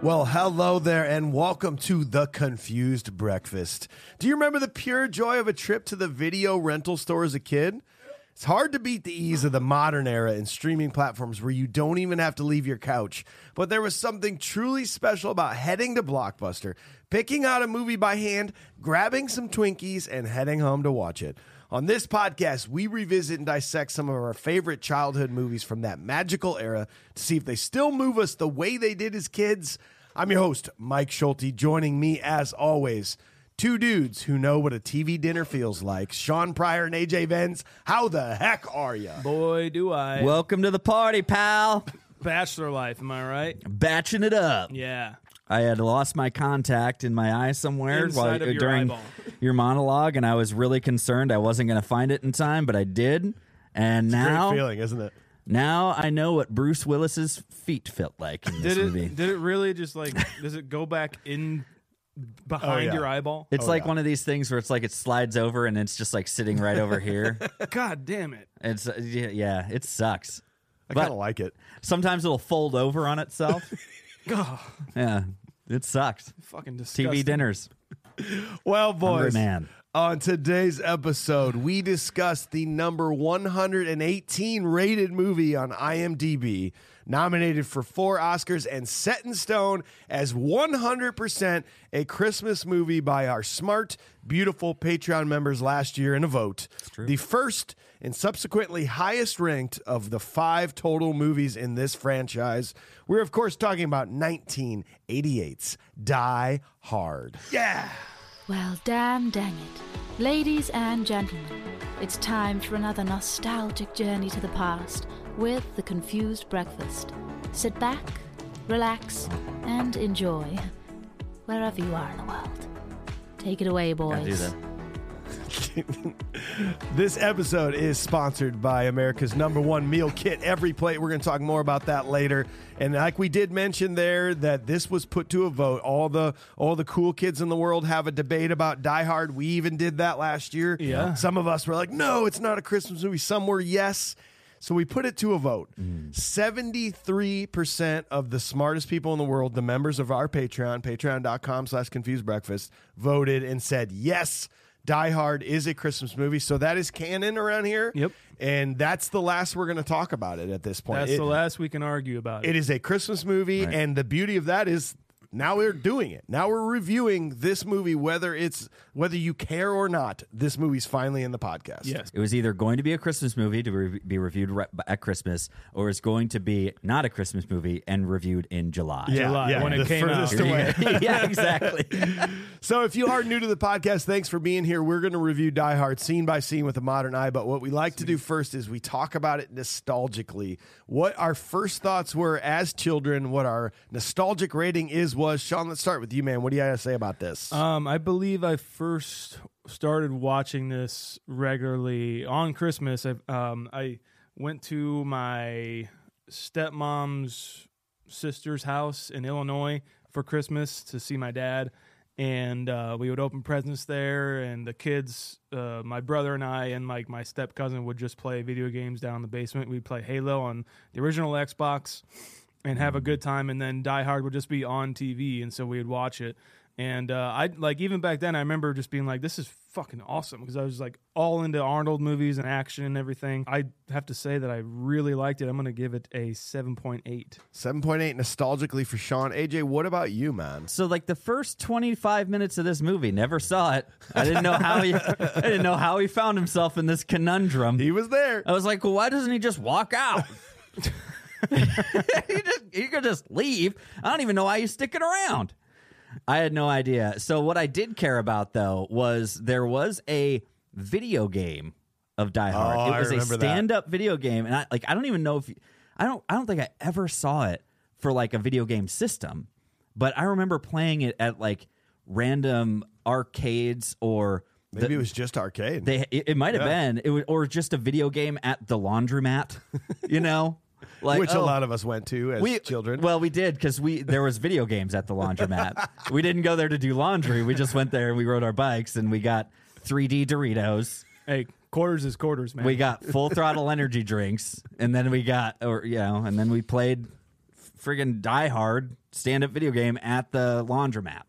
Well, hello there, and welcome to the Confused Breakfast. Do you remember the pure joy of a trip to the video rental store as a kid? It's hard to beat the ease of the modern era and streaming platforms where you don't even have to leave your couch. But there was something truly special about heading to Blockbuster, picking out a movie by hand, grabbing some Twinkies, and heading home to watch it. On this podcast, we revisit and dissect some of our favorite childhood movies from that magical era to see if they still move us the way they did as kids. I'm your host, Mike Schulte, joining me as always. Two dudes who know what a TV dinner feels like. Sean Pryor and AJ Venz, how the heck are you? Boy, do I. Welcome to the party, pal. Bachelor life, am I right? Batching it up. Yeah. I had lost my contact in my eye somewhere Inside of your during eyeball. your monologue, and I was really concerned I wasn't going to find it in time, but I did. And Great now, feeling, isn't it? now I know what Bruce Willis's feet felt like in this Did it? movie. Did it really just like? does it go back in Oh, behind yeah. your eyeball? it's like one of these things where it's like it slides over and it's just like sitting right over here. God damn it! It's uh, yeah, yeah, it sucks. I But- kind of like it. Sometimes it'll fold over on itself. yeah, it sucks. Fucking disgusting. TV dinners, Well, Hungry boys, man. on today's episode, we discuss the number 118 rated movie on IMDb, nominated for four Oscars and set in stone as 100% a Christmas movie by our smart, beautiful Patreon members last year in a vote. The first and subsequently highest ranked of the five total movies in this franchise. We're, of course, talking about 1988's Die Hard. Well, damn dang it. Ladies and gentlemen, it's time for another nostalgic journey to the past with the Confused Breakfast. Sit back, relax, and enjoy wherever you are in the world. Take it away, Gotta do boys. that. This episode is sponsored by America's number one meal kit, Every Plate. We're going to talk more about that later. And like we did mention there, that this was put to a vote. All the all the cool kids in the world have a debate about Die Hard. We even did that last year. Yeah. Some of us were like, "No, it's not a Christmas movie." Some were yes. So we put it to a vote. Mm. Seventy-three percent of the smartest people in the world, the members of our Patreon, patreon.com slash confused breakfast, voted and said yes. Die Hard is a Christmas movie, so that is canon around here. Yep. And that's the last we're going to talk about it at this point. That's It- the last we can argue about It it. is a Christmas movie, and the beauty of that is now we're doing it. Now we're reviewing this movie, whether it's whether you care or not. This movie's finally in the podcast. Yes. It was either going to be a Christmas movie to re- be reviewed re- at Christmas, or it's going to be not a Christmas movie and reviewed in July. Yeah, July, yeah, when the it came out. furthest away. yeah, exactly. So if you are new to the podcast, thanks for being here. We're going to review Die Hard scene by scene with a modern eye, but what we like to do first is we talk about it nostalgically. What our first thoughts were as children, what our nostalgic rating is was. Sean, let's start with you, man. What do you got to say about this? Uh, Um, I believe I first started watching this regularly on Christmas. I, um, I went to my stepmom's sister's house in Illinois for Christmas to see my dad, and uh, we would open presents there. And the kids, uh, my brother and I, and like my step cousin would just play video games down in the basement. We'd play Halo on the original Xbox and have a good time. And then Die Hard would just be on TV, and so we'd watch it. And uh, I like even back then, I remember just being like, "This is fucking awesome" because I was like all into Arnold movies and action and everything. I have to say that I really liked it. I'm gonna give it a seven point eight. 7.8 nostalgically for Sean. AJ, what about you, man? So like the first 25 minutes of this movie, never saw it. I didn't know how he I didn't know how he found himself in this conundrum. He was there. I was like, well, why doesn't he just walk out? he just he could just leave. I don't even know why he's sticking around. I had no idea. So what I did care about though was there was a video game of Die Hard. Oh, it I was a remember that. stand-up video game, and I like I don't even know if I don't I don't think I ever saw it for like a video game system, but I remember playing it at like random arcades or the- Maybe it was just arcade. they it, it might have been it was, or just a video game at the laundromat, you know, like which a oh, lot of us went to as we children. Well, we did because we there was video games at the laundromat. we didn't go there to do laundry. We just went there and we rode our bikes and we got 3D Doritos. Hey, quarters is quarters, man. We got full throttle energy drinks, and then we got or you know, and then we played friggin' Die Hard stand up video game at the laundromat.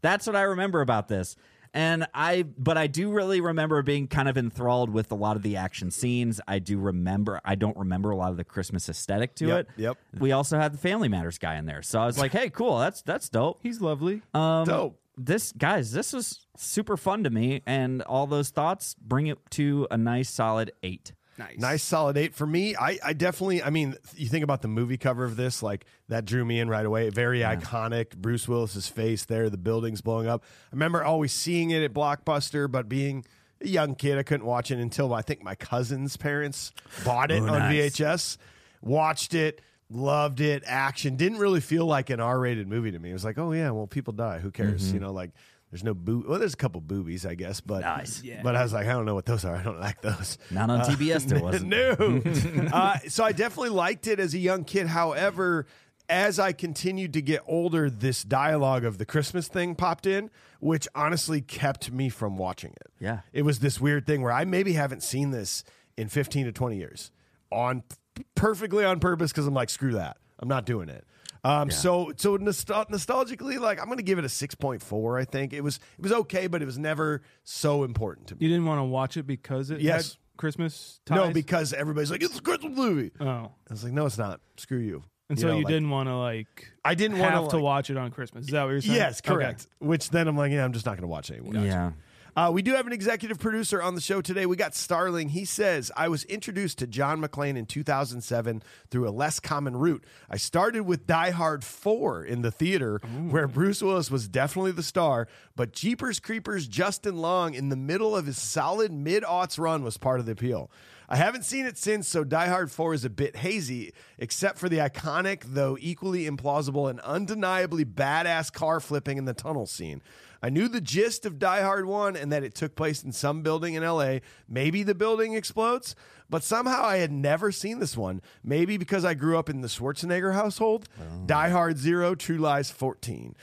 That's what I remember about this. And I, but I do really remember being kind of enthralled with a lot of the action scenes. I do remember, I don't remember a lot of the Christmas aesthetic to Yep, it. yep. We also had the Family Matters guy in there. So I was like, hey, cool. That's, that's dope. He's lovely. Uh, Dope. This, guys, this was super fun to me. And all those thoughts bring it to a nice solid eight. Nice solid eight for me. I, I definitely, I mean, you think about the movie cover of this, like that drew me in right away. Very iconic. Bruce Willis's face there, the building's blowing up. I remember always seeing it at Blockbuster, but being a young kid, I couldn't watch it until I think my cousin's parents bought it Ooh, on Oh, nice. VHS. Watched it, loved it. Action didn't really feel like an R-rated movie to me. It was like, oh yeah, well people die, who cares? Mm-hmm. You know, like. There's no boo. Well, there's a couple boobies, I guess, but Nice. but I was like, I don't know what those are. I don't like those. Not on TBS, there wasn't. Uh, No. uh, so I definitely liked it as a young kid. However, as I continued to get older, this dialogue of the Christmas thing popped in, which honestly kept me from watching it. Yeah. It was this weird thing where I maybe haven't seen this in 15 to 20 years on perfectly on purpose because I'm like, screw that. I'm not doing it. Um, so, so nostal- nostalgically, like I'm going to give it a 6.4. I think it was, it was okay, but it was never so important to me. You didn't want to watch it because it Yes. had Christmas ties? No, because everybody's like, it's a Christmas movie. oh, I was like, no, it's not. Screw you. and so know, you like- didn't want to like. I didn't wanna, have to like- watch it on Christmas. Is that what you're saying? Yes, Okay. correct. Which then I'm like, yeah, I'm just not going to watch it anymore. Yeah. Uh, we do have an executive producer on the show today. We got Starling. He says, I was introduced to John McClane in 2007 through a less common route. I started with Die Hard 4 in the theater, where Bruce Willis was definitely the star, but Jeepers Creepers Justin Long in the middle of his solid mid aughts run was part of the appeal. I haven't seen it since, so Die Hard 4 is a bit hazy, except for the iconic, though equally implausible and undeniably badass car flipping in the tunnel scene. I knew the gist of Die Hard 1 and that it took place in some building in LA. Maybe the building explodes, but somehow I had never seen this one. Maybe because I grew up in the Schwarzenegger household. Die Hard 0, True Lies 14.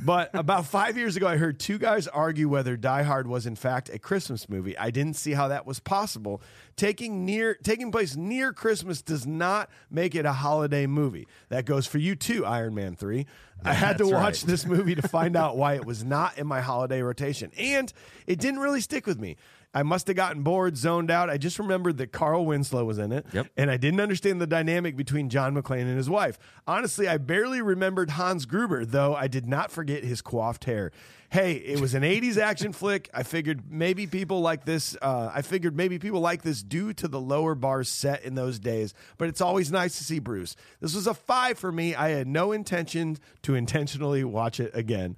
but about five years ago, I heard two guys argue whether Die Hard was in fact a Christmas movie. I didn't see how that was possible. Taking near taking place near Christmas does not make it a holiday movie. That goes for you too, Iron Man 3. I had to that's watch right. this movie to find out why it was not in my holiday rotation. And it didn't really stick with me. I must have gotten bored, zoned out. I just remembered that Carl Winslow was in it. Yep. And I didn't understand the dynamic between John McClane and his wife. Honestly, I barely remembered Hans Gruber, though I did not forget his coiffed hair. Hey, it was an 80s action flick. I figured maybe people like this, uh, I figured maybe people like this due to the lower bars set in those days, but it's always nice to see Bruce. This was a five for me. I had no intention to intentionally watch it again.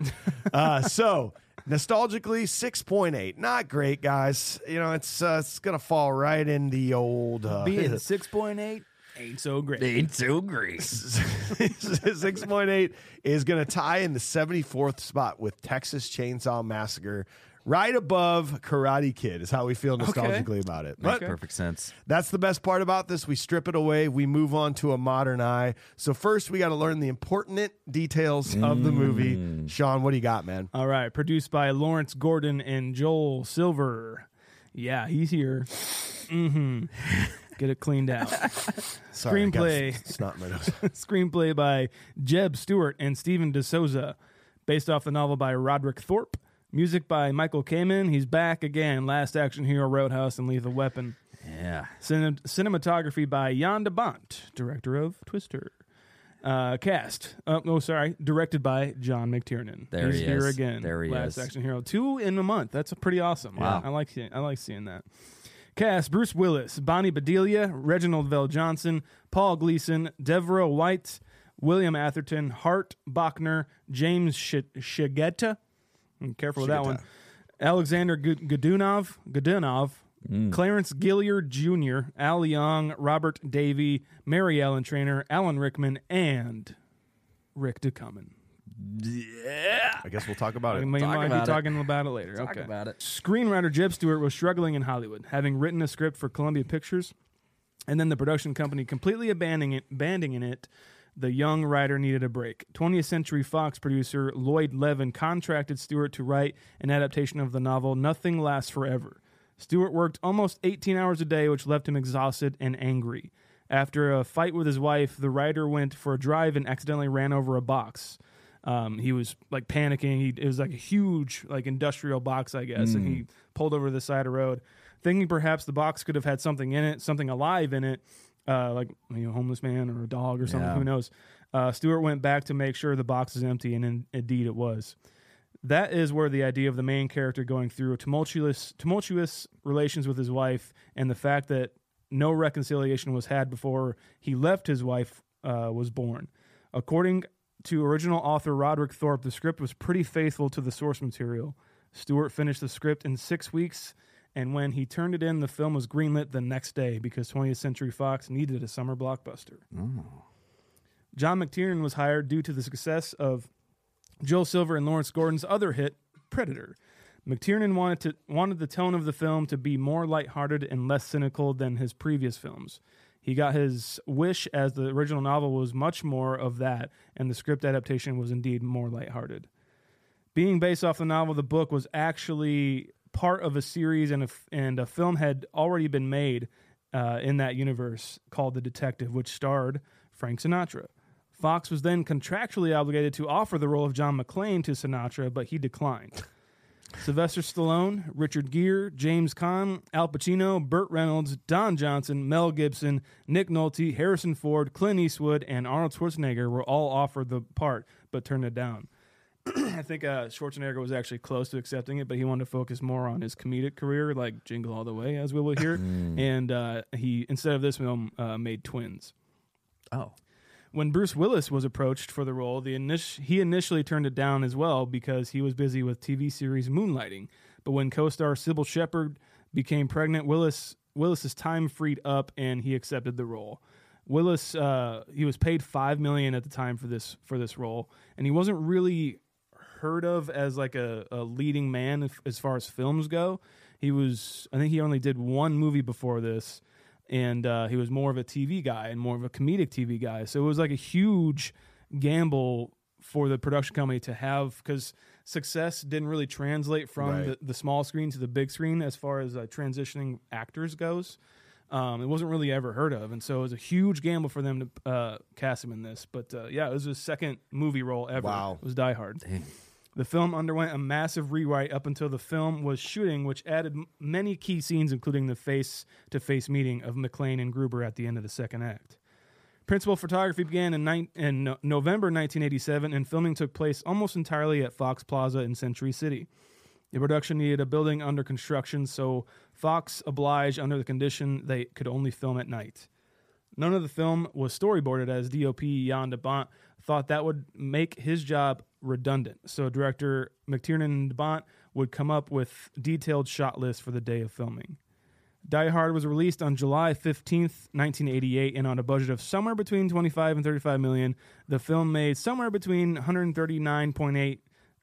Uh, so. Nostalgically, 6.8. Not great, guys. You know, it's uh, it's going to fall right in the old. Uh, Being 6.8 ain't so Oh, great. Ain't so great. 6.8 is going to tie in the 74th spot with Texas Chainsaw Massacre Right above Karate Kid is how we feel nostalgically about it. But Perfect sense. that's the best part about this. We strip it away, we move on to a modern eye. So, first, we got to learn the important details of the movie. Mm. Sean, what do you got, man? All right, produced by Lawrence Gordon and Joel Silver. Yeah, he's here. Mm-hmm. Get it cleaned out. Sorry, I got Screenplay. s- snot in my nose. Screenplay by Jeb Stewart and Stephen DeSouza, based off the novel by Roderick Thorpe. Music by Michael Kamen. He's back again. Last Action Hero, Roadhouse, and Lethal Weapon. Yeah. Cinem- cinematography by Jan de Bont, director of Twister. Uh, cast. Oh, no, sorry. Directed by John McTiernan. There He's he here is. again. There he Last is. Action Hero. Two in a month. That's pretty awesome. Wow. I, I like seeing, I like seeing that. Cast Bruce Willis, Bonnie Bedelia, Reginald Vell Johnson, Paul Gleason, Devereaux White, William Atherton, Hart Bachner, James Sh- Shigeta. Mm, Careful with that one. Alexander Gu- Godunov, Godunov, Clarence Gilliard Jr., Al Young, Robert Davey, Mary Ellen Trainer, Alan Rickman, and Rick DeCummins. I guess we'll talk about I it. mean, Talk might about it. be talking about it later. okay. about it. Screenwriter Jeb Stewart was struggling in Hollywood, having written a script for Columbia Pictures, and then the production company completely abandoning it. Abandoning it the young writer needed a break. 20th Century Fox producer Lloyd Levin contracted Stewart to write an adaptation of the novel Nothing Lasts Forever. Stewart worked almost 18 hours a day, which left him exhausted and angry. After a fight with his wife, the writer went for a drive and accidentally ran over a box. Um, he was like panicking. He, it was like a huge like industrial box, I guess, and he pulled over to the side of the road, thinking perhaps the box could have had something in it, something alive in it, uh, like you know, homeless man or a dog or something. Who knows? Uh, Stewart went back to make sure the box is empty, and in, indeed it was. That is where the idea of the main character going through tumultuous tumultuous relations with his wife and the fact that no reconciliation was had before he left his wife uh, was born. According to original author Roderick Thorpe, the script was pretty faithful to the source material. Stewart finished the script in six weeks, and when he turned it in, the film was greenlit the next day because 20th Century Fox needed a summer blockbuster. John McTiernan was hired due to the success of Joel Silver and Lawrence Gordon's other hit, Predator. McTiernan wanted to wanted the tone of the film to be more lighthearted and less cynical than his previous films. He got his wish as the original novel was much more of that, and the script adaptation was indeed more lighthearted. Being based off the novel, the book was actually part of a series, and a, f- and a film had already been made uh, in that universe called The Detective, which starred Frank Sinatra. Fox was then contractually obligated to offer the role of John McClane to Sinatra, but he declined. Sylvester Stallone, Richard Gere, James Caan, Al Pacino, Burt Reynolds, Don Johnson, Mel Gibson, Nick Nolte, Harrison Ford, Clint Eastwood, and Arnold Schwarzenegger were all offered the part but turned it down. I think uh, Schwarzenegger was actually close to accepting it, but he wanted to focus more on his comedic career, like Jingle All the Way, as we will hear. and uh, he, instead of this film, uh, made Twins. Oh. When Bruce Willis was approached for the role, the init- he initially turned it down as well because he was busy with TV series Moonlighting. But when co-star Sybil Shepherd became pregnant, Willis Willis's time freed up and he accepted the role. Willis uh, he was paid five million at the time for this for this role, and he wasn't really heard of as like a, a leading man if, as far as films go. He was, I think he only did one movie before this, and uh, he was more of a TV guy and more of a comedic TV guy. So it was like a huge gamble for the production company to have because success didn't really translate from Right. the, the small screen to the big screen as far as uh, transitioning actors goes. Um, it wasn't really ever heard of, and so it was a huge gamble for them to uh, cast him in this. But uh, yeah, it was his second movie role ever. Wow. It was Die Hard. The film underwent a massive rewrite up until the film was shooting, which added m- many key scenes, including the face to face meeting of McLean and Gruber at the end of the second act. Principal photography began in, nine in No- November 1987, and filming took place almost entirely at Fox Plaza in Century City. The production needed a building under construction, so Fox obliged under the condition they could only film at night. None of the film was storyboarded as DOP Jan de Bont thought that would make his job redundant. So director McTiernan and de Bont would come up with detailed shot lists for the day of filming. Die Hard was released on July 15th, 1988, and on a budget of somewhere between 25 and 35 million, the film made somewhere between 139.8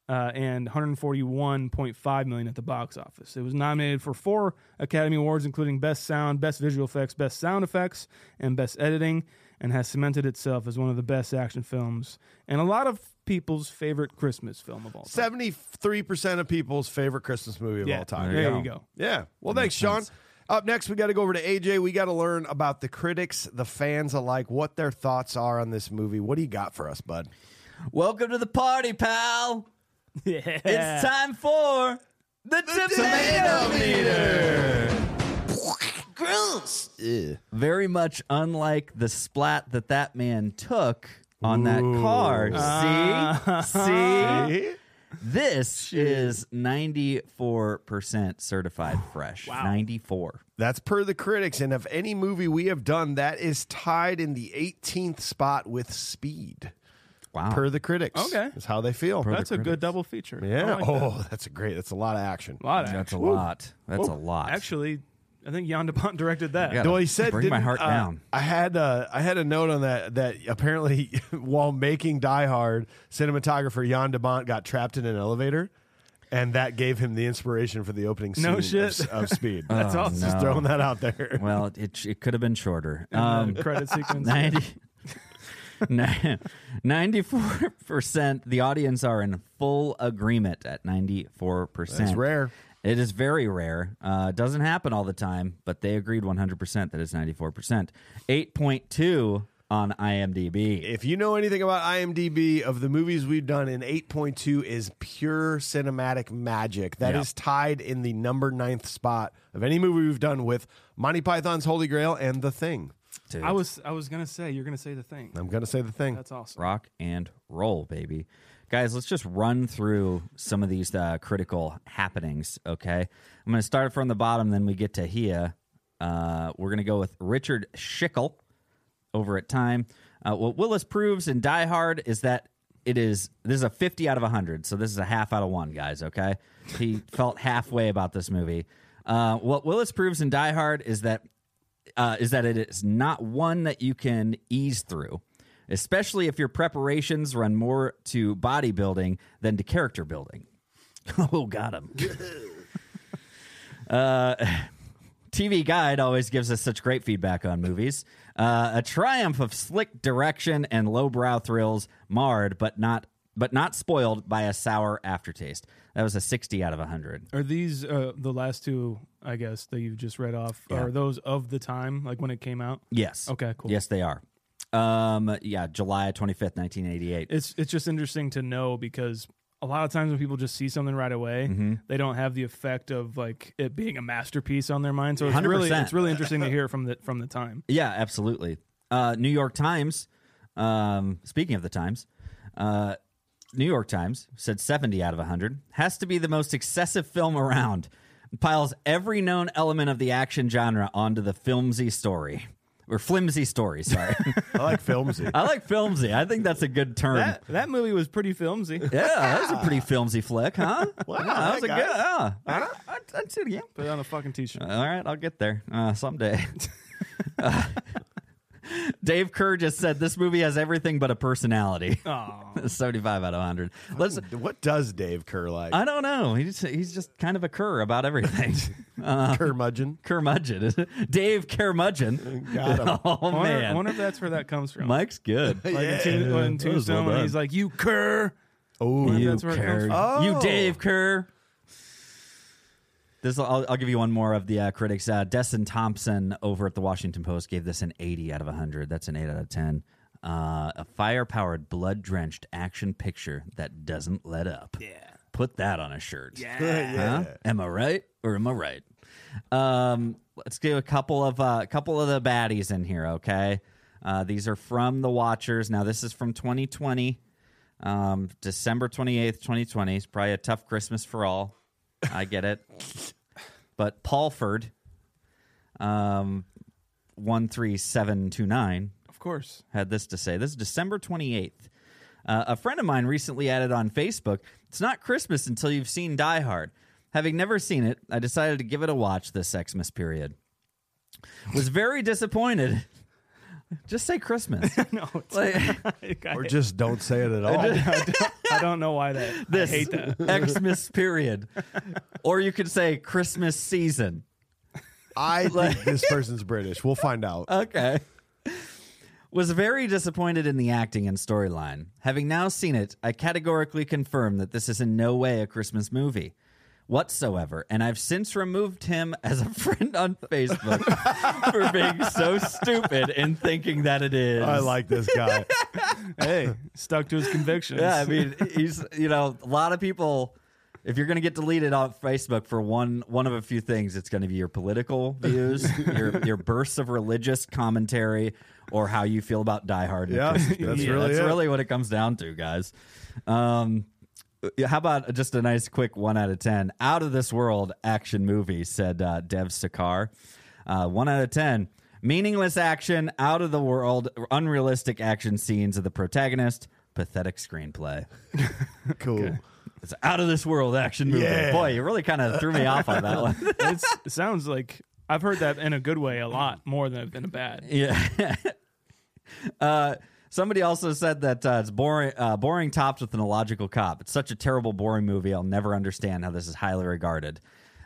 uh, and 141.5 million at the box office. It was nominated for four Academy Awards, including Best Sound, Best Visual Effects, Best Sound Effects, and Best Editing, and has cemented itself as one of the best action films and a lot of people's favorite Christmas film of all time. Seventy-three percent of people's favorite Christmas movie of Yeah, all time. There you go. Yeah. Well, thanks, Sean. Up next, we got to go over to AJ. We got to learn about the critics, the fans alike, what their thoughts are on this movie. What do you got for us, bud? Welcome to the party, pal. Yeah. It's time for the, tomato, meter. Gross. Very much unlike the splat that that man took on that car. See? See? Eh? This is 94% certified fresh. 94. That's per the critics. And of any movie we have done, that is tied in the 18th spot with Speed. Wow. Per the critics. Ah. Okay. Is how they feel. That's a good double feature. yeah. I like that. oh, that's a great. That's a lot of action. A lot of That's a action. lot. That's a lot. Actually, I think Jan DePont directed that. Yeah. No, he said Bring my didn't- heart uh, down. I had uh, I had a note on that that apparently while making Die Hard, cinematographer Jan DeMont got trapped in an elevator, and that gave him the inspiration for the opening scene No of- shit. Of, Speed. That's Oh, awesome. no. Just throwing that out there. well, it, it could have been shorter. Um, Um, credit sequence. 90, 94% the audience are in full agreement at 94%. That's rare. It is very rare. Uh, doesn't happen all the time, but they agreed 100% that it's 94%. 8.2 on IMDb. If you know anything about IMDb, of the movies we've done, an 8.2 is pure cinematic magic. That is Yeah. tied in the number ninth spot of any movie we've done with Monty Python's Holy Grail and The Thing. Dude, I was I was gonna say you're gonna say the thing. I'm going to say The Thing. That's awesome. rock and roll, baby. Guys, let's just run through some of these uh, critical happenings, okay? I'm going to start from the bottom, then we get to here. Uh, we're going to go with Richard Schickel over at Time. Uh, what Willis proves in Die Hard is that it is this is a 50 out of 100, so this is a half out of one, guys, okay? He felt halfway about this movie. Uh, what Willis proves in Die Hard is that uh, is that it is not one that you can ease through, especially if your preparations run more to bodybuilding than to character building. oh, got him. TV Guide always gives us such great feedback on movies. Uh, a triumph of slick direction and lowbrow thrills, marred but not but not spoiled by a sour aftertaste. That was a sixty out of hundred. Are these uh, the last two? I guess that you just read off. Are those of the time, like when it came out? Yes. Okay, cool. Yes, they are. Um, yeah, July twenty fifth, nineteen eighty eight. It's it's just interesting to know because a lot of times when people just see something right away, they don't have the effect of like it being a masterpiece on their mind. So it's really 100%. it's really interesting to hear from the from the time. Yeah, absolutely. Uh, New York Times. Um, speaking of the Times, uh, New York Times said 70 out of 100 has to be the most excessive film around. Piles every known element of the action genre onto the filmsy story or flimsy story. Sorry, I like filmsy. I like filmsy. I think that's a good term. That that movie was pretty filmsy. yeah, that was a pretty filmsy flick, huh? Wow, Yeah, that hey, was a good. guys. Yeah, I, I, I'd do it again. Put it on a fucking t-shirt. All right, I'll get there uh, someday. Uh, Dave Kerr just said this movie has everything but a personality. Seventy-five out of hundred. Let's. What does Dave Kerr like? I don't know. He's he's just kind of a Kerr about everything. Uh, Curmudgeon. Kermudgeon, is it? Dave Kermudgeon. Got him. Oh I Uh, wonder, I man, wonder if that's where that comes from. Mike's good. like in, Yeah. Toon- when That was well Tombstone, when done. he's like, "You cur." Oh, Wonder if you that's where it comes Kerr. from. You Oh. Dave Kerr. This I'll, I'll give you one more of the uh, critics. Uh, Destin Thompson over at the Washington Post gave this an 80 out of 100. That's an 8 out of 10. Uh, a fire-powered, blood-drenched action picture that doesn't let up. Yeah. Put that on a shirt. Yeah. yeah. Am I right or am I right? Um, let's do a couple of uh, a couple of the baddies in here, okay? Uh, these are from the Watchers. Now this is from 2020, um, December 28th, 2020. It's probably a tough Christmas for all. I get it, but Paulford, um, one three seven two nine Of course. had this to say. This is December 28th. Uh, a friend of mine recently added on Facebook, it's not Christmas until you've seen Die Hard. Having never seen it, I decided to give it a watch this Xmas period. Was very disappointed Just say Christmas. no, it's Like- like, I, Or just don't say it at all. I don't, I don't know why that. this I hate that. Xmas period. or you could say Christmas season. I think this person's British. We'll find out. Okay. Was very disappointed in the acting and storyline. Having now seen it, I categorically confirm that this is in no way a Christmas movie whatsoever, and I've since removed him as a friend on Facebook for being so stupid and thinking that it is. I like this guy. Hey, stuck to his convictions. Yeah, I mean, he's you know, a lot of people. If you're going to get deleted off Facebook for one one of a few things, it's going to be your political views, your your bursts of religious commentary, or how you feel about Die Hard. and Yeah, Christmas that's movies. really that's it. really what it comes down to, guys. Um, yeah, how about just a nice quick one out of 10? Out of this world action movie, said uh, Dev Sakar. Uh, one out of 10. Meaningless action, out of the world, unrealistic action scenes of the protagonist, pathetic screenplay. Cool. It's out of this world action movie. Yeah. Boy, you really kind of threw me off on that one. it's, it sounds like I've heard that in a good way a lot more than in a bad. Yeah. uh, somebody also said that uh, it's boring. Uh, boring tops with an illogical cop. It's such a terrible, boring movie. I'll never understand how this is highly regarded.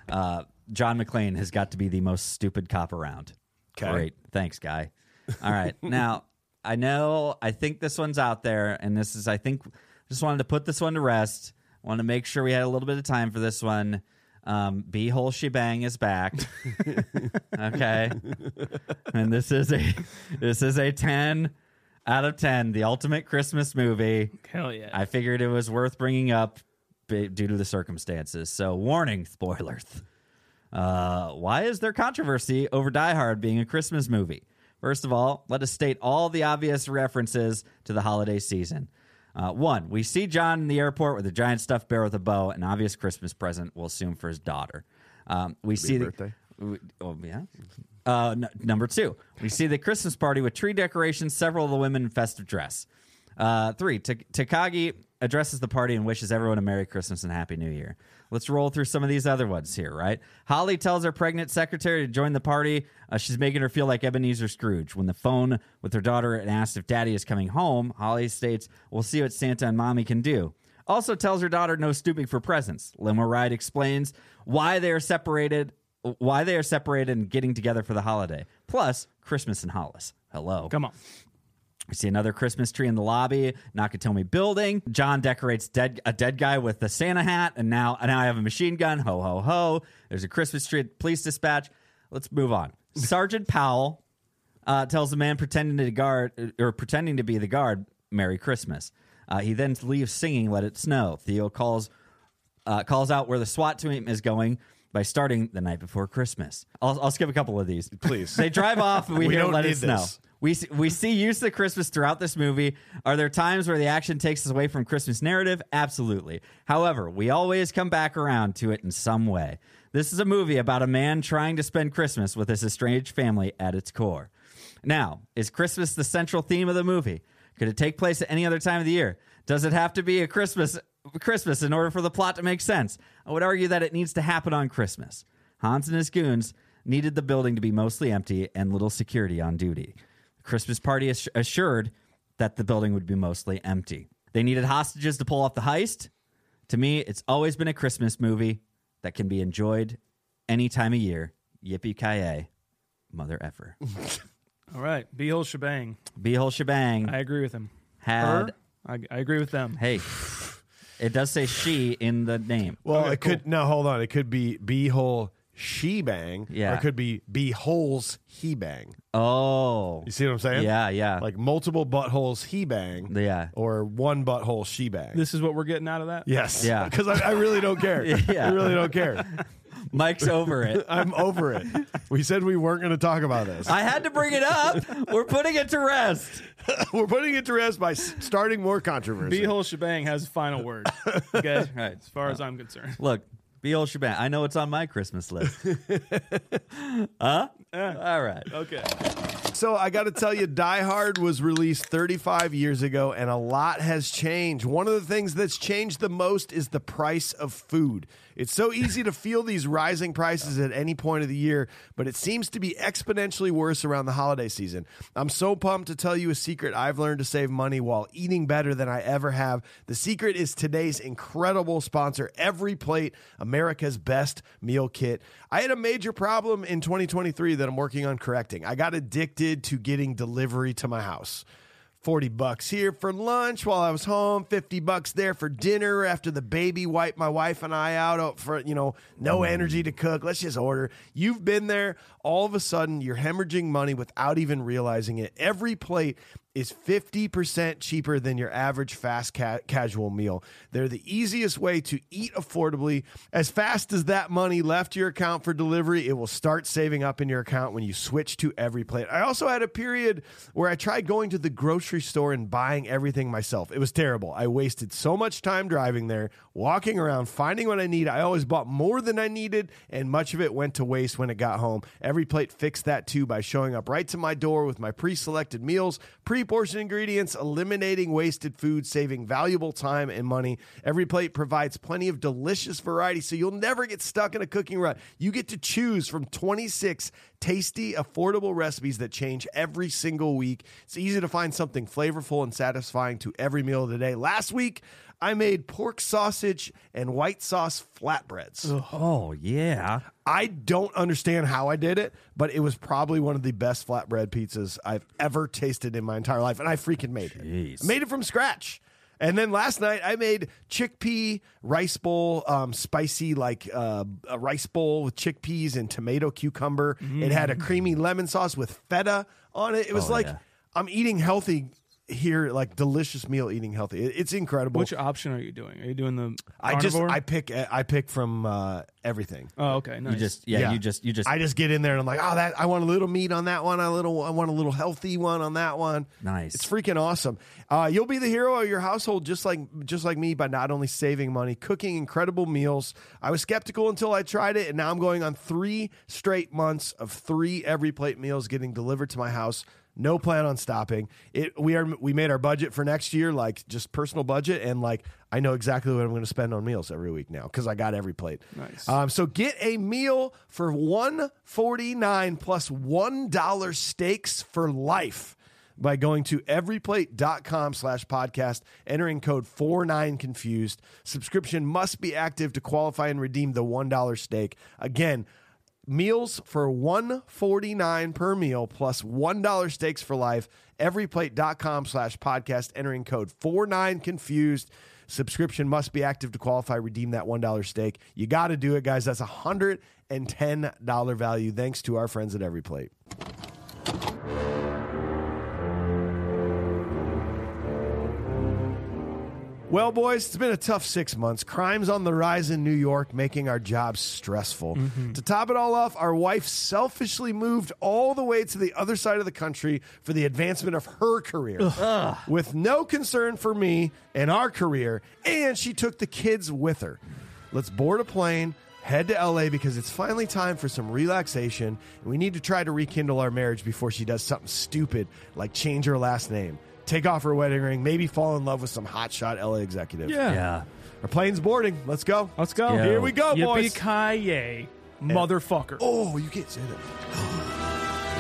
Uh, John McClane has got to be the most stupid cop around. Great, thanks, guy. All right, now I know. I think this one's out there, and this is. I think just wanted to put this one to rest. Want to make sure we had a little bit of time for this one. Um, B hole shebang is back. okay and this is a this is a 10 out of 10 the ultimate christmas movie Hell yeah. i figured it was worth bringing up b- due to the circumstances so warning spoilers uh, why is there controversy over die hard being a christmas movie first of all let us state all the obvious references to the holiday season uh, one, we see John in the airport with a giant stuffed bear with a bow, an obvious Christmas present, we'll assume for his daughter. Um, we see the, birthday. we- Oh yeah. Uh, n- number two, we see the Christmas party with tree decorations, several of the women in festive dress. Uh, three, Ta- Takagi addresses the party and wishes everyone a Merry Christmas and Happy New Year. Let's roll through some of these other ones here, right? Holly tells her pregnant secretary to join the party. Uh, she's making her feel like Ebenezer Scrooge. When the phone with her daughter and asks if daddy is coming home, Holly states, We'll see what Santa and mommy can do. Also tells her daughter no stooping for presents. Limo Ride explains why they are separated, why they are separated and getting together for the holiday. Plus Christmas and Hollis. Hello. Come on. We see another Christmas tree in the lobby, Nakatomi building. John decorates dead a dead guy with the Santa hat, and now now I have a machine gun. Ho ho ho! There's a Christmas tree at police dispatch. Let's move on. Sergeant Powell uh, tells the man pretending to guard or pretending to be the guard, "Merry Christmas." Uh, he then leaves singing "Let It Snow." Theo calls uh, calls out where the SWAT team is going by starting the night before Christmas. I'll, I'll skip a couple of these, Please. They drive off. and We, We hear don't "Let need It Snow." this. We see, we see use of Christmas throughout this movie. Are there times where the action takes us away from Christmas narrative? Absolutely. However, we always come back around to it in some way. This is a movie about a man trying to spend Christmas with his estranged family at its core. Now, is Christmas the central theme of the movie? Could it take place at any other time of the year? Does it have to be a Christmas Christmas in order for the plot to make sense? I would argue that it needs to happen on Christmas. Hans and his goons needed the building to be mostly empty and little security on duty. The Christmas party ass- assured that the building would be mostly empty. They needed hostages to pull off the heist. To me, it's always been a Christmas movie that can be enjoyed any time of year. Yippee ki mother effer. All right. Be whole shebang. Be whole shebang I agree with him. had. I, I agree with them. Hey, it does say she in the name. Well, it could no. Hold on, it could be b hole she bang. Yeah. or it could be b holes he bang. Oh, You see what I'm saying? Yeah, yeah. Like multiple buttholes he bang. Yeah. or one butthole she bang. This is what we're getting out of that? yes. Yeah. because I, I really don't care. Yeah. I really don't care. Mike's over it. I'm over it. We said we weren't going to talk about this. I had to bring it up. We're putting it to rest. We're putting it to rest by s- starting more controversy. Be whole shebang has the final word. Okay. Right. As far as I'm concerned. Look, be old shebang. I know it's on my Christmas list. huh? All right. Okay. So I got to tell you, Die Hard was released 35 years ago, and a lot has changed. One of the things that's changed the most is the price of food. It's so easy to feel these rising prices at any point of the year, but it seems to be exponentially worse around the holiday season. I'm so pumped to tell you a secret I've learned to save money while eating better than I ever have. The secret is today's incredible sponsor, Every Plate, America's best meal kit. I had a major problem in 2023 that I'm working on correcting. I got addicted to getting delivery to my house. 40 bucks here for lunch while I was home, 50 bucks there for dinner after the baby wiped my wife and I out oh, for, you know, no energy to cook. Let's just order. You've been there. All of a sudden, you're hemorrhaging money without even realizing it. Every plate is 50% cheaper than your average fast ca- casual meal. They're the easiest way to eat affordably. As fast as that money left your account for delivery, it will start saving up in your account when you switch to every plate. I also had a period where I tried going to the grocery store and buying everything myself. It was terrible. I wasted so much time driving there, walking around, finding what I need. I always bought more than I needed, and much of it went to waste when it got home. Every plate fixed that too by showing up right to my door with my pre selected meals, pre portion ingredients, eliminating wasted food, saving valuable time and money. Every plate provides plenty of delicious variety, so you'll never get stuck in a cooking rut. You get to choose from 26 tasty, affordable recipes that change every single week. It's easy to find something flavorful and satisfying to every meal of the day. Last week, I made pork sausage and white sauce flatbreads. Oh yeah. I don't understand how I did it, but it was probably one of the best flatbread pizzas I've ever tasted in my entire life. And I freaking made it. Jeez. I made it from scratch. And then last night I made chickpea rice bowl, um, spicy like uh, a rice bowl with chickpeas and tomato cucumber. It had a creamy lemon sauce with feta on it. It was Mm. Oh, like yeah. I'm eating healthy here, like delicious meal eating healthy. It- it's incredible. Which option are you doing? Are you doing the I just carnivore? I pick I pick from uh, everything. oh okay nice. You just yeah, you just you just I just get in there and I'm like, oh, that I want a little meat on that one. I little I want a little healthy one on that one. Nice. It's freaking awesome. Uh, you'll be the hero of your household just like just like me by not only saving money, cooking incredible meals. I was skeptical until I tried it, and now I'm going on three straight months of three every plate meals getting delivered to my house. No plan on stopping. It we are we made our budget for next year, like just personal budget, and like I know exactly what I'm going to spend on meals every week now because I got every plate. Nice. Um, so get a meal for one forty nine plus one dollar steaks for life by going to everyplate.com slash podcast, entering code 49confused. Subscription must be active to qualify and redeem the $1 steak. Again, meals for 149 per meal plus $1 steaks for life. Everyplate.com slash podcast, entering code 49confused. Subscription must be active to qualify. Redeem that $1 steak. You got to do it, guys. That's a $110 value thanks to our friends at Everyplate. Well, boys, it's been a tough six months. Crimes on the rise in New York, making our jobs stressful. To top it all off, our wife selfishly moved all the way to the other side of the country for the advancement of her career with no concern for me and our career, and she took the kids with her. Let's board a plane, head to LA because it's finally time for some relaxation, and we need to try to rekindle our marriage before she does something stupid like change her last name. Take off her wedding ring, maybe fall in love with some hotshot LA executive. yeah. yeah. Our plane's boarding. Let's go. Let's go. Eh. Yeah. Here we go, boys. Yippee-ki-yay, motherfucker. Oh, you can't say that.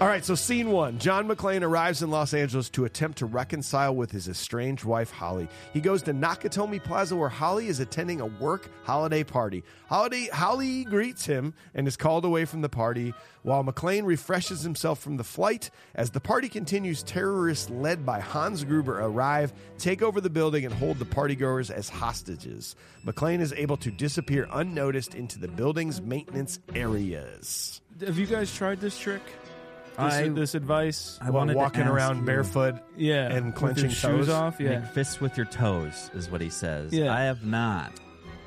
All right, so scene one. John McClane arrives in Los Angeles to attempt to reconcile with his estranged wife, Holly. He goes to Nakatomi Plaza where Holly is attending a work holiday party. Holiday, Holly greets him and is called away from the party while McClane refreshes himself from the flight. As the party continues, terrorists led by Hans Gruber arrive, take over the building, and hold the partygoers as hostages. McClane is able to disappear unnoticed into the building's maintenance areas. Have you guys tried this trick? This, I- this advice? I While wanted to walking ask around you- barefoot, yeah, and with your clenching shoes toes. off. Yeah, Make fists with your toes is what he says. Yeah. I have not.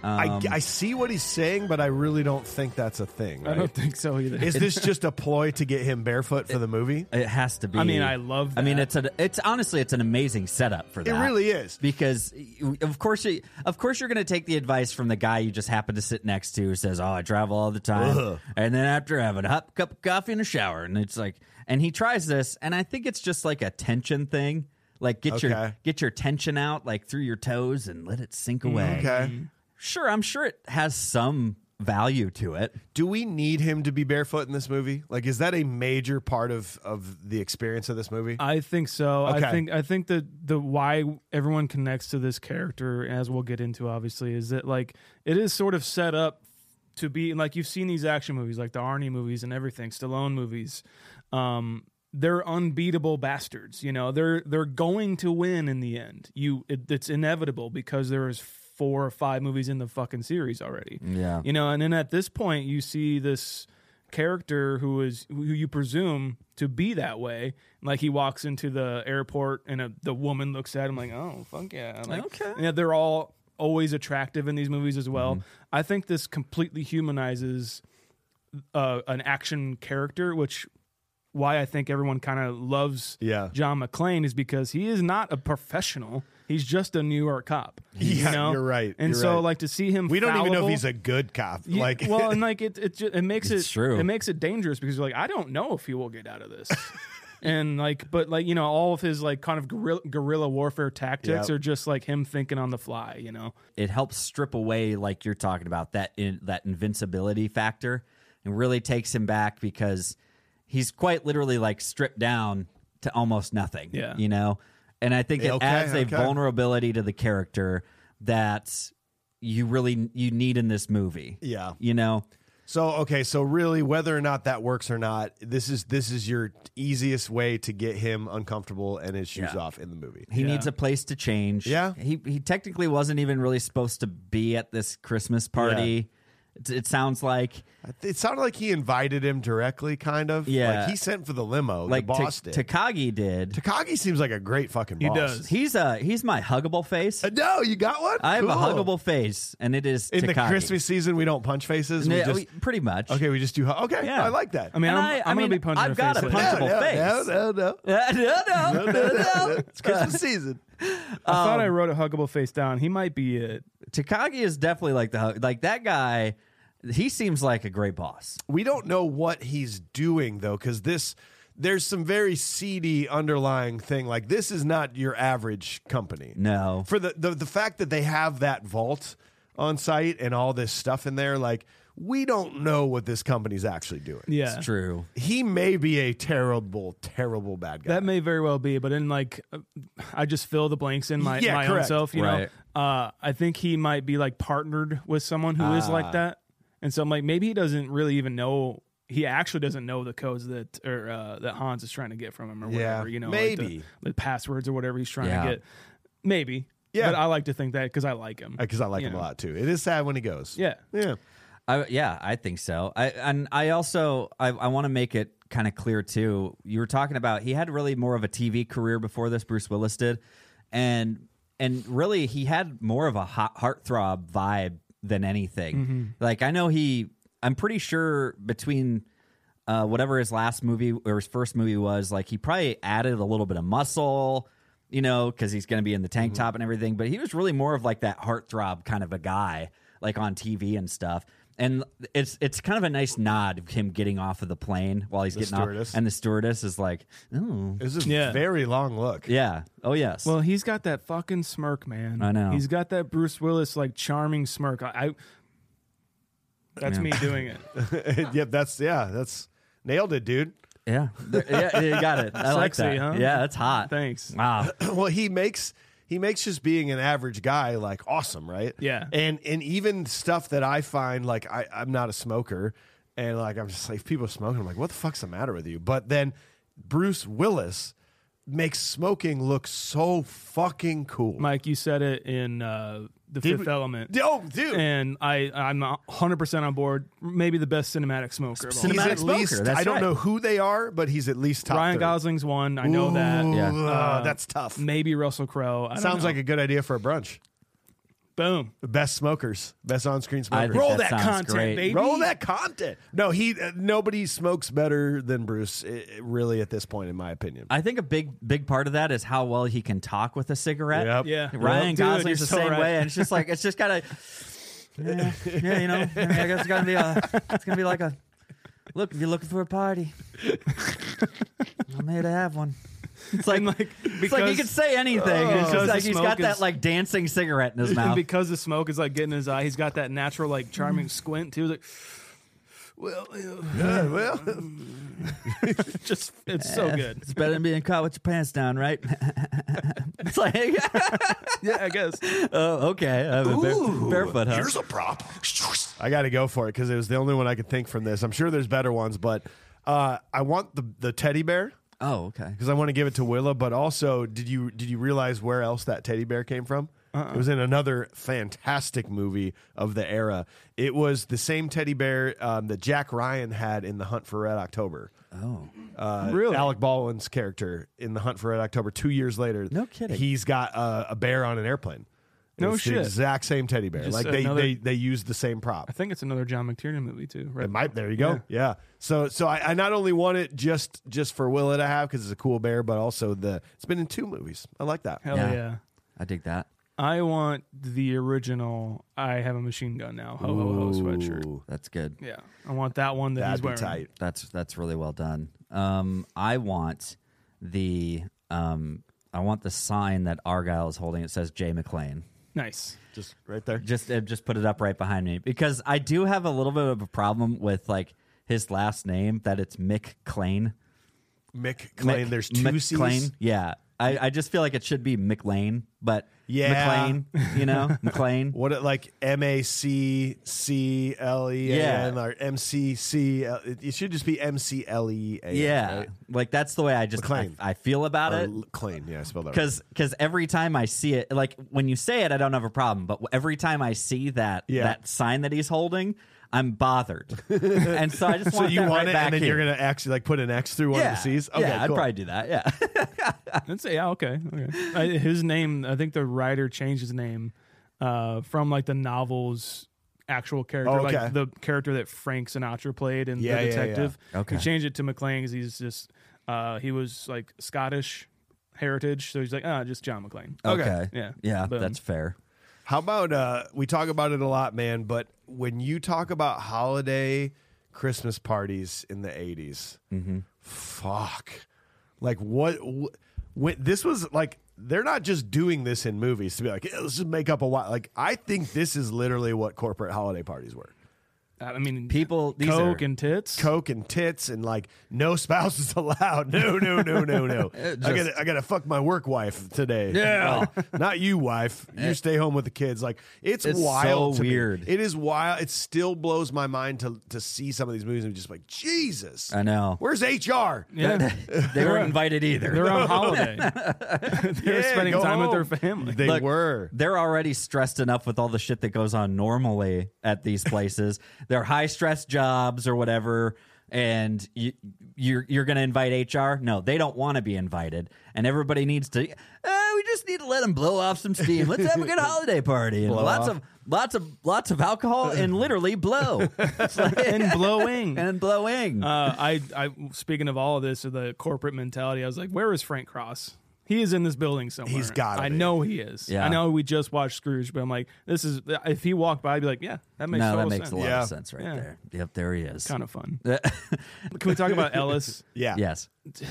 I, Um, I see what he's saying, but I really don't think that's a thing. I right? don't think so either. Is this just a ploy to get him barefoot for the movie? It has to be. I mean, I love I mean, that. it's an it's honestly it's an amazing setup for that. really is. because you- of course you of course you're going to take the advice from the guy you just happen to sit next to who says, "Oh, I travel all the time," and then after having a hot cup of coffee and a shower, and it's like, and he tries this, and I think it's just like a tension thing. Like get your Okay. Mm, get your tension out like through your toes and let it sink away. Okay. Sure, I'm sure it has some value to it. Do we need him to be barefoot in this movie? Like, is that a major part of of the experience of this movie? I think so. Okay. I think I think that the why everyone connects to this character, as we'll get into, obviously, is that like it is sort of set up to be like you've seen these action movies, like the Arnie movies and everything, Stallone movies. Um, they're unbeatable bastards. You know, they're they're going to win in the end. You, it, it's inevitable because there is four or five movies in the fucking series already. Yeah. You know, and then at this point, you see this character who is who you presume to be that way. Like he walks into the airport, and a, the woman looks at him like, "Oh, fuck yeah!" Like, Okay. Yeah, they're all always attractive in these movies as well. Mm-hmm. I think this completely humanizes uh, an action character, which why I think everyone kind of loves Yeah. John McClane is because he is not a professional. He's just a New York cop. Yeah, you know? you're right, And you're so, right. like to see him, we don't even know fallible- if he's a good cop. you- like, well, and like it, it, ju- it makes It's it true. It makes it dangerous because you're like, I don't know if he will get out of this. and like, but like you know, all of his like kind of guerrilla, guerrilla warfare tactics Yep. are just like him thinking on the fly. You know, it helps strip away like you're talking about that in, that invincibility factor and really takes him back because he's quite literally like stripped down to almost nothing Yeah. you know and i think it Okay, adds a okay. vulnerability to the character that you really you need in this movie Yeah. you know so okay, so really, whether or not that works or not, this is this is your easiest way to get him uncomfortable and his shoes Yeah. off in the movie. he needs a place to change Yeah. he he technically wasn't even really supposed to be at this christmas party it, it sounds like It sounded like he invited him directly, kind of. Yeah. like he sent for the limo. like Like the boss Ta- did. takagi did Takagi seems like a great fucking. He boss. does. He's a he's my huggable face. Uh, no, you got one. I have a Cool. huggable face, and it is In the Takagi. Christmas season, we don't punch faces. We Yeah, just we- pretty much. okay, we just do. hu- Okay, Yeah. I like that. I mean, And I'm, I- am I gonna mean, be punching I've her got face a later. punchable no, face. No, no, no. Uh, no, no, no, no. It's Christmas season. I Um, thought I wrote a huggable face down. He might be it. Takagi is definitely like the hug- like that guy. He seems like a great boss. We don't know what he's doing though, because this there's some very seedy underlying thing. Like this is not your average company. No, For the the, the fact that they have that vault on site and all this stuff in there, like we don't know what this company's actually doing. Yeah, it's true. He may be a terrible, terrible bad guy. That may very well be, but in like, uh, I just fill the blanks in my, Yeah, my own correct. self. You Right. know, uh, I think he might be like partnered with someone who is like Ah. that, and so I'm like, maybe he doesn't really even know. He actually doesn't know the codes that or uh, that Hans is trying to get from him or Yeah, whatever. You know, like the- maybe. the, passwords or whatever he's trying Yeah. to get. Maybe. Yeah. But I like to think that because I like Uh, him. because I like you him a know. lot too. It is sad when he goes. Yeah. Yeah. I, yeah, I think so. I and I also I, I want to make it kind of clear too. You were talking about he had really more of a TV career before this. Bruce Willis did, and and really he had more of a hot heartthrob vibe than anything. Like I know he, I'm pretty sure between uh, whatever his last movie or his first movie was, like he probably added a little bit of muscle, you know, because he's going to be in the Mm-hmm. tank top and everything. But he was really more of like that heartthrob kind of a guy, like on TV and stuff. And it's it's kind of a nice nod of him getting off of the plane while he's getting stewardess. off, and the stewardess is like, "Oh, This is Yeah. very long look. yeah, oh yes." Well, he's got that fucking smirk, man. I know. He's got that Bruce Willis like charming smirk. I. I that's me doing it. yep, that's yeah, that's nailed it, dude. yeah, yeah, you got it. I like Sexy, that. huh? Yeah, that's hot. Thanks. Wow. well, he makes he makes just being an average guy like awesome, right? Yeah. And and even stuff that I find like I, I'm not a smoker and like I'm just like if people are smoking, I'm like, what the fuck's the matter with you? But then Bruce Willis makes smoking look so fucking cool. Mike, you said it in uh, the Did Fifth we- Element. Oh, dude. And I, I'm 100% on board. Maybe the best cinematic smoker. Of all. Cinematic he's at smoker, least that's I don't right. know who they are, but he's at least top Ryan 30. Gosling's one. I know that. Ooh, Yeah. uh, that's tough. Maybe Russell Crowe. I don't Sounds know. like a good idea for a brunch. Boom. The best smokers, best on-screen I smokers. think Roll that that sounds content, great. baby. Roll that content. No, he uh, nobody smokes better than Bruce. i- really, at this point, in my opinion. I think a big big part of that is how well he can talk with a cigarette. Yep. Yeah. Ryan Dude, you're Gosling's the so same right. way, and it's just like it's just gotta. Yeah, yeah, you know, I, mean, I guess it's gonna be a, it's gonna be like a. Look, if you're looking for a party, I'm here to have one. It's like, And, like, it's like he because- can say anything. it's Because just the like he's smoke got that is- like dancing cigarette in his And mouth. because the smoke is like getting in his eye, he's got that natural, like charming squint too. Like, well, yeah. Uh, well, just it's so good. It's better than being caught with your pants down, right? it's like, Yeah, I guess. oh, okay, I'm a bare- barefoot, huh? a prop. I got to go for it because it was the only one I could think from this. I'm sure there's better ones, but uh, I want the the teddy bear oh, okay. because I want to give it to Willa. But also, did you did you realize where else that teddy bear came from? It Uh-uh. was in another fantastic movie of the era. It was the same teddy bear um, that Jack Ryan had in The Hunt for Red October. Oh, Uh, Really? Alec Baldwin's character in The Hunt for Red October. Two years later, No kidding. he's got a, a bear on an airplane. It No was the shit. exact same teddy bear. Just like they, another- they they used the same prop. I think it's another John McTiernan movie too. Right? It might. There you go. Yeah. So so I, I not only want it just just for Willa to have because it's a cool bear, but also the it's been in two movies. I like that. Hell Yeah. yeah. I dig that. I want the original. I have a machine gun now. Ho ho ho Oh, sweatshirt. Ooh, That's good. Yeah, I want that one that that'd he's be wearing. tight. That's that's really well done. Um, I want the um, I want the sign that Argyle is holding. It says Jay McLean. Nice. Just right there. Just uh, just put it up right behind me because I do have a little bit of a problem with like his last name that it's Mick Clane. Mick Klein. Mick- There's two Mick C's. Clane. Yeah. I, I just feel like it should be McLean, but Yeah. McLean, you know, McLean. What it like M A C C L E A N or M C C. L- It it should just be M C L E A. N, Yeah, right? like that's the way I just I, McLean. I feel about Or it. L- Klein. Yeah, I spelled that. right. because because every time I see it, like when you say it, I don't have a problem. But every time I see that Yeah. that sign that he's holding, I'm bothered, and so I just So want you that want right it, back and then you're here. gonna actually like put an X through one yeah, of the C's. yeah, I'd cool. probably do that. Yeah, That's yeah. Okay. Okay. I, his name. I think the writer changed his name uh, from like the novel's actual character, Oh, okay. like the character that Frank Sinatra played in Yeah, yeah, The yeah. Detective. Okay. He changed it to McLean because he's just uh, he was like Scottish heritage, so he's like ah, just John McLean. Okay. Yeah. yeah, Boom. that's fair. How about uh we talk about it a lot, man, but when you talk about holiday Christmas parties in the 80s. Fuck. Like what wh- when this was like they're not just doing this in movies to be like, "Yeah, let's just make up a while. Like, I think this is literally what corporate holiday parties were. I mean, People- these coke are- and tits. Coke and tits and like no spouses allowed. No, no, no, no, no. I gotta I gotta fuck my work wife today. Yeah. not you, wife. You stay home with the kids. Like it's, Eh. It's wild. so to me. weird. It is wild. It still blows my mind to to see some of these movies and be just like, Jesus. I know. Where's HR? Yeah. They weren't invited either. They're on holiday. They're Yeah, spending go time with their home. family. They Look, were. They're already stressed enough with all the shit that goes on normally at these places. they're high stress jobs or whatever, and you, you're you're going to invite HR? No, they don't want to be invited, and everybody needs to. Uh, we just need to let them blow off some steam. Let's have a good holiday party and lots of lots of lots of alcohol and literally blow and blowing. and blowing. uh, I, I, speaking of all of this, of the corporate mentality, I was like, where is Frank Cross? He is in this building somewhere. He's gotta I be. know he is. Yeah. I know we just watched Scrooge, but I'm like, this is. If he walked by, I'd be like, yeah, that makes no, total that makes sense. a lot Yeah. of sense right Yeah. there. Yep, there he is. Kind of fun. Can we talk about Ellis? Yeah. yes. Uh,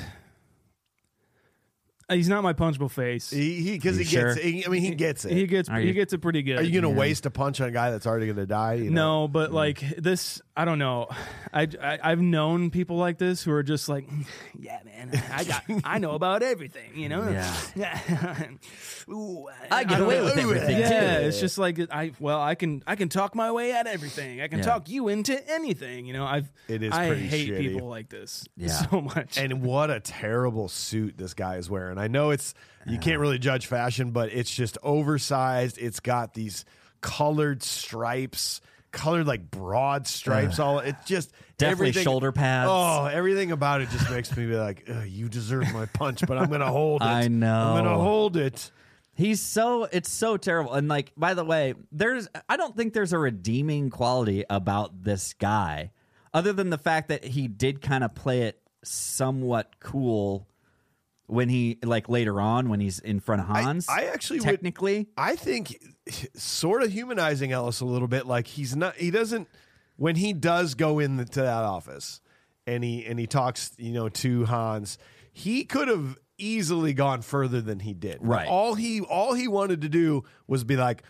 He's not my punchable face. He, He he because You he sure? gets it. He- I mean he gets it. gets Are he you- gets it pretty good. Are you gonna waste a punch on a guy that's already gonna die? You know? No, but like this, I don't know. I, I have known people like this who are just like, yeah, man, I got I know about everything, you know. Yeah. Yeah. Ooh, I get don't away know. with everything, Yeah, too. it's just like I well, I can I can talk my way out of everything. I can Yeah. talk you into anything. You know, I've It is I pretty hate shitty. people like this Yeah. so much. And what a terrible suit this guy is wearing. I know it's you can't really judge fashion, but it's just oversized. It's got these colored stripes, colored like broad stripes. all it's just Definitely everything- shoulder pads. Oh, everything about it just makes me be like, "Ugh, you deserve my punch, but I'm gonna hold it. I know. I'm gonna hold it. He's so it's so terrible. And like by the way, there's I don't think there's a redeeming quality about this guy other than the fact that he did kind of play it somewhat cool when he like later on when he's in front of Hans. I actually would- technically I think sort of humanizing Ellis a little bit. Like he's not, he doesn't, when he does go into that office and he, and he talks, you know, to Hans, he could have easily gone further than he did. Right. All he, all he wanted to do was be like,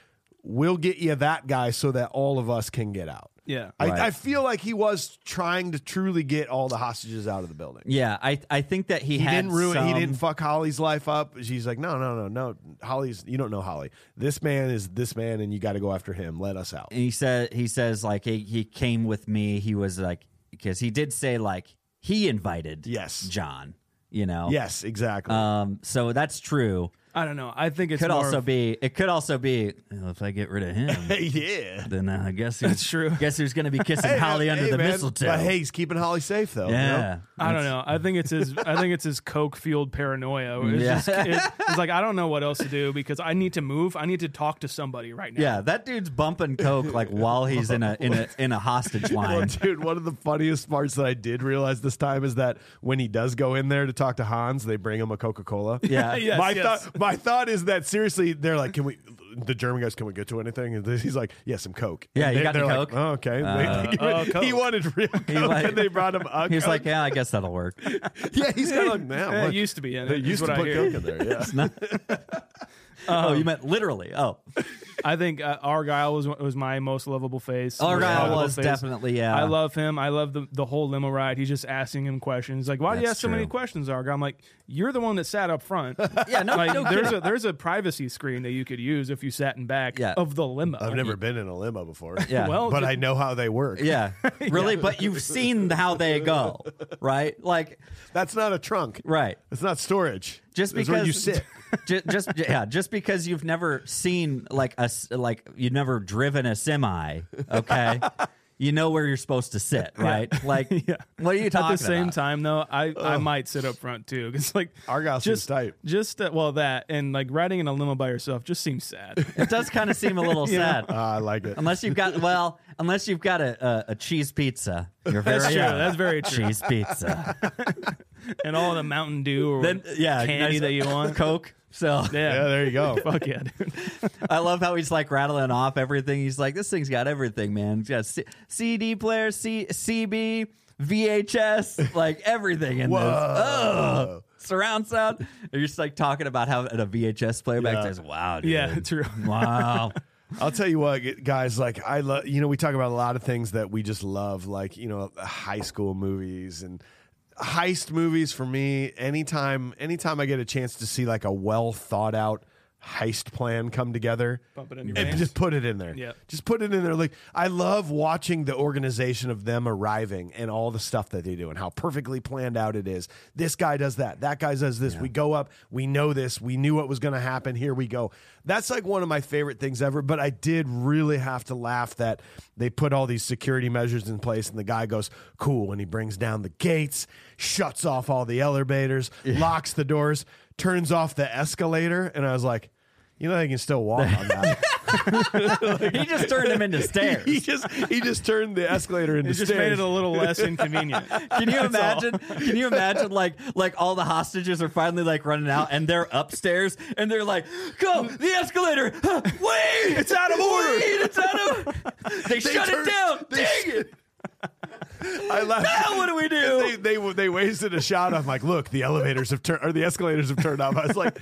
we'll get you that guy so that all of us can get out. Yeah. I, Right. I feel like he was trying to truly get all the hostages out of the building. Yeah, I I think that he, He had didn't ruin. He some- didn't fuck Holly's life up. She's like, no, no, no, no. Holly's. You don't know Holly. This man is this man, and you got to go after him. Let us out. and he said he says like he, he came with me. He was like because he did say like he invited Yes. John. You know Yes, exactly. Um. So that's true. I don't know. I think it's Could more also of- be. It could also be. "Well, if I get rid of him, yeah, then uh, I guess who's- That's true. Guess who's going to be kissing Hey, Holly hey, under the man. mistletoe? But hey, he's keeping Holly safe though. you yeah. know? I don't know. I think it's his. I think it's his coke fueled paranoia. where It's, Yeah. just, it- it's like I don't know what else to do because I need to move. I need to talk to somebody right now. Yeah, that dude's bumping coke like while he's in a in a in a hostage Well, line. dude, one of the funniest parts that I did realize this time is that when he does go in there to talk to Hans, they bring him a Coca Cola. Yeah. Yes, my yes. thought, my thought is that seriously, they're like, can we? The German guys, can we get to anything? And he's like, yeah, some Coke. Yeah, And you they- got they're the like, Coke? oh, okay. They- Uh, they give oh, it- He Coke. wanted real Coke, like- and they brought him. A He's Coke. like, yeah, I guess that'll work. yeah, he's kind of like, Eh, man, it look, used to be in it. they is used what to I put hear. Coke in there. Yeah, oh, you meant literally. Oh, I think uh, Argyle was was my most lovable face. Argyle Lovable was face. definitely, yeah. I love him. I love the the whole limo ride. He's just asking him questions. Like, why do you That's ask so many true. questions, Argyle? I'm like, you're the one that sat up front. Yeah, no- Like, no there's kidding. a there's a privacy screen that you could use if you sat in back Yeah. of the limo. I've never been in a limo before. Yeah. Well, but just- I know how they work. Yeah, really. But you've seen how they go, right? Like, that's not a trunk. right. It's not storage. Just It's because where you sit. ju- just, yeah, just because you've never seen like a s- like you've never driven a semi, okay? you know where you're supposed to sit, right? Like, what are you talking At the same about? time, though, I, I might sit up front too because like Argyle seems just tight. just uh, well that and like riding in a limo by yourself just seems sad. It does kind of seem a little sad, Uh, Ah, I like it. unless you've got well, unless you've got a, a, a cheese pizza. You're very That's true. own That's very true. cheese pizza. and all the Mountain Dew or then yeah, candy nice- that you want. Coke. So Yeah. Yeah, there you go. Fuck yeah, dude. I love how he's like rattling off everything. He's like, this thing's got everything, man. It's got C- CD player, C- CB, VHS, like everything in this. Oh, surround sound. And you're just like talking about how at a VHS player back Yeah. there's wow, dude. Yeah, true. Wow. I'll tell you what, g- guys. Like I love, you know, we talk about a lot of things that we just love, like you know, high school movies and heist movies. For me, anytime, anytime I get a chance to see like a well thought out heist plan come together, Pump it in your and veins. just put it in there. Yep. just put it in there. Like I love watching the organization of them arriving and all the stuff that they do and how perfectly planned out it is. This guy does that. That guy does this. We go up. We know this. We knew what was going to happen. Here we go. That's like one of my favorite things ever. But I did really have to laugh that they put all these security measures in place and the guy goes cool and he brings down the gates, shuts off all the elevators, locks the doors, turns off the escalator, and I was like. You know they can still walk on that. he just turned him into he stairs. just he just turned the escalator into It just stairs. made it a little less inconvenient. Can you That's all. imagine? Can you imagine like like all the hostages are finally like running out and they're upstairs and they're like, "Go the escalator! Huh, Wait, it's out of order. Wait, it's out of." They, shut turned- it down. they Dang it! I laughed. Now what do we do? They, they they wasted a shot. I'm like, look, the elevators have turned or the escalators have turned off. I was like,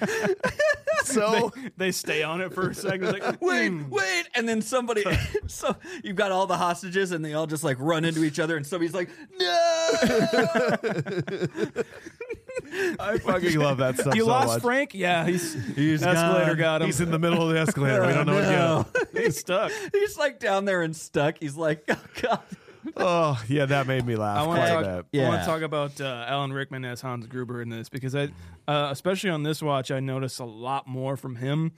so They stay on it for a second. It's like, wait, hmm. wait, and then somebody. so you've got all the hostages, and they all just like run into each other, and somebody's like, "No!" I fucking love that stuff. You so lost much. Frank? Yeah, he's, He's escalator gone. got him. He's in the middle of the escalator. We don't know No. what to do. He's stuck. He's like down there and stuck. He's like, "Oh God!" Oh yeah, that made me laugh. I want to quite talk. a bit. Yeah. I want to talk about uh, Alan Rickman as Hans Gruber in this because I, uh, especially on this watch, I noticed a lot more from him,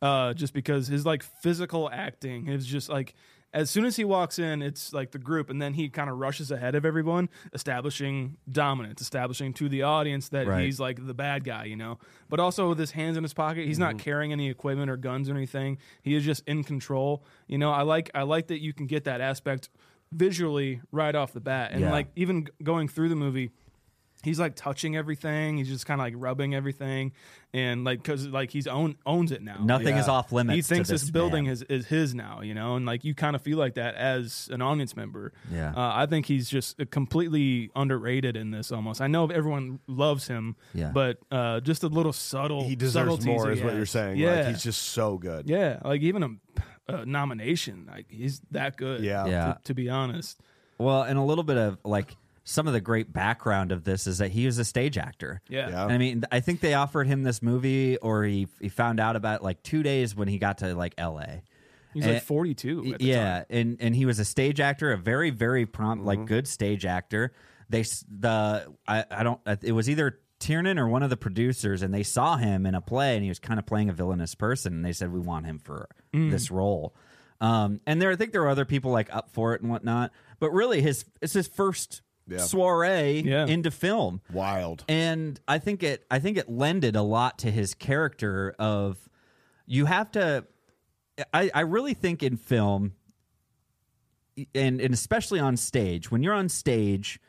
uh, just because his like physical acting is just like As soon as he walks in, it's like the group, and then he kind of rushes ahead of everyone, establishing dominance, establishing to the audience that Right. he's like the bad guy, you know. But also with his hands in his pocket, he's Mm-hmm. not carrying any equipment or guns or anything. He is just in control. You know, I like I like that you can get that aspect visually right off the bat, and Yeah. like even g- going through the movie he's like touching everything. He's just kind of like rubbing everything, and like because like he's own owns it now. Nothing Like, is off limits. He thinks to this, this building man. is, is his now, you know, and like you kind of feel like that as an audience member. Yeah. uh, I think he's just completely underrated in this. Almost, I know everyone loves him, Yeah. but uh, just a little subtle. He deserves subtleties more, he is what has. you're saying. Yeah, Like, he's just so good. yeah, like even a, a nomination, like he's that good. Yeah. to- Yeah. to be honest. Well, and a little bit of like some of the great background of this is that he was a stage actor. Yeah. Yeah. I mean, I think they offered him this movie, or he he found out about it, like two days when he got to like L.A. He's Eh, like 42. At the yeah, time. Mm-hmm. and and he was a stage actor, a very very prompt, like good stage actor. They s- the I I don't uh, it was either Tiernan or one of the producers, and they saw him in a play, and he was kind of playing a villainous person, and they said we want him for Mm. this role. Um, and there I think there were other people like up for it and whatnot, but really his it's his first soiree Yeah. into film Wild. and I think it I think it lended a lot to his character of you have to I, I really think in film and, and especially on stage, when you're on stage,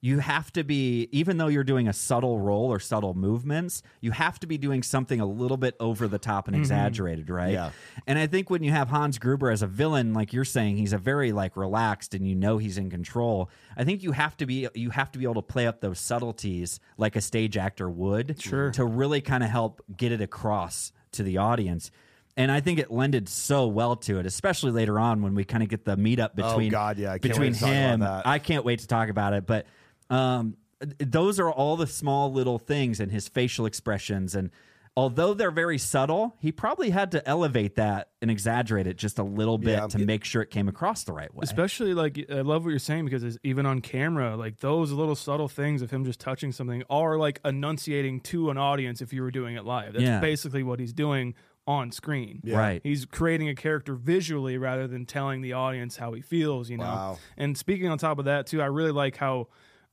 you have to be even though you're doing a subtle role or subtle movements, you have to be doing something a little bit over the top and exaggerated, right? Yeah. And I think when you have Hans Gruber as a villain, like you're saying, he's a very like relaxed and you know he's in control. I think you have to be you have to be able to play up those subtleties like a stage actor would sure. to really kind of help get it across to the audience. And I think it lended so well to it, especially later on when we kind of get the meetup between Oh, God, yeah, I can't wait between to talk about him. that. I can't wait to talk about it, but um, th- those are all the small little things and his facial expressions and although they're very subtle, he probably had to elevate that and exaggerate it just a little bit Yeah. to make sure it came across the right way. Especially like I love what you're saying because it's even on camera, like those little subtle things of him just touching something are like enunciating to an audience if you were doing it live. That's Yeah. basically what he's doing on screen. Right. He's creating a character visually rather than telling the audience how he feels, you know. Wow. And speaking on top of that too, I really like how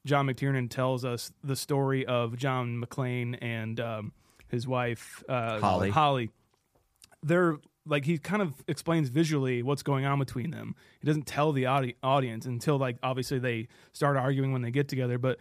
John McTiernan tells us the story of John McClane and um, his wife uh, Holly. Holly they're like he kind of explains visually what's going on between them. He doesn't tell the audi- audience until like obviously they start arguing when they get together, but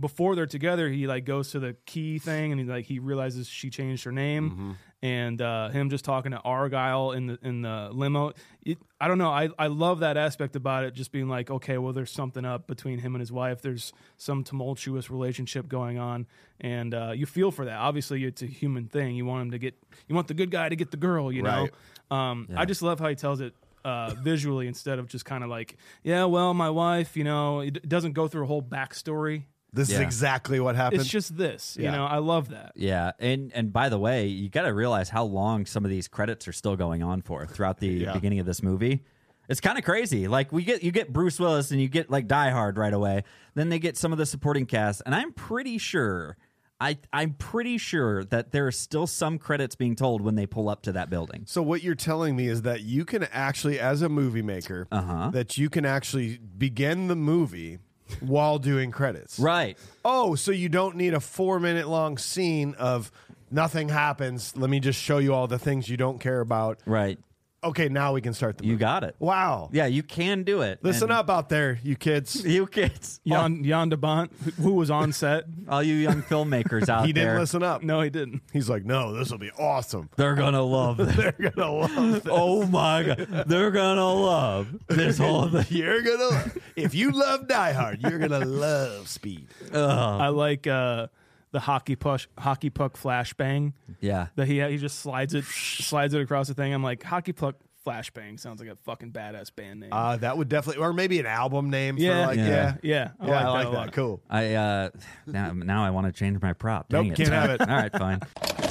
before they're together, he like goes to the key thing and he like he realizes she changed her name and uh, him just talking to Argyle in the in the limo. It, I don't know. I I love that aspect about it just being like okay, well there's something up between him and his wife. There's some tumultuous relationship going on and uh, you feel for that. Obviously, it's a human thing. You want him to get you want the good guy to get the girl, you Right. know. Um, I just love how he tells it uh, visually instead of just kind of like, yeah, well, my wife, you know, it d- doesn't go through a whole backstory. This is Yeah. exactly what happened. It's just this, Yeah. you know. I love that. Yeah, and and by the way, you got to realize how long some of these credits are still going on for throughout the beginning of this movie. It's kind of crazy. Like we get you get Bruce Willis and you get like Die Hard right away. Then they get some of the supporting cast, and I'm pretty sure. I, I'm pretty sure that there are still some credits being told when they pull up to that building. So what you're telling me is that you can actually, as a movie maker, that you can actually begin the movie while doing credits. Right. Oh, so you don't need a four minute long scene of nothing happens. Let me just show you all the things you don't care about. Right. Okay, now we can start the movie. You got it. Wow. Yeah, you can do it. Listen And up out there, you kids. You kids. Jan Jan de Bont, who- who was on set, All you young filmmakers out He didn't there. listen up. no, he didn't. He's like, no, this will be awesome. They're going to love this. You're gonna love this. Oh my god, they're gonna love this whole thing. You're gonna if you love Die Hard, you're gonna love Speed. I like uh, the hockey push, hockey puck flashbang Yeah, that he he just slides it slides it across the thing. I'm like hockey puck flashbang sounds like a fucking badass band name. Uh, that would definitely, or maybe an album name. yeah, for like, yeah, yeah, yeah, Oh, I Yeah, like that. a lot. Cool. I uh now now I want to change my prop. Dang Nope, it. can't have it. All right, fine. Hey,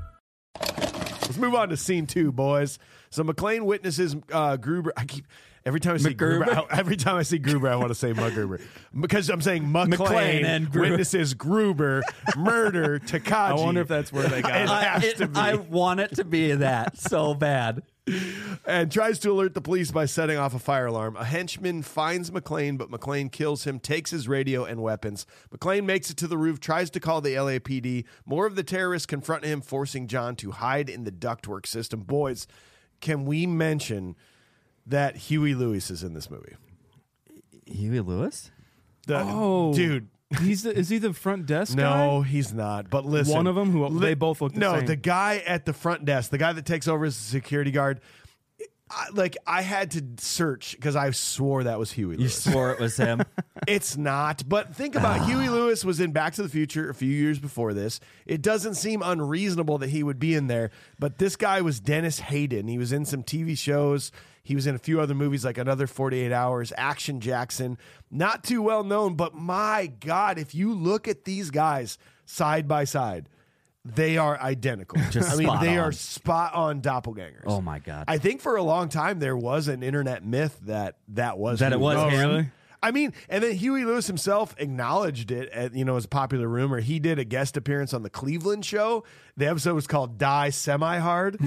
Let's move on to scene two, boys. So McLean witnesses uh, Gruber. I keep every time I see Gruber. McGruber? I- every time I see Gruber, I want to say McGruber because I'm saying McLean McLean and Gruber. witnesses Gruber murder Takagi. I wonder if that's where they got It it. has it- to be. I want it to be that so bad. and tries to alert the police by setting off a fire alarm. A henchman finds McLean, but McLean kills him, takes his radio and weapons. McLean makes it to the roof, tries to call the LAPD. More of the terrorists confront him, forcing John to hide in the ductwork system. Boys, can we mention that Huey Lewis is in this movie? Huey Lewis? The- Oh, dude. he's the, is he the front desk? No, guy? he's not. But listen, One of 'em who- they both look the no. same. The guy at the front desk, the guy that takes over as the security guard. I, like I had to search because I swore that was Huey You Lewis. swore it was him. It's not, but think Ah. about Huey Lewis was in Back to the Future a few years before this. It doesn't seem unreasonable that he would be in there, but this guy was Dennis Hayden. He was in some TV shows. He was in a few other movies like Another 48 Hours, Action Jackson. Not too well known, but my God, if you look at these guys side by side, they are identical. Just I mean, spot they on. are spot on doppelgangers. Oh my God. I think for a long time there was an internet myth that that was That it Huey was Lewis. him? really? I mean, and then Huey Lewis himself acknowledged it. At, you know, as a popular rumor, he did a guest appearance on the Cleveland show. The episode was called "Die Semi Hard,"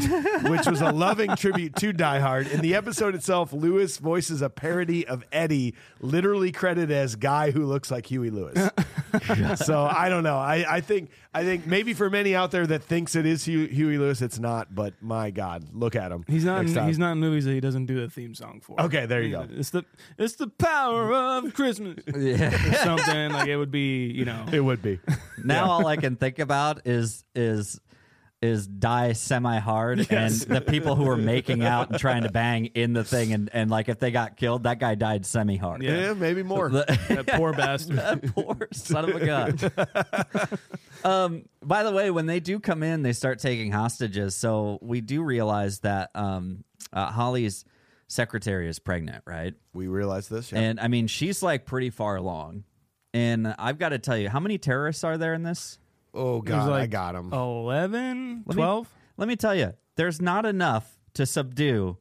which was a loving tribute to Die Hard. In the episode itself, Lewis voices a parody of Eddie, literally credited as "guy who looks like Huey Lewis." so I don't know. I, I think I think maybe for many out there that thinks it is Hue- Huey Lewis, it's not. But my God, look at him. He's not. next In, time. he's not in movies that he doesn't do the theme song for. Okay, there you go. It's the it's the power of Christmas. Or something like it would be. You know, It would be. Now all I can think about is is is die semi hard and the people who were making out and trying to bang in the thing and, and like if they got killed, that guy died semi hard. Yeah. Yeah, maybe more. that poor bastard. Poor son of a gun. um, by the way, when they do come in, they start taking hostages. So we do realize that um, uh, Holly's secretary is pregnant, right? we realize this. Yeah. And I mean, she's like pretty far along. And I've got to tell you, how many terrorists are there in this? oh It was God, I like got him. 11, me- 12? Let me tell you, there's not enough to subdue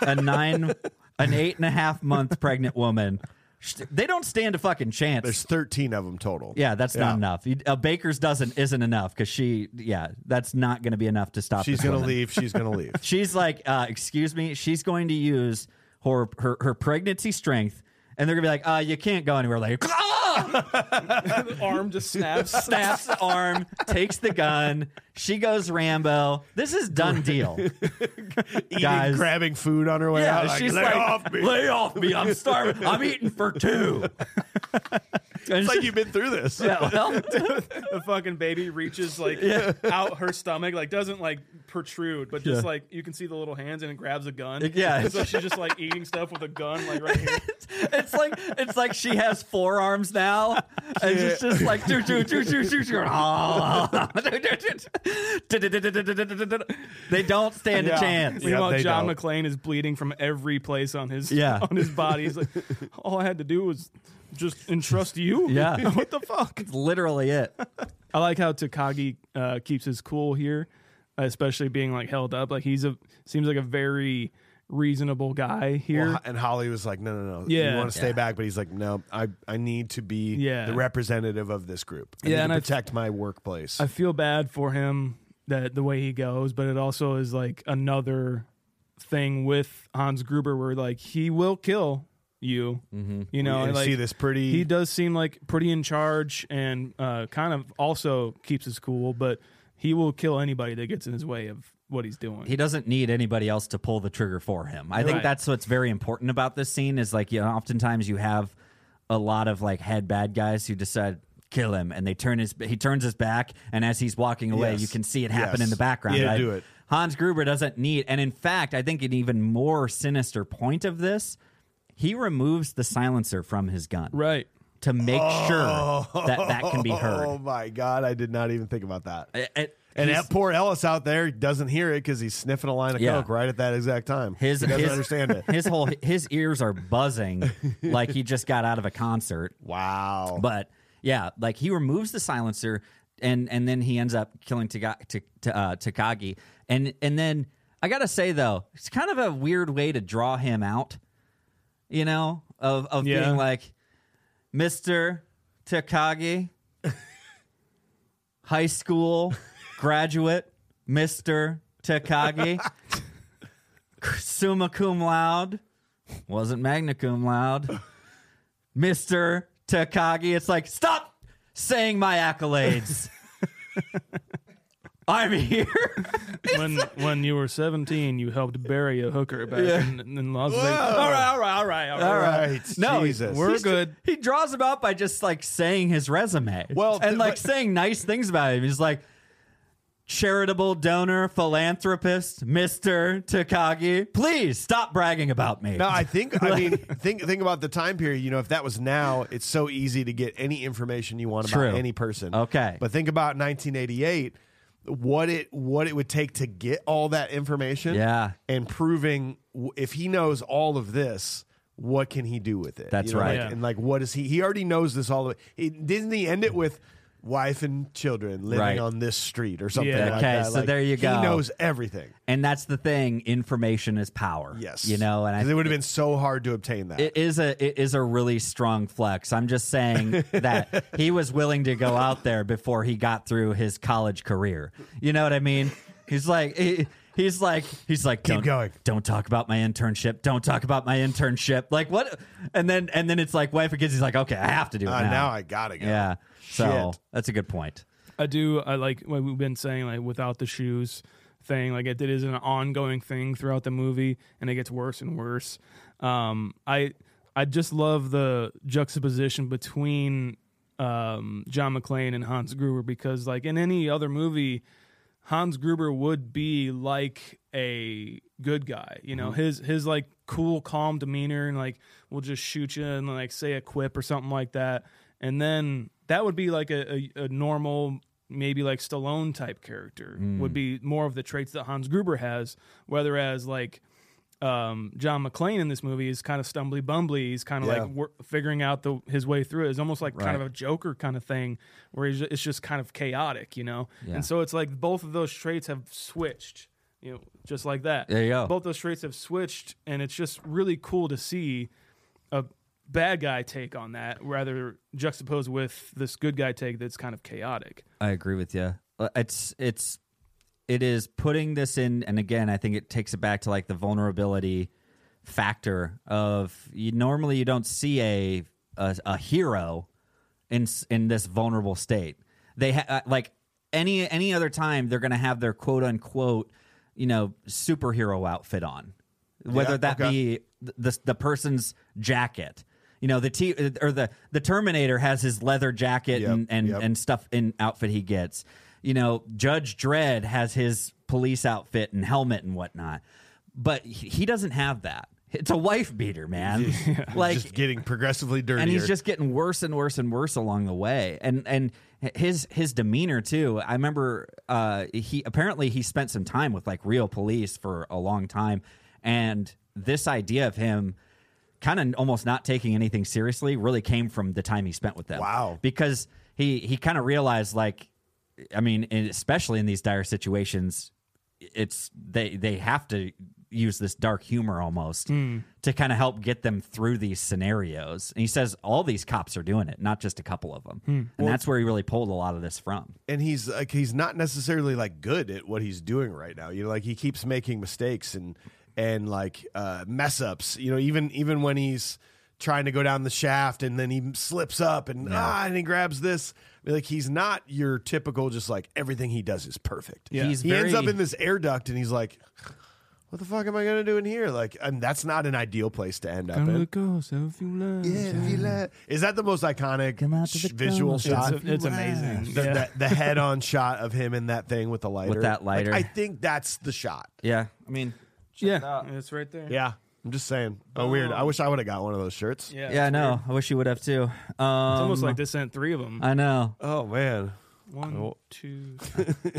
a nine, an eight and a half month pregnant woman. Sh- They don't stand a fucking chance. There's 13 of them total. yeah, that's Yeah. not enough. You- A baker's dozen isn't enough because she, yeah, that's not going to be enough to stop. She's this going to woman. leave. She's going to leave. She's like, uh, excuse me. She's going to use her her, her pregnancy strength, and they're gonna be like, uh, you can't go anywhere. Like, "Ah!" Arm just snaps. snaps the arm, takes the gun. She goes Rambo. This is done deal. Eating, Guys. grabbing food on her way Yeah, out. like, she's lay like, off me. lay off me. I'm starving. I'm eating for two. it's like you've been through this. yeah, well, the fucking baby reaches like out her stomach, like doesn't like protrude, but just Yeah. like you can see the little hands and it grabs a gun. Yeah. So she's just like eating stuff with a gun, like right here. it's like it's like she has forearms now, and it's just like do do do do do do. Ah. They don't stand a Yeah. chance. Yeah, Meanwhile, they John don't. McClane is bleeding from every place on his Yeah. on his body. He's like, all I had to do was just entrust you. Yeah. what the fuck? It's literally it. I like how Takagi uh, keeps his cool here, especially being like held up. Like he's a seems like a very reasonable guy here. Well, Ho- and Holly was like, no, no, no. You Yeah. want to stay back, but he's like, no, I, I need to be Yeah. the representative of this group. I Yeah, need to and I- protect my workplace. I feel bad for him that the way he goes, but it also is like another thing with Hans Gruber where like he will kill you. Mm-hmm. You know, You and, like, see this pretty- He does seem like pretty in charge and uh, kind of also keeps his cool, but he will kill anybody that gets in his way of what he's doing. he doesn't need anybody else to pull the trigger for him. I think Right. that's what's very important about this scene is like you know oftentimes you have a lot of like head bad guys who decide kill him and they turn his he turns his back and as he's walking away Yes. you can see it happen Yes. in the background. Yeah, right? do it. Hans Gruber doesn't need, and in fact, I think an even more sinister point of this, he removes the silencer from his gun Right. to make sure that that can be Oh heard. my god, I did not even think about that. It- it- and he's- that poor Ellis out there doesn't hear it because he's sniffing a line of Yeah. coke right at that exact time. his, he doesn't his- understand it. His whole his ears are buzzing like he just got out of a concert. Wow. But yeah, like he removes the silencer, and and then he ends up killing Taga- T- T- uh, Takagi, and and then I gotta say though, it's kind of a weird way to draw him out, you know, of of Yeah. being like, Mister Takagi, high school graduate, Mister Takagi, summa cum laude, wasn't magna cum laude. Mr. Takagi. It's like, stop saying my accolades. I'm here. When when you were 17, you helped bury a hooker back in, in Las Vegas. all right, all right, all right, all right. All right. No, Jesus. We're good. He draws him out by just like saying his resume. Well, th- and like but- saying nice things about him. He's like, charitable donor, philanthropist, Mr. Takagi. Please stop bragging about me. No, I think I mean think think about the time period. You know, if that was now, it's so easy to get any information you want True. about any person. Okay. but think about 1988. What it what it would take to get all that information? Yeah. and proving w- if he knows all of this, what can he do with it? That's You know, right. like- Yeah. And like, what is he? He already knows this all the way. He, didn't he end it with? Wife and children living Right. on this street or something. Yeah. like Okay, that. so Like, there you go. He knows everything. and that's the thing information is power. Yes, You know, and I 'Cause it would have been so hard to obtain that. It is a it is a really strong flex. I'm just saying that he was willing to go out there before he got through his college career. You know what I mean? He's like he- he's like he's like Keep "Don't- going." Don't talk about my internship. Don't talk about my internship. Like what? And then and then it's like wife and kids. He's like okay, I have to do it Uh, now. now I gotta go. yeah. So Shit. that's a good point. I do. I like what we've been saying, like without the shoes thing. Like it, it is an ongoing thing throughout the movie, and it gets worse and worse. Um, I I just love the juxtaposition between um, John McClane and Hans Gruber because, like in any other movie, Hans Gruber would be like a good guy. You know, his his like cool, calm demeanor and like we'll just shoot you and like say a quip or something like that. And then that would be like a, a, a normal maybe like Stallone type character would be more of the traits that Hans Gruber has, whether as like um, John McClane in this movie is kind of stumbly bumbly. He's kind of Yeah. like wor- figuring out the his way through it. It's almost like kind of Right. a Joker kind of thing where he's, it's just kind of chaotic, you know. Yeah. And so it's like both of those traits have switched, you know, just like that. There you go. Both those traits have switched, and it's just really cool to see a bad guy take on that rather juxtaposed with this good guy take that's kind of chaotic. I agree with you. Uh, It's it's it is putting this in, and again, I think it takes it back to like the vulnerability factor of you. Normally, you don't see a a, a hero in s- in this vulnerable state. They ha- uh, like any any other time they're going to have their quote unquote you know superhero outfit on, whether Yeah, that okay. be the, the the person's jacket. You know the t or the the Terminator has his leather jacket Yep, and and, yep. and stuff in outfit he gets. You know Judge Dredd has his police outfit and helmet and whatnot, but he he doesn't have that. It's a wife beater, man. Like just getting progressively dirtier. and he's just getting worse and worse and worse along the way and and his his demeanor too i remember uh he apparently he spent some time with like real police for a long time and this idea of him kind of almost not taking anything seriously really came from the time he spent with them Wow. because he he kind of realized like i mean and especially in these dire situations it's they they have to use this dark humor almost to kind of help get them through these scenarios and he says all these cops are doing it not just a couple of them and that's where he really pulled a lot of this from and he's like he's not necessarily like good at what he's doing right now. You know, like he keeps making mistakes and and like uh mess ups. You know, even even when he's trying to go down the shaft and then he slips up and ah and he grabs this. I mean, Like he's not your typical just like everything he does is perfect. He's he ends very- up in this air duct and he's like what the fuck am I gonna do in here? Like, and that's not an ideal place to end up in. Is that the most iconic Come out to sh- the visual tunnel, shot? It's, it's amazing. the, yeah. the, the head on shot of him in that thing with the lighter. that Like, lighter. I think that's the shot. Yeah, I mean, yeah. It's right there. Yeah. I'm just saying. Oh, weird. I wish I would have got one of those shirts. Yeah. yeah, I it's know. weird. I wish you would have too. Um, it's It's almost like they sent three of them. I know. Oh, man. One, Oh. two.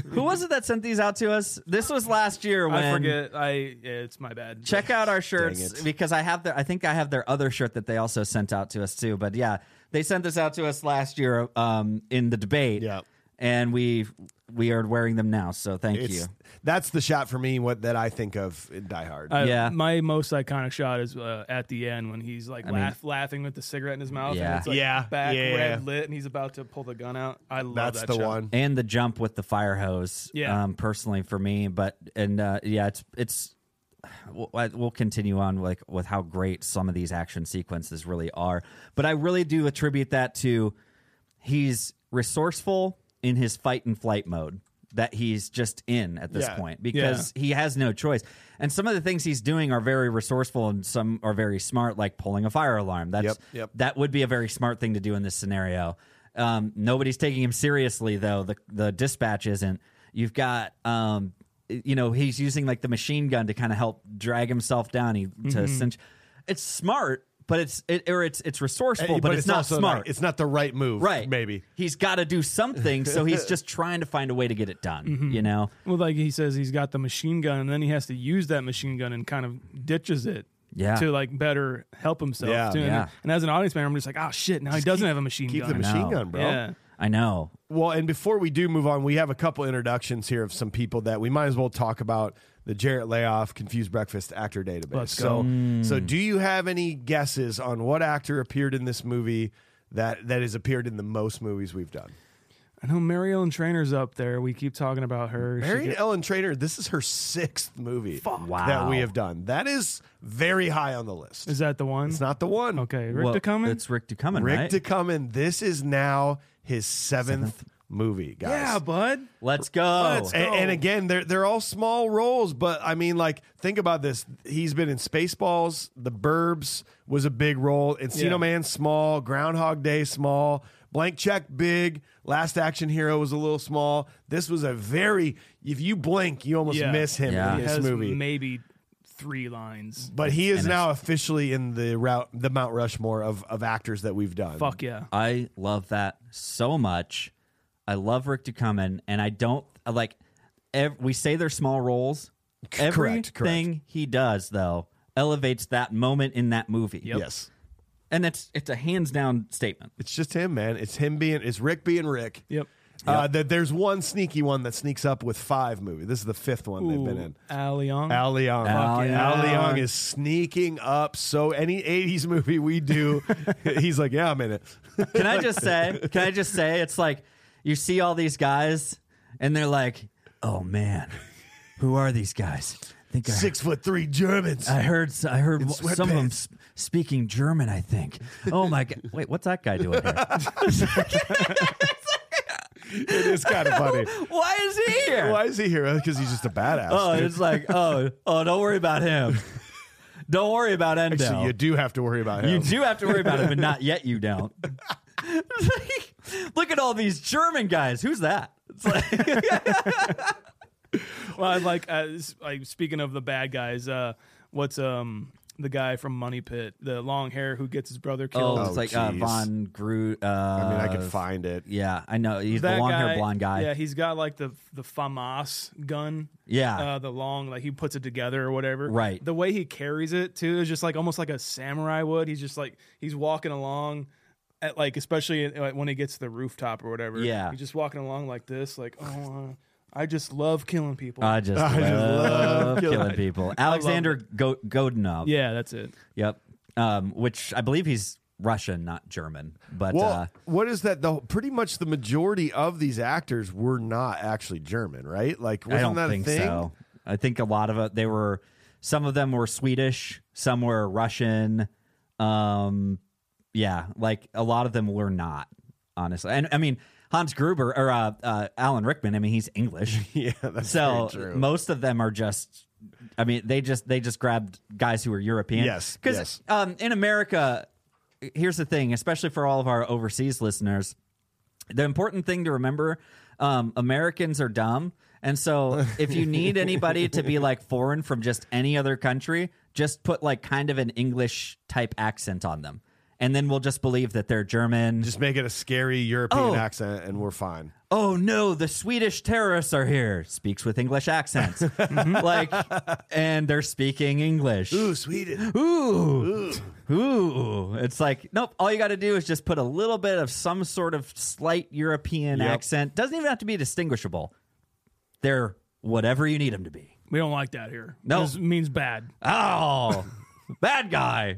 Who was it that sent these out to us? This was last year when I forget. I yeah, it's my bad. Check out our shirts it. because I have their. I think I have their other shirt that they also sent out to us too. But yeah, they sent this out to us last year um, in the debate. Yeah. and we we are wearing them now. So thank It's, you. That's the shot for me what that I think of in Die Hard. I- Yeah. my most iconic shot is uh, at the end when he's like laugh, laughing with the cigarette in his mouth. Yeah. and it's, like, Yeah, back yeah. red lit, and he's about to pull the gun out. I love that's that the shot. one. And the jump with the fire hose. Yeah. um, personally for me, but and uh, yeah, it's it's. We'll we'll continue on like with how great some of these action sequences really are, but I really do attribute that to he's resourceful in his fight and flight mode that he's just in at this Yeah. point because he has no choice. And some of the things he's doing are very resourceful and some are very smart, like pulling a fire alarm. That's Yep, yep. that would be a very smart thing to do in this scenario. Um, nobody's taking him seriously though. The the dispatch isn't. You've got um, you know, he's using like the machine gun to kind of help drag himself down. He Mm-hmm. to cinch. It's smart, but it's it, or it's it's resourceful, Eh, but, it's, not also smart. it's not the right move. Right. Maybe. He's got to do something, so he's just trying to find a way to get it done, Mm-hmm. you know? Well, like he says, he's got the machine gun, and then he has to use that machine gun and kind of ditches it. Yeah. To like better help himself. Yeah. too. And- Yeah. And as an audience member, I'm just like, oh shit, now he doesn't have a machine Keep gun. the machine know. gun, bro. Yeah. I know. Well, and before we do move on, we have a couple introductions here of some people that we might as well talk about the Jarrett Layoff Confused Breakfast actor database. Let's Mm. so, so do you have any guesses on what actor appeared in this movie that that has appeared in the most movies we've done? I know Mary Ellen Trainer's up there. We keep talking about her. She Mary get- Ellen Trainer, this is her sixth movie that Wow. we have done. That is very high on the list. is that the one? It's not the one. Okay, Rick Well, DeCummins? It's Rick DeCummins, Rick right? DeCummins, this is now his seventh, movie, guys. Yeah, bud. Let's go. Let's A- And, go. again, they're they're all small roles, but I mean, like, think about this. He's been in Spaceballs, The Burbs was a big role, Encino Yeah. Man small, Groundhog Day small, Blank Check big, Last Action Hero was a little small. This was a very if you blink, you almost Yeah. miss him Yeah. in He this has movie. maybe three lines. but he is and now officially in the route, the Mount Rushmore of, of actors that we've done. Fuck yeah. I love that so much. I love Rick DeCummins, and I don't I like. Ev- we say they're small roles. correct, Everything correct. he does, though, elevates that moment in that movie. Yes, and it's it's a hands down statement. it's just him, man. It's him being. It's Rick being Rick. Yep. Uh, that there's one sneaky one that sneaks up with five movie. This is the fifth one they've been in. Al Leong. Al Leong. Al Fuck Leong. Al Leong is sneaking up. So any '80s movie we do, he's like, "Yeah, I'm in it." Can I just say? Can I just say? It's like you see all these guys, and they're like, "Oh man, who are these guys?" I think I, Six foot three Germans. I heard. I heard In w- some of them sweatpants. sp- speaking German. I think. Oh my god! Wait, what's that guy doing here? it is kind of funny. Why is he here? Why is he here? Because he's just a badass. Oh, dude. it's like, oh, oh, don't worry about him. Don't worry about Endo. Actually, you do have to worry about him. You do have to worry about him, but not yet. You don't. Look at all these German guys. Who's that? It's like, Well, I like, uh, s- like speaking of the bad guys, uh, what's um the guy from Money Pit, the long hair who gets his brother killed? oh, it's Oh, like uh, geez. Von Groot. Uh, I mean, I could find it. Yeah, I know. He's That the long guy- hair blonde guy. Yeah, he's got like the the FAMAS gun. Yeah. uh, the long like he puts it together or whatever. Ah. Right. The way he carries it too is just like almost like a samurai would. He's just like he's walking along. At like especially uh, like when he gets to the rooftop or whatever. Yeah. he's just walking along like this, like oh, uh, I just love killing people. I just love, killing, people. Alexander Go- Godunov. yeah, that's it. Yep. Um, which I believe he's Russian, not German. But Well, uh, what is that? The pretty much the majority of these actors were not actually German, right? Like, wasn't I don't that think a thing? so. I think a lot of it, they were, some of them were Swedish, some were Russian. Um, yeah, like a lot of them were not, honestly. And I mean, Hans Gruber or uh, uh, Alan Rickman. I mean, he's English. Yeah, that's so very true. most of them are just. I mean, they just they just grabbed guys who were European. Yes, yes. um, in America, here's the thing, especially for all of our overseas listeners, the important thing to remember: um, Americans are dumb, and so if you need anybody to be like foreign from just any other country, just put like kind of an English type accent on them, and then we'll just believe that they're German. Just make it a scary European Oh. accent, and we're fine. oh no, the Swedish terrorists are here. Speaks with English accents, like, and they're speaking English. Mm-hmm. Ooh, Sweden. Ooh. Ooh. It's like, nope, all you got to do is just put a little bit of some sort of slight European Yep. accent. Doesn't even have to be distinguishable. They're whatever you need them to be. We don't like that here. No. This means bad. Oh, bad guy.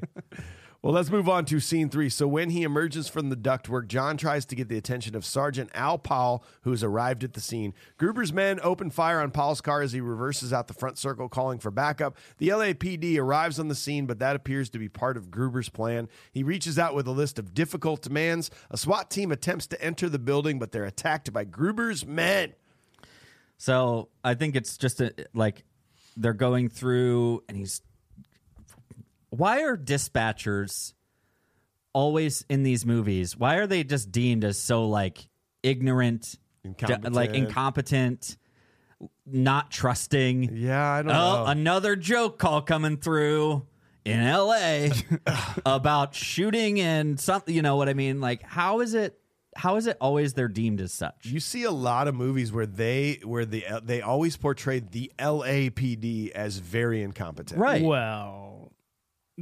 Well, let's move on to scene three. So, when he emerges from the ductwork, John tries to get the attention of Sergeant Al Powell, who's arrived at the scene. Gruber's men open fire on Powell's car as he reverses out the front circle, calling for backup. The LAPD arrives on the scene, but that appears to be part of Gruber's plan. He reaches out with a list of difficult demands. A SWAT team attempts to enter the building, but they're attacked by Gruber's men. So I think it's just a, like they're going through, and he's. Why are dispatchers always in these movies? Why are they just deemed as so like ignorant, d- like Incompetent. incompetent, not trusting? Yeah, I don't Oh, know. another joke call coming through in LA about shooting and something. You know what I mean? Like, how is it? How is it always they're deemed as such? You see a lot of movies where they where the uh, they always portray the LAPD as very incompetent. right. Well,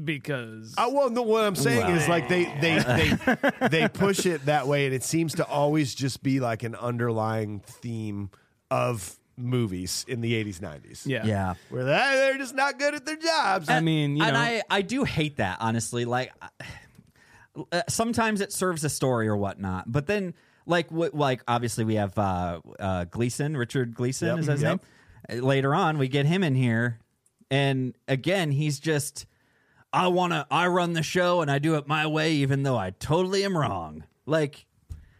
because I well, no, what I'm saying is like they they they they push it that way, and it seems to always just be like an underlying theme of movies in the 80s, 90s. yeah, Yeah. where they- they're just not good at their jobs. I mean, you and know, I, I do hate that honestly like uh, sometimes it serves a story or whatnot but then like w- like obviously we have uh, uh, gleason richard gleason Yep. is that his Yep. name Uh, later on we get him in here and again he's just i want to i run the show and i do it my way even though i totally am wrong like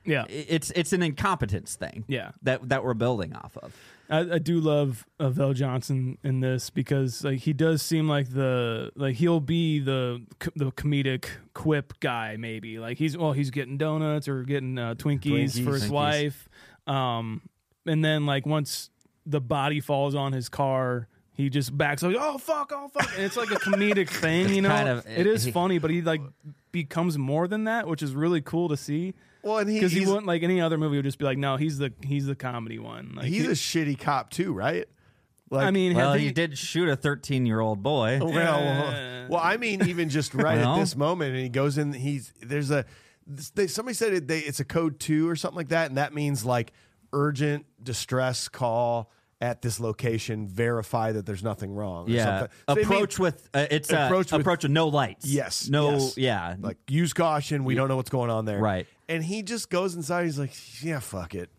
yeah. i- it's it's an incompetence thing Yeah. that that we're building off of I, I do love Avell Johnson in this because like he does seem like the like he'll be the co- the comedic quip guy maybe like he's well he's getting donuts or getting uh, Twinkies, Twinkies. for his Twinkies. wife, um, and then like once the body falls on his car. He just backs like, oh fuck, oh fuck, and it's like a comedic thing, you know. kind of- it is he- funny, but he like becomes more than that, which is really cool to see. Well, and he- because he he's- wouldn't like any other movie would just be like, no, he's the he's the comedy one. Like, he's he- a shitty cop too, right? Like, I mean, well have he did shoot a 13 year old boy Well, well, well, I mean, even just right Well. at this moment, and he goes in. He's there's a this- they, somebody said it, they, it's a code two or something like that, and that means like urgent distress call at this location. Verify that there's nothing wrong. or Yeah. something. So they mean- approach with uh, it's uh, Approach approach, with- with no lights. yes, No. yes. Yeah. like use caution. We don't know what's going on there, Right. And he just goes inside. He's like, yeah, fuck it.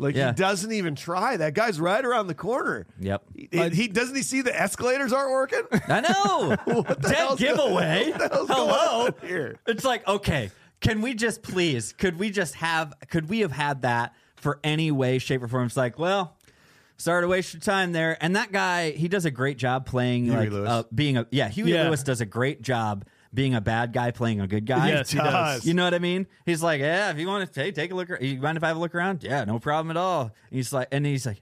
Like Yeah. he doesn't even try. That guy's right around the corner. Yep. He, he doesn't. He see the escalators aren't working. I know. Dead hell's giveaway. what the hell's going Hello. on here? It's like okay. Can we just please? Could we just have? Could we have had that for any way, shape, or form? It's like well. Sorry to waste your time there. And that guy, he does a great job playing Huey like Lewis. Uh, being a yeah. Huey Yeah. Lewis does a great job being a bad guy playing a good guy. Yes, he does. You know what I mean? He's like, yeah. If you want to take take a look, ar- you mind if I have a look around? Yeah, no problem at all. And he's like, and he's like,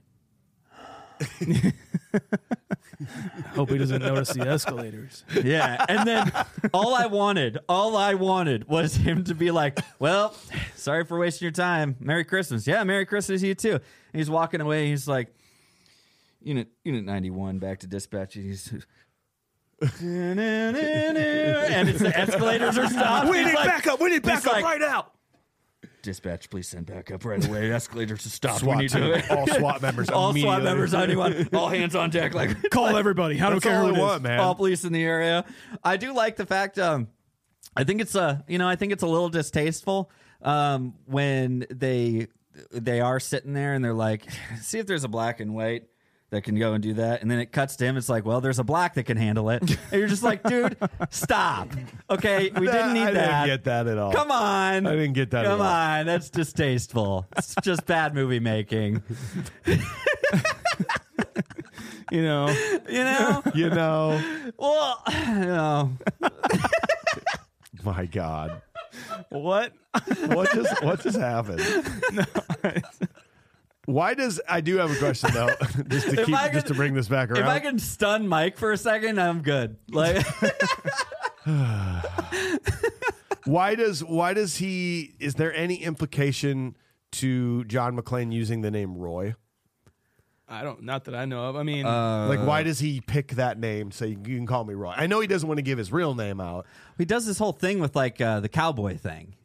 Hope he doesn't notice the escalators. Yeah. And then all I wanted, all I wanted was him to be like, well, sorry for wasting your time. Merry Christmas. Yeah, Merry Christmas to you too. And he's walking away. He's like, Unit Unit 91 back to dispatch. And He's and it's the escalators are stopped. We He's need like, backup. We need he's backup like, right now. Dispatch, please send backup right away. Escalators are stopped. SWAT we need team. to all SWAT members. all SWAT immediately. members, anyone, all hands on deck. Like Call everybody. I don't That's care all who it I is. want, man. all police in the area. I do like the fact. Um, I think it's a you know I think it's a little distasteful um, when they they are sitting there and they're like, see if there's a black and white. that can go and do that. And then it cuts to him. It's like, well, there's a block that can handle it. And you're just like, dude, stop. Okay, we didn't need I didn't that. get that at all. Come on. Oh, I didn't get that at Come all. on. That's distasteful. it's just bad movie making. You know, You know? You know, well, you know, my God, what? what just what just happened? Why does I do have a question though? just to If keep I just to could- bring this back around. if I can stun Mike for a second, I'm good. Like, Why does why does he? Is there any implication to John McClane using the name Roy? I don't. Not that I know of. I mean, Uh, like, why does he pick that name? So you can call me Roy. I know he doesn't want to give his real name out. he does this whole thing with like uh, the cowboy thing.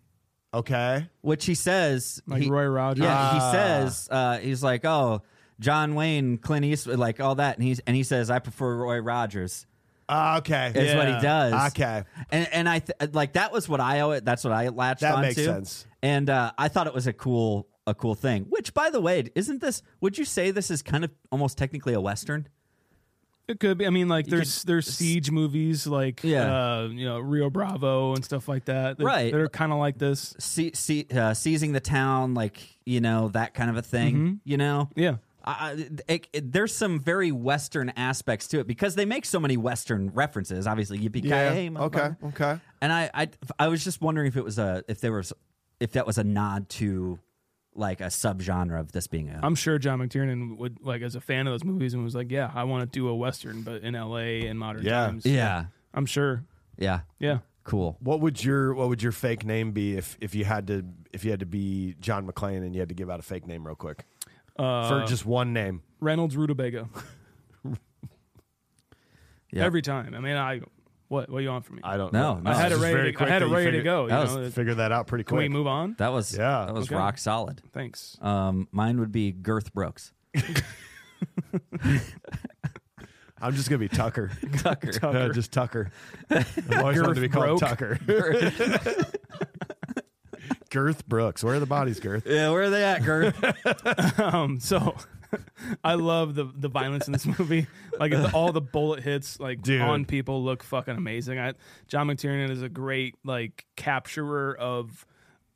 Okay, which he says Like he- Roy Rogers. Yeah, he Ah. says uh, he's like, oh, John Wayne, Clint Eastwood, like all that, and he's and he says, I prefer Roy Rogers. Ah, okay, Is what he does. Okay, and and I th- like that was what I owe it. That's what I latched That onto. makes sense. And uh, I thought it was a cool a cool thing. Which, by the way, isn't this? Would you say this is kind of almost technically a western? it could be. I mean, like there's there's siege movies like Yeah. uh, you know Rio Bravo and stuff like that. that- Right. They're kind of like this. See, see, uh, seizing the town, like you know that kind of a thing. Mm-hmm. You know, Yeah. I, I- it, it- there's some very Western aspects to it because they make so many Western references. Obviously, Yippee yeah, Ki okay, okay. And I, I, I was just wondering if it was a if there was if that was a nod to like a subgenre of this being a I'm sure John McTiernan would like as a fan of those movies and was like, yeah, I want to do a western, but in L.A. in modern Yeah. times. yeah I'm sure. yeah Yeah. cool. What would your what would your fake name be if if you had to if you had to be John McClane and you had to give out a fake name real quick Uh, for just one name? Reynolds Rutabaga. Yeah. Every time. I mean, I what what you want from me? I don't No, know. no. I It's had it just very ready. To, I quick had that it you ready to figured- go. that you was know, that- Figure that out pretty can quick. we move on? That was Yeah. that was Okay. rock solid. Thanks. Um, mine would be Girth Brooks I'm just gonna be Tucker. Tucker. Uh, just Tucker. I've always wanted to be called Girth Broke. Tucker. Girth Brooks. Where are the bodies, Girth? yeah, where are they at, Girth? Um, so I love the the violence in this movie. Like the, all the bullet hits, like Dude. on people, look fucking amazing. I, John McTiernan is a great like capturer of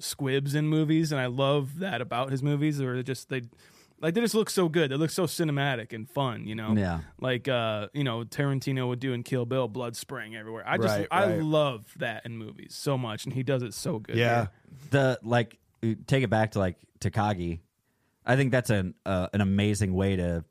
squibs in movies, and I love that about his movies. Or just they. Like they just look so good. They look so cinematic and fun, you know. Yeah. Like uh, you know, Tarantino would do in Kill Bill, blood spraying everywhere. I just Right, I right. love that in movies so much, and he does it so good. Yeah. here. the like take it back to like Takagi. I think that's an uh, an amazing way to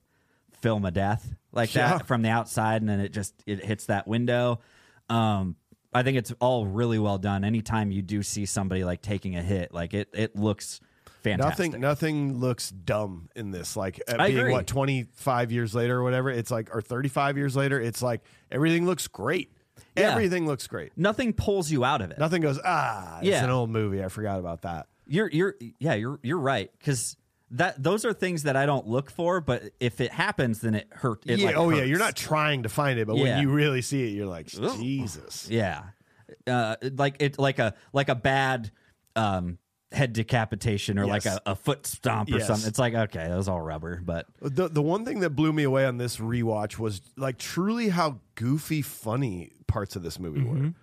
film a death like Yeah. that from the outside, and then it just it hits that window. Um, I think it's all really well done. Anytime you do see somebody like taking a hit, like it it looks fantastic. Nothing nothing looks dumb in this. Like uh, I being agree. what, twenty five years later or whatever, it's like or thirty five years later, it's like everything looks great. Yeah. Everything looks great. Nothing pulls you out of it. Nothing goes, ah, it's Yeah. an old movie. I forgot about that. You're you're yeah you're you're right because that those are things that I don't look for, but if it happens, then it hurt. It, yeah, like, oh yeah, you're hurts. not trying to find it, but Yeah. Oh. when you really see it, you're like, Jesus. Yeah. Uh, like it like a like a bad um head decapitation or like Yes. a, a foot stomp or Yes. something. It's like okay, that was all rubber, but The the one thing that blew me away on this rewatch was like truly how goofy funny parts of this movie Mm-hmm. were.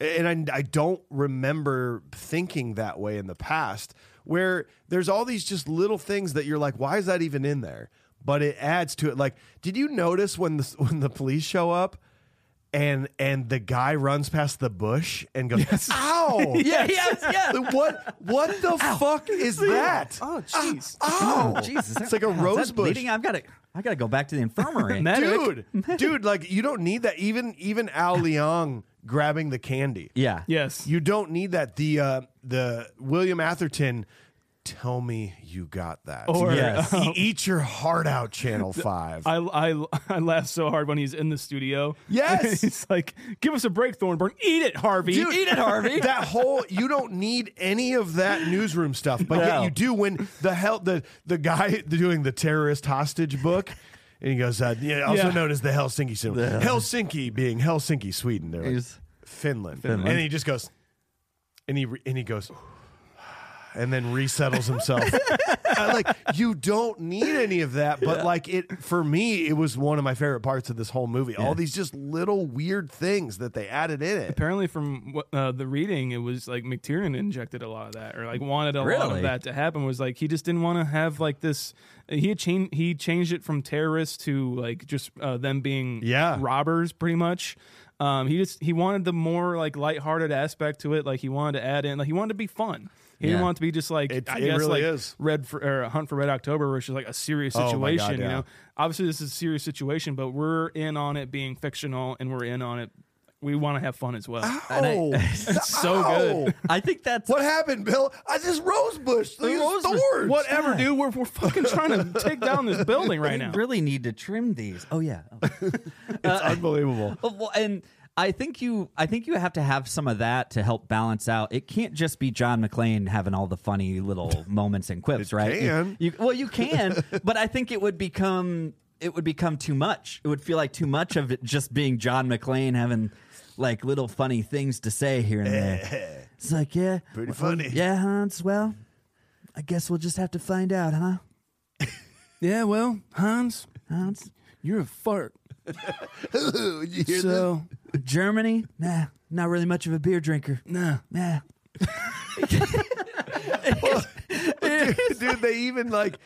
And I, I don't remember thinking that way in the past, where there's all these just little things that you're like, why is that even in there? But it adds to it. Like, did you notice when the when the police show up, and and the guy runs past the bush and goes, "Ow!" yeah, yes, yeah. Like, what what the fuck is that? Oh jeez. Oh, Jesus, It's like a rose bush. Bleeding? I've got to I got to go back to the infirmary. dude, dude, like you don't need that. Even even Al Leong grabbing the candy. yeah. Yes. You don't need that. The uh the William Atherton. Tell me you got that. Or, Yes. E- eat your heart out, Channel Five. I, I, I laugh so hard when he's in the studio. Yes. he's like, give us a break, Thornburn. Eat it, Harvey. Dude, Eat it, Harvey. that whole you don't need any of that newsroom stuff, but yet No. you do when the hell the the guy doing the terrorist hostage book. And he goes, uh, yeah, also Yeah. known as the Helsinki syndrome. Helsinki being Helsinki, Sweden. They're like, He's- Finland. And he just goes, and he re- and he goes, and then resettles himself. I, like you don't need any of that, but like it for me, it was one of my favorite parts of this whole movie. All these just little weird things that they added in it. Apparently, from what, uh, the reading, it was like McTiernan injected a lot of that, or like wanted a lot Really? of that to happen. Was like he just didn't want to have like this. He had changed he changed it from terrorists to like just uh, them being Yeah. robbers, pretty much. Um, he just he wanted the more like lighthearted aspect to it. Like he wanted to add in, like he wanted to be fun. He didn't Yeah. want it to be just like It- I it guess really like is. Red for or Hunt for Red October, where it's just like a serious Oh, my God, situation. You yeah. know, obviously this is a serious situation, but we're in on it being fictional, and we're in on it. We want to have fun as well. Oh, It's so good. I think that's What happened, Bill? I just rose bush. These rose bush. thorns. Whatever, dude. We're we're fucking trying to take down this building right we now. really need to trim these. Oh yeah. Oh. It's unbelievable. Oh, well, and I think you I think you have to have some of that to help balance out. It can't just be John McClane having all the funny little moments and quips, right? You- can. You, well, you can, but I think it would become it would become too much. It would feel like too much of it just being John McClane having like little funny things to say here and there. It's like, yeah, Pretty well, funny. yeah, Hans. Well, I guess we'll just have to find out, huh? Yeah, well, Hans, Hans, you're a fart. Did you hear that? So Germany? Nah, not really much of a beer drinker. nah. Nah. dude they even like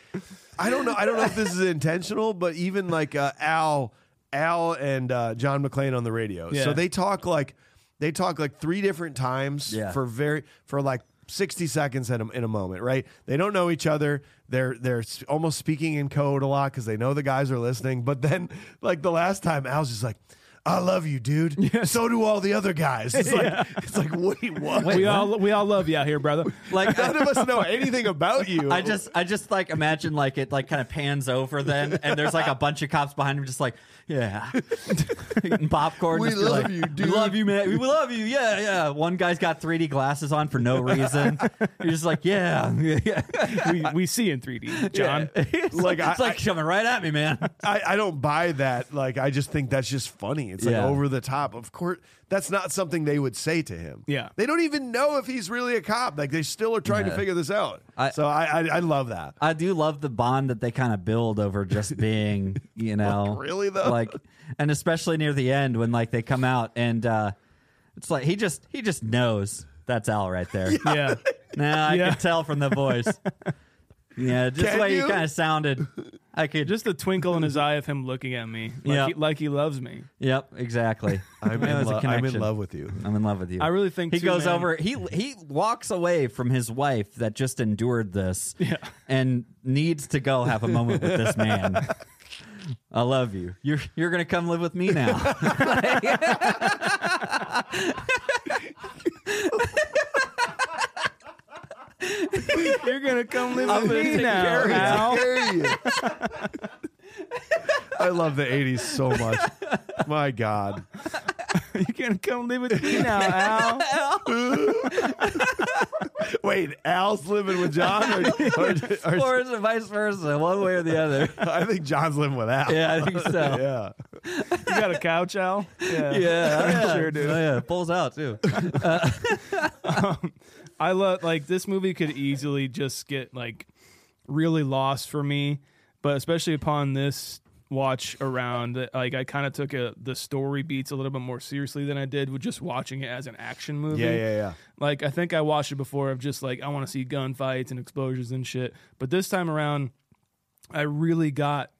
i don't know i don't know if this is intentional but even like uh, al al and uh, john mcclain on the radio Yeah. so they talk like they talk like three different times Yeah. for very for like 60 seconds in a, in a moment right they don't know each other they're they're s- almost speaking in code a lot because they know the guys are listening but then like the last time al's just like I love you, dude. So do all the other guys. It's like it's like, wait, what? we all we all love you out here, brother. Like None of us know anything about you. I just I just like imagine like it like kind of pans over them and there's like a bunch of cops behind him just like yeah Eating popcorn We just be love like, you, we dude." love you man we love you yeah yeah one guy's got 3D glasses on for no reason you're just like yeah yeah, yeah we, we see in 3D, John. it's like, Like, I- it's like I- coming right at me man I, I don't buy that. Like, I just think that's just funny. It's Yeah. like over the top. Of course, that's not something they would say to him. Yeah. They don't even know if he's really a cop. Like, they still are trying Yeah. to figure this out. I- so I, I, I love that. I do love the bond that they kind of build over just being, you know, really, though? like, and especially near the end when like they come out and uh it's like he just he just knows that's Al right there. yeah. Yeah. Now I Yeah. can tell from the voice. yeah, just Can the way you you? kind of sounded. I could just. Just the twinkle in his eye of him looking at me, like, Yeah. he, like he loves me. Yep, exactly. I'm, It in was a lo- I'm in connection. love with you. I'm in love with you. I really think he too, goes man. over. He he walks away from his wife that just endured this, and needs to go have a moment with this man. I love you. You're you're gonna come live with me now. You're gonna come live I'm with me gonna now, carry you. Al. Dare you. I love the 80s so much. My God. You're gonna come live with me now, Al. Wait, Al's living with John? Or, or, or- or is it vice versa, one way or the other? I think John's living with Al. Yeah, I think so. Yeah. You got a couch, Al? Yeah. Yeah, Sure do. Oh, yeah, pulls out too. I love like this movie could easily just get like really lost for me, but especially upon this watch around, like I kind of took a, the story beats a little bit more seriously than I did with just watching it as an action movie. Yeah, yeah, yeah. Like I think I watched it before of just like I want to see gunfights and explosions and shit, but this time around, I really got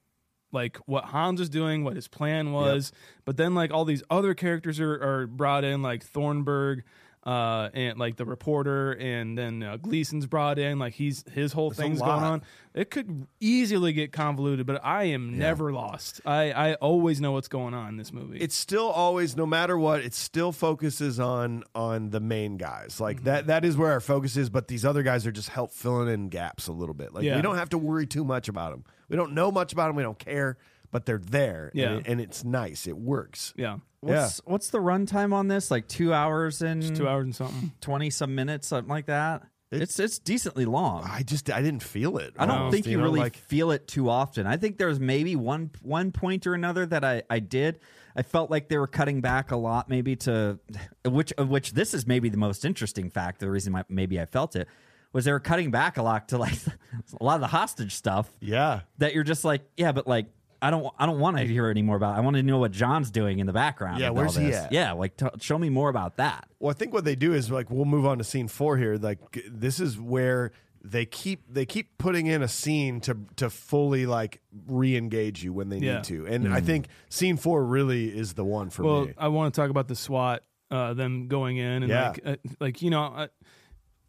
like what Hans is doing, what his plan was, but then like all these other characters are, are brought in, like Thornburg, uh, and like the reporter, and then uh, Gleason's brought in, like he's his whole a thing's lot. going on. It could easily get convoluted, but I am never lost. I I always know what's going on in this movie. it's still always no matter what it still focuses on on the main guys like Mm-hmm. that that is where our focus is but these other guys are just help filling in gaps a little bit like Yeah. we don't have to worry too much about them we don't know much about them we don't care but they're there Yeah. and, it- and it's nice it works yeah, What's what's the runtime on this? Like two hours and two hours and something. 20 some minutes, something like that. It's it's decently long. I, i just i didn't feel it don't almost, think you, know, really like feel it too often. I think there's maybe one one point or another that I, I did. I felt like they were cutting back a lot, maybe to which of which this is maybe the most interesting fact. The reason why maybe I felt it was they were cutting back a lot to like a lot of the hostage stuff Yeah. that you're just like, yeah, but like I don't I don't want to hear any more about. it. I want to know what John's doing in the background. Yeah, with where's all he this. at? Yeah, like t- show me more about that. Well, I think what they do is like we'll move on to scene four here. Like g- this is where they keep they keep putting in a scene to to fully like re-engage you when they Yeah. need to, and Mm. I think scene four really is the one for well, me. I want to talk about the SWAT, uh, them going in and Yeah. like, uh, like you know, I,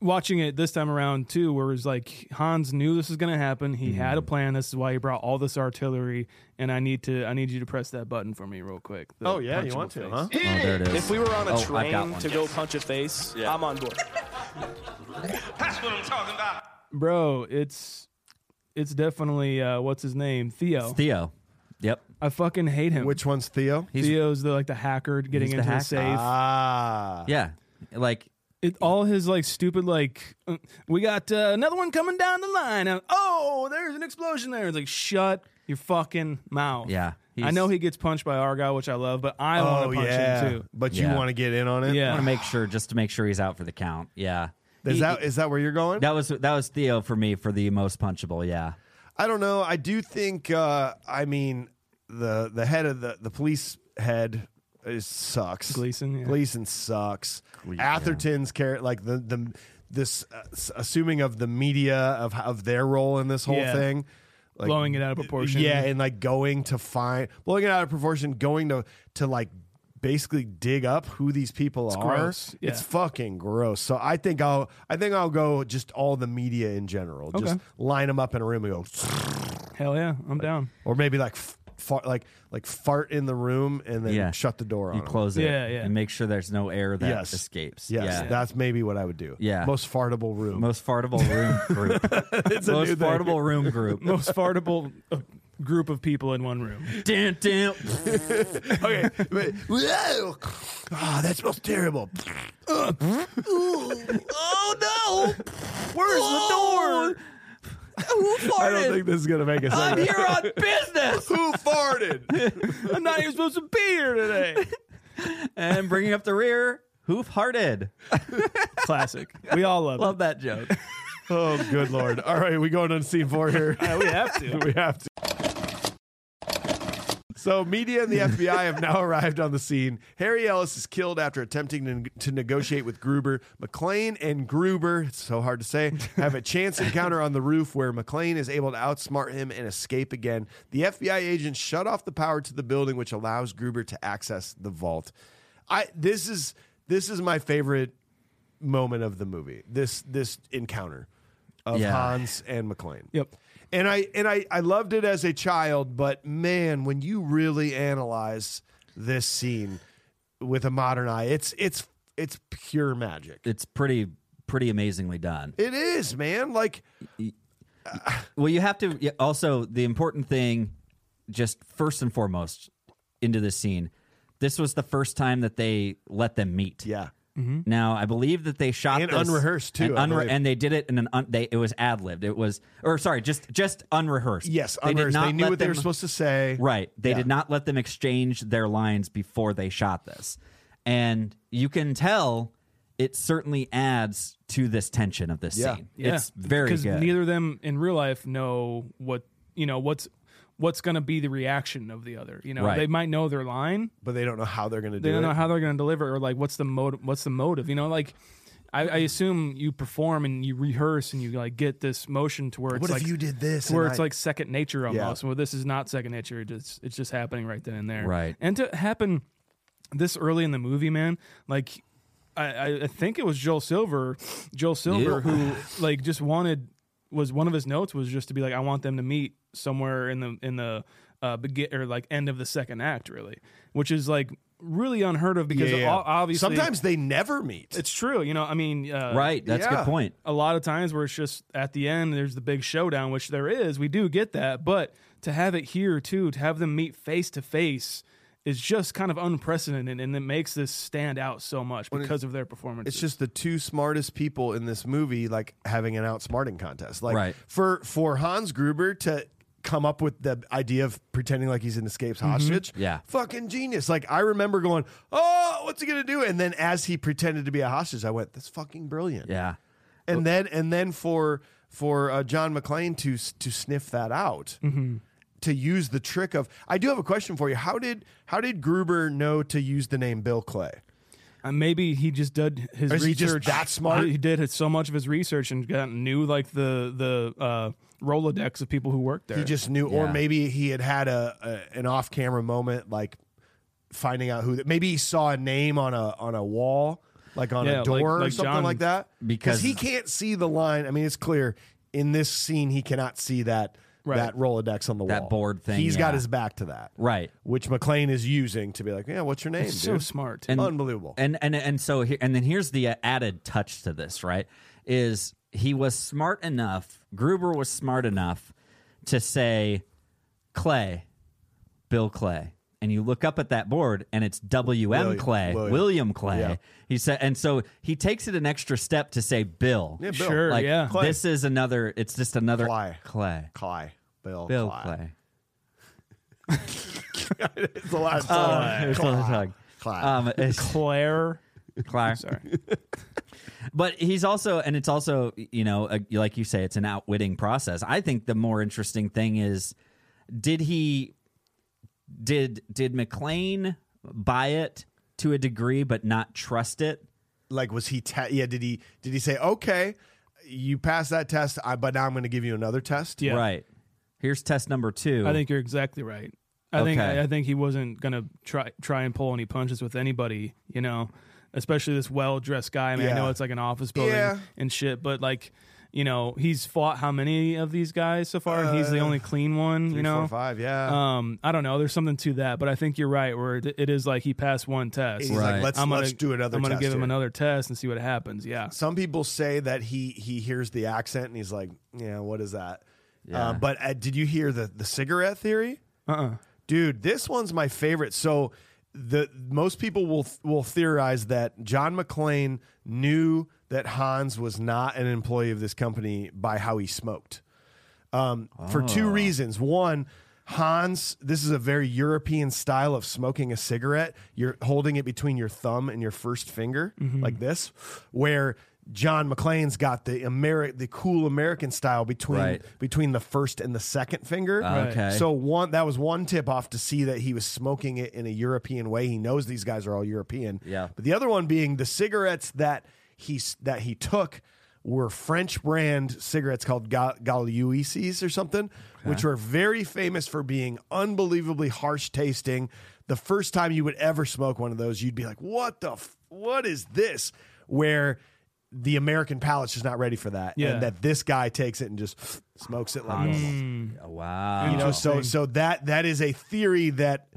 watching it this time around too, where it was like Hans knew this was going to happen. He had a plan. This is why he brought all this artillery, and I need to, I need you to press that button for me real quick. the oh yeah, you punchable want to, face. huh? Oh, there it is. If we were on a Oh, I've got train one. to go punch a face, I'm on board. bro? It's, it's definitely uh, what's his name, Theo. Theo. Yep. I fucking hate him. Which one's Theo? Theo's the like the hacker getting he's the into the, hack- safe. Ah, Yeah. Like it, all his like stupid like uh, we got uh, another one coming down the line. And, oh, there's an explosion there. It's like shut your fucking mouth. Yeah, I he's- know he gets punched by Argyle, which I love, but I oh want to punch yeah. him too. But you Yeah. want to get in on it? I Yeah. want to make sure just to make sure he's out for the count. Yeah. Is He- that is that where you're going? that was that was Theo for me for the most punchable. Yeah. I don't know. I do think. Uh, I mean, the the head of the the police head is sucks. Gleason, yeah. Gleason sucks. Atherton's character, like the the this uh, s- assuming of the media of of their role in this whole Yeah. thing. Like, Blowing it out of proportion. yeah, and like going to find, blowing it out of proportion, going to to like basically dig up who these people are. gross. Yeah. It's fucking gross. So I think I'll I think I'll go just all the media in general. Just Okay. line them up in a room and go Hell yeah, I'm down. or maybe like f- fart, like like fart in the room and then Yeah. shut the door on. You 'em. close it. Yeah, yeah. And make sure there's no air that Yes. escapes. Yes, Yeah. that's maybe what I would do. Yeah. most fartable room. most fartable room group. a most new thing. fartable room group. Most fartable uh, group of people in one room. Dun, dun. okay, wait. Whoa. Ah, that smells terrible. Oh, Ugh. Ooh. oh no! Where's the door? Who I don't farted? think this is gonna make a I'm second. here on business. Who farted? I'm not even supposed to be here today. and bringing up the rear, who farted? Classic. We all love, Love that joke. Oh, good lord! All right, we going on scene four here. it. We have to. we have to. So, media and the FBI have now arrived on the scene. Harry Ellis is killed after attempting to, to negotiate with Gruber. McLean and Gruber, it's so hard to say, have a chance encounter on the roof where McLean is able to outsmart him and escape again. The FBI agents shut off the power to the building, which allows Gruber to access the vault. I this is this is my favorite moment of the movie. This this encounter of Yeah. Hans and McLean. Yep. And I and I, I loved it as a child, but man, when you really analyze this scene with a modern eye, it's it's it's pure magic. It's pretty pretty amazingly done. It is, man. Like Well, you have to yeah, also the important thing, just first and foremost, into this scene. This was the first time that they let them meet. yeah. Now I believe that they shot And this- unrehearsed, too, and, I believe. and they did it in an un- they it was ad libbed. It was or sorry, just just unrehearsed. Yes, they, did unrehearsed. not They knew let what they were them- supposed to say. Right, they did not let them exchange their lines before they shot this, and you can tell it certainly adds to this tension of this Yeah. scene. Yeah. It's very because good. neither of them in real life know what you know what's what's going to be the reaction of the other. You know, Right. they might know their line, But they don't know how they're gonna they do don't it. know how they're going to deliver or like what's the motive. What's the motive? You know, like. I, I assume you perform and you rehearse and you like get this motion to where it's what like if you did this? to where and it's I- like second nature Yeah. almost. Well, this is not second nature; it's just, it's just happening right then and there. Right. and to happen this early in the movie, man, like I, I- I think it was Joel Silver, Joel Silver, who like just wanted was one of his notes was just to be like, I want them to meet somewhere in the in the uh, begin or like end of the second act, really, which is like really unheard of because Yeah, yeah. o- obviously sometimes they never meet. it's true. You know, I mean, uh, right, that's a Yeah. good point. a lot of times where it's just at the end there's the big showdown which there is we do get that but to have it here too to have them meet face to face is just kind of unprecedented and it makes this stand out so much because of their performance It's just the two smartest people in this movie, like having an outsmarting contest. Like Right. for for Hans Gruber to come up with the idea of pretending like he's an escaped hostage. Mm-hmm. Yeah. fucking genius. Like I remember going, oh, what's he gonna do? And then as he pretended to be a hostage, I went, that's fucking brilliant. Yeah. and then and then for for uh, John McClane to s- to sniff that out. Mm-hmm. To use the trick of, I do have a question for you. How did how did Gruber know to use the name Bill Clay? Uh, maybe he just did his Or is he research. just that smart? He, he did his- so much of his research and got, knew like the the uh, Rolodex of people who worked there. He just knew, or Yeah. maybe he had had a, a an off camera moment, like finding out who. th- Maybe he saw a name on a on a wall, like on a Yeah, like- door or like something John- like that, Because- he can't see the line. I mean, it's clear in this scene he cannot see that Right. that Rolodex on the That wall, board thing, He's got yeah. his back to that, Right. Which McLean is using to be like, yeah, what's your name, It's so dude? smart. And- Unbelievable. And and and so here, and then here's the uh, added touch to this, right? Is he was smart enough? Gruber was smart enough to say Clay, Bill Clay, and you look up at that board, and it's W M William- Clay, William. William, Clay. Yeah. He said, and so he takes it an extra step to say Bill. Yeah, Bill. sure, Like yeah. Clay. this is another. It's just another Clay. Clay, Clay, Bill, Bill Clay. Clay. It's a lot. Of Uh, it's a lot of tongue. Clay. Um, it's- Claire. Claire. Sorry. But he's also, and it's also, you know, a, like you say, it's an outwitting process. I think the more interesting thing is, did he, did did McLean buy it to a degree, but not trust it? like was he te- yeah did he did he say okay you passed that test I, but now i'm going to give you another test Yeah. Right. Here's test number two. I think you're exactly right. I think Okay. I, I think he wasn't gonna try try and pull any punches with anybody, you know, especially this well dressed guy. I mean, I know Yeah. it's like an office building Yeah. and shit, but like, you know, he's fought how many of these guys so far? he's the Uh, only clean one, Three, you know. four, five, yeah Um, I don't know. There's something to that, but I think you're right. Where it, it is like he passed one test. he's like Right. let's I'm gonna, let's do another I'm gonna test give him here. another test and see what happens. Yeah. some people say that he he hears the accent and he's like yeah what is that uh, but uh, did you hear the the cigarette theory Uh-uh. dude this one's my favorite so the most people will will theorize that john mcclane knew that hans was not an employee of this company by how he smoked um, for Oh. two reasons one hans this is a very european style of smoking a cigarette you're holding it between your thumb and your first finger Mm-hmm. like this where john mcclane's got the Ameri- the cool american style between Right. Ah, between the first and the second finger Okay. so one that was one tip off to see that he was smoking it in a European way. He knows these guys are all European. Yeah. But the other one being the cigarettes that he s- that he took were French brand cigarettes called Ga- Galuises or something, which were very famous for being unbelievably harsh tasting. The first time you would ever smoke one of those, you'd be like, "What the? F- what is this?" Where the American palate's just not ready for that, Yeah. and that this guy takes it and just smokes it like normal Oh, wow. you know so so that that is a theory that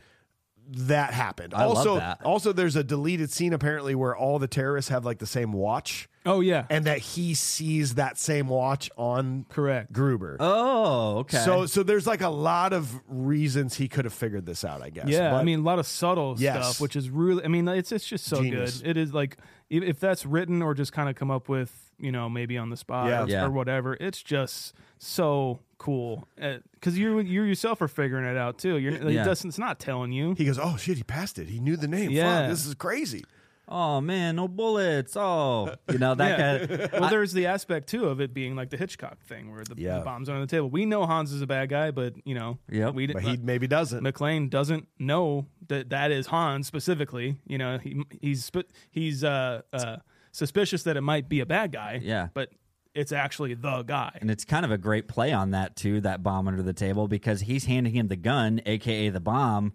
that happened I love also that. also there's a deleted scene apparently where all the terrorists have like the same watch Oh yeah. and that he sees that same watch on Correct. gruber oh, okay. so so there's like a lot of reasons he could have figured this out i guess Yeah, I But- mean a lot of subtle Yes. stuff, which is really. I mean, it's it's just so Genius. good. It is like e, if, if that's written or just kind of come up with, you know, maybe on the spot Yeah. Or, Yeah. or whatever. It's just so cool because you you yourself are figuring it out too. You're like, Yeah. it doesn't. It's not telling you. he goes oh shit he passed it he knew the name Yeah. Fuck, this is crazy oh man, no bullets. Oh, you know that guy. well, there's the aspect too of it being like the Hitchcock thing where the, Yeah. the bombs are on the table. We know Hans is a bad guy, but you know, Yep. we uh, but didn't. he maybe doesn't McLean doesn't know that that is Han specifically. You know, he he's sp- he's uh, uh, suspicious that it might be a bad guy. Yeah. but it's actually the guy. And it's kind of a great play on that too, that bomb under the table, because he's handing him the gun, aka the bomb,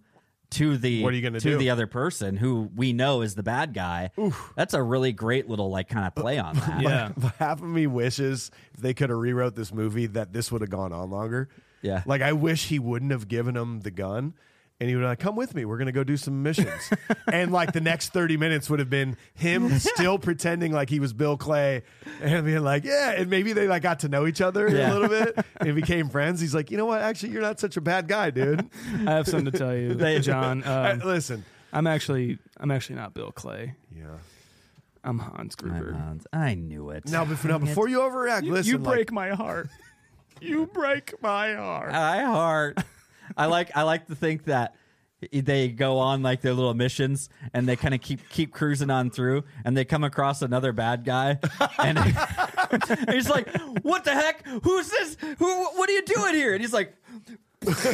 to the What are you gonna to do? the other person who we know is the bad guy. That's a really great little like kind of play Uh, on that. Yeah, half of me wishes if they could have rewrote this movie that this would have gone on longer. Yeah. Like I wish he wouldn't have given him the gun. And he would have like, come with me. We're gonna go do some missions. and like the next thirty minutes would have been him still pretending like he was Bill Clay and being like, yeah. And maybe they like got to know each other a Yeah. little bit and became friends. He's like, you know what? Actually, you're not such a bad guy, dude. I have something to tell you, John. I- Um, listen. I'm actually I'm actually not Bill Clay. Yeah. I'm Hans My Gruber. moms. Uh, I knew it. Now, before, now before you overreact, listen. you like- break my heart. you break my heart. I heart. I like I like to think that they go on like their little missions and they kind of keep keep cruising on through and they come across another bad guy and And he's like, "What the heck? Who's this? Who? What are you doing here?" And he's like,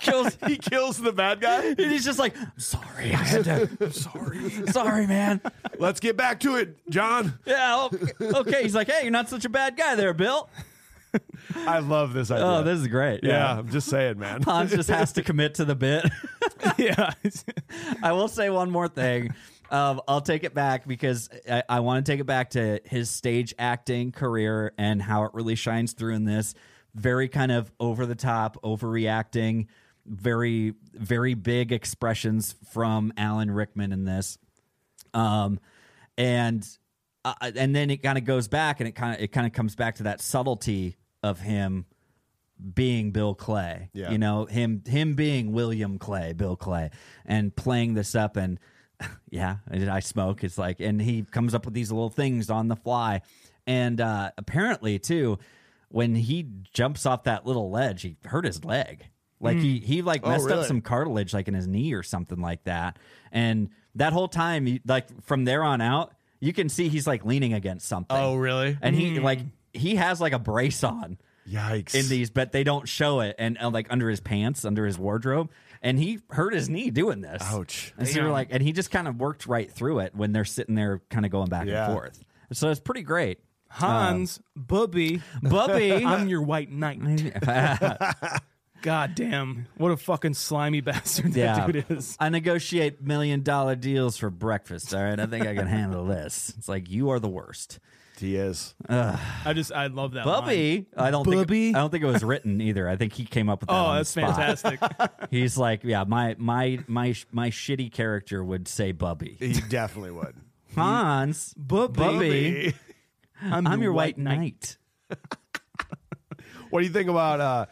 kills. he kills the bad guy. And he's just like, "I'm sorry, I had to. I'm sorry, sorry, man." Let's get back to it, John. Yeah, o- okay. He's like, "Hey, you're not such a bad guy, there, Bill." I love this idea. Oh, this is great. yeah, I'm just saying, man. Hans just has to commit to the bit. yeah. I will say one more thing. Um, I'll take it back because I, I want to take it back to his stage acting career and how it really shines through in this. Very kind of over the top, overreacting, very, very big expressions from Alan Rickman in this. Um, and uh, and then it kind of goes back and it kind of it kind of comes back to that subtlety of him being Bill Clay. Yeah. You know, him him being William Clay, Bill Clay, and playing this up and yeah, and I smoke. It's like and he comes up with these little things on the fly. And uh apparently too, when he jumps off that little ledge, he hurt his leg. Like he he like Oh, messed up really? some cartilage like in his knee or something like that. And that whole time you- like from there on out, you can see he's like leaning against something. really? And he like he has like a brace on Yikes! in these, but they don't show it. And uh, like under his pants, under his wardrobe, and he hurt his knee doing this. Ouch. And so you're like, and he just kind of worked right through it when they're sitting there, kind of going back Yeah. and forth. So it's pretty great. Hans, Bubby, Bubby, I'm your white knight. God damn. What a fucking slimy bastard that yeah, dude is. I negotiate million dollar deals for breakfast. All right, I think I can handle this. It's like you are the worst, he is. I just, I love that line. Bubby. I don't Bubby? think I don't think it was written either. I think he came up with that. Oh, on the that's spot. fantastic. He's like, yeah, my my my my shitty character would say Bubby. He definitely would. Hans, Bubby. Bubby, I'm, I'm your white knight. What do you think about? uh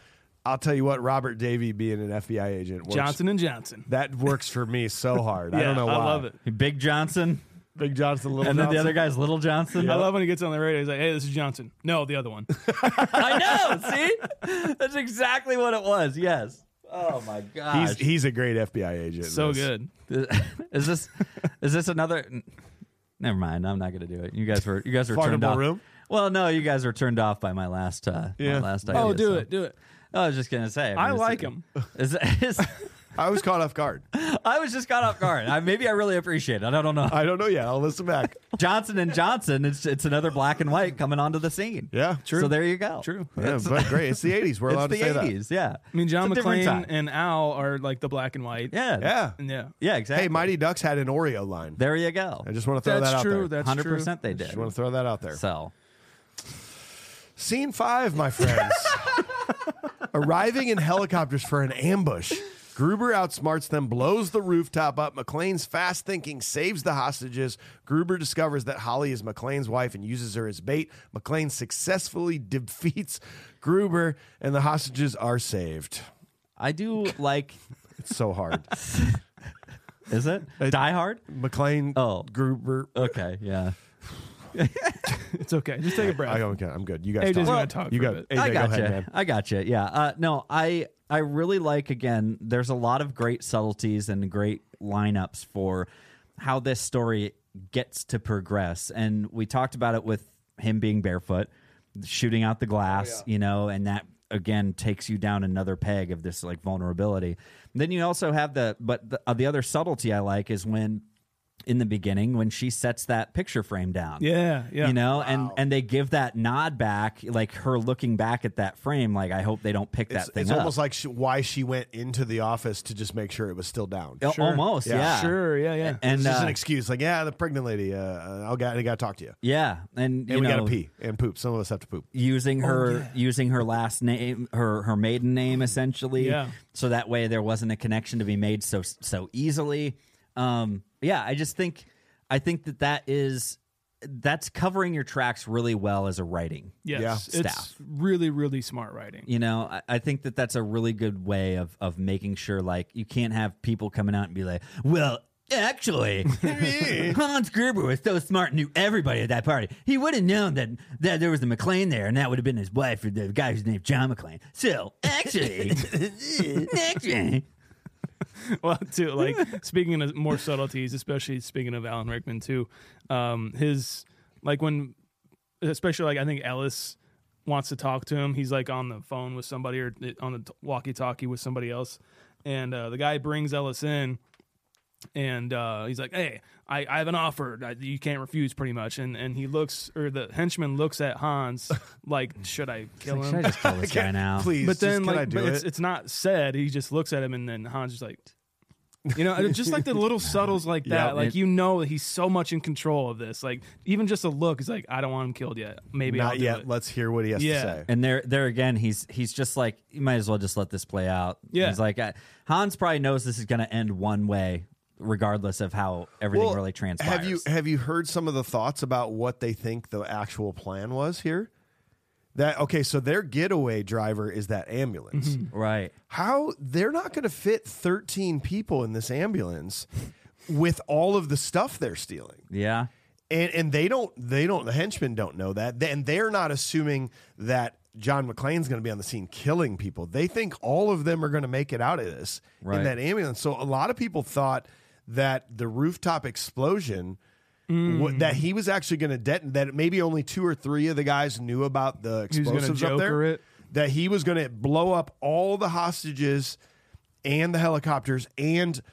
I'll tell you what, Robert Davy being an FBI agent. Works, Johnson and Johnson. That works for me so hard. I Yeah, don't know why. I love it. Big Johnson, Big Johnson, little and then the Johnson. other guy's Little Johnson. I love when he gets on the radio. He's like, "Hey, this is Johnson." No, the other one. I know. See, that's exactly what it was. Yes. Oh my gosh. He's he's a great FBI agent. in so this. good. is this is this another? Never mind. I'm not going to do it. You guys were you guys were Fartable turned off. room? Well, no, you guys were turned off by my last uh, Yeah. my last idea. Oh, do so- it, do it. I was just gonna say. I mean, is like it- him. Is, is, I was caught off guard. I was just caught off guard. I, maybe I really appreciate it. I don't know. I don't know yet. I'll listen back. Johnson and Johnson. It's it's another black and white coming onto the scene. Yeah, true. So there you go. True. Yeah, but great. It's the '80s. We're It's allowed the to say eighties. Yeah. I mean, John It's a different McClane time. and Al are like the black and white. yeah. that. Yeah. yeah. Yeah. Exactly. Hey, Mighty Ducks had an Oreo line. There you go. I just want to throw That's that out there. true. That's Hundred true. percent. They I did. just want to throw that out there. So Scene five, my friends. Arriving in helicopters for an ambush. Gruber outsmarts them, blows the rooftop up. McLean's fast thinking saves the hostages. Gruber discovers that Holly is McLean's wife and uses her as bait. McLean successfully defeats Gruber, and the hostages are saved. I do like. It's so hard. Is it Die Hard? McLean, Oh. Gruber. Okay. Yeah. It's okay. Just take a breath. I, okay, I'm good. You guys AJ's talk. gonna talk you for a got, bit. AJ, I go gotcha. ahead, man. I gotcha. Yeah. Uh, no, I I really like again. There's a lot of great subtleties and great lineups for how this story gets to progress, and we talked about it with him being barefoot, shooting out the glass, you know, and that again takes you down another peg of this like vulnerability. Then you also have the but the, uh, the other subtlety I like is when in the beginning when she sets that picture frame down yeah, yeah. you know and and they give that nod back like her looking back at that frame like i hope they don't pick It's, that thing it's up almost like she, why she went into the office to just make sure it was still down. Al- almost yeah, Yeah. sure. Yeah, yeah. and It's just uh, an excuse, like yeah, the pregnant lady. Uh, I got, I got to talk to you, yeah and, and you we got know, to pee and poop. Some of us have to poop. using Oh, her using her last name her her maiden name essentially Yeah. so that way there wasn't a connection to be made so so easily um yeah i just think i think that that is that's covering your tracks really well as a writing yes, yeah. it's Staff. really, really smart writing. you know I, I think that that's a really good way of of making sure like you can't have people coming out and be like well actually hans gruber was so smart and knew everybody at that party he would have known that that there was a mclean there and that would have been his wife or the guy who's named john mclean so actually actually well, too, like speaking of more subtleties, especially speaking of Alan Rickman too, um, his like when especially like I think Ellis wants to talk to him. He's like on the phone with somebody or eh, on the walkie-talkie with somebody else, and uh, the guy brings Ellis in, and uh, he's like, "Hey, I, I have an offer. I, you can't refuse, pretty much." And and he looks, or the henchman looks at Hans like, "Should I kill Like, him?" should I just kill this guy now? Please, but then just, like can I do but it's, it? it's not said he just looks at him and then hans just like you know just like the little subtles like that Yeah, like it- you know that he's so much in control of this like even just a look is like i don't want him killed yet maybe I'll Not do yet. it. Let's hear what he has Yeah. to say. And there, there again, he's he's just like you might as well just let this play out. Yeah. he's like I, Hans probably knows this is going to end one way, regardless of how everything really transpires. Have you have you heard some of the thoughts about what they think the actual plan was here? That okay, so their getaway driver is that ambulance. Mm-hmm. right? How they're not going to fit 13 people in this ambulance with all of the stuff they're stealing. Yeah, And and they don't they don't the henchmen don't know that. They- And they're not assuming that John McClane's going to be on the scene killing people. They think all of them are going to make it out of this Right. in that ambulance. So a lot of people thought that the rooftop explosion Hmm. wa- that he was actually going to detonate that maybe only two or three of the guys knew about the was gonna explosives up there. Joker it. That he was going to blow up all the hostages and the helicopters and of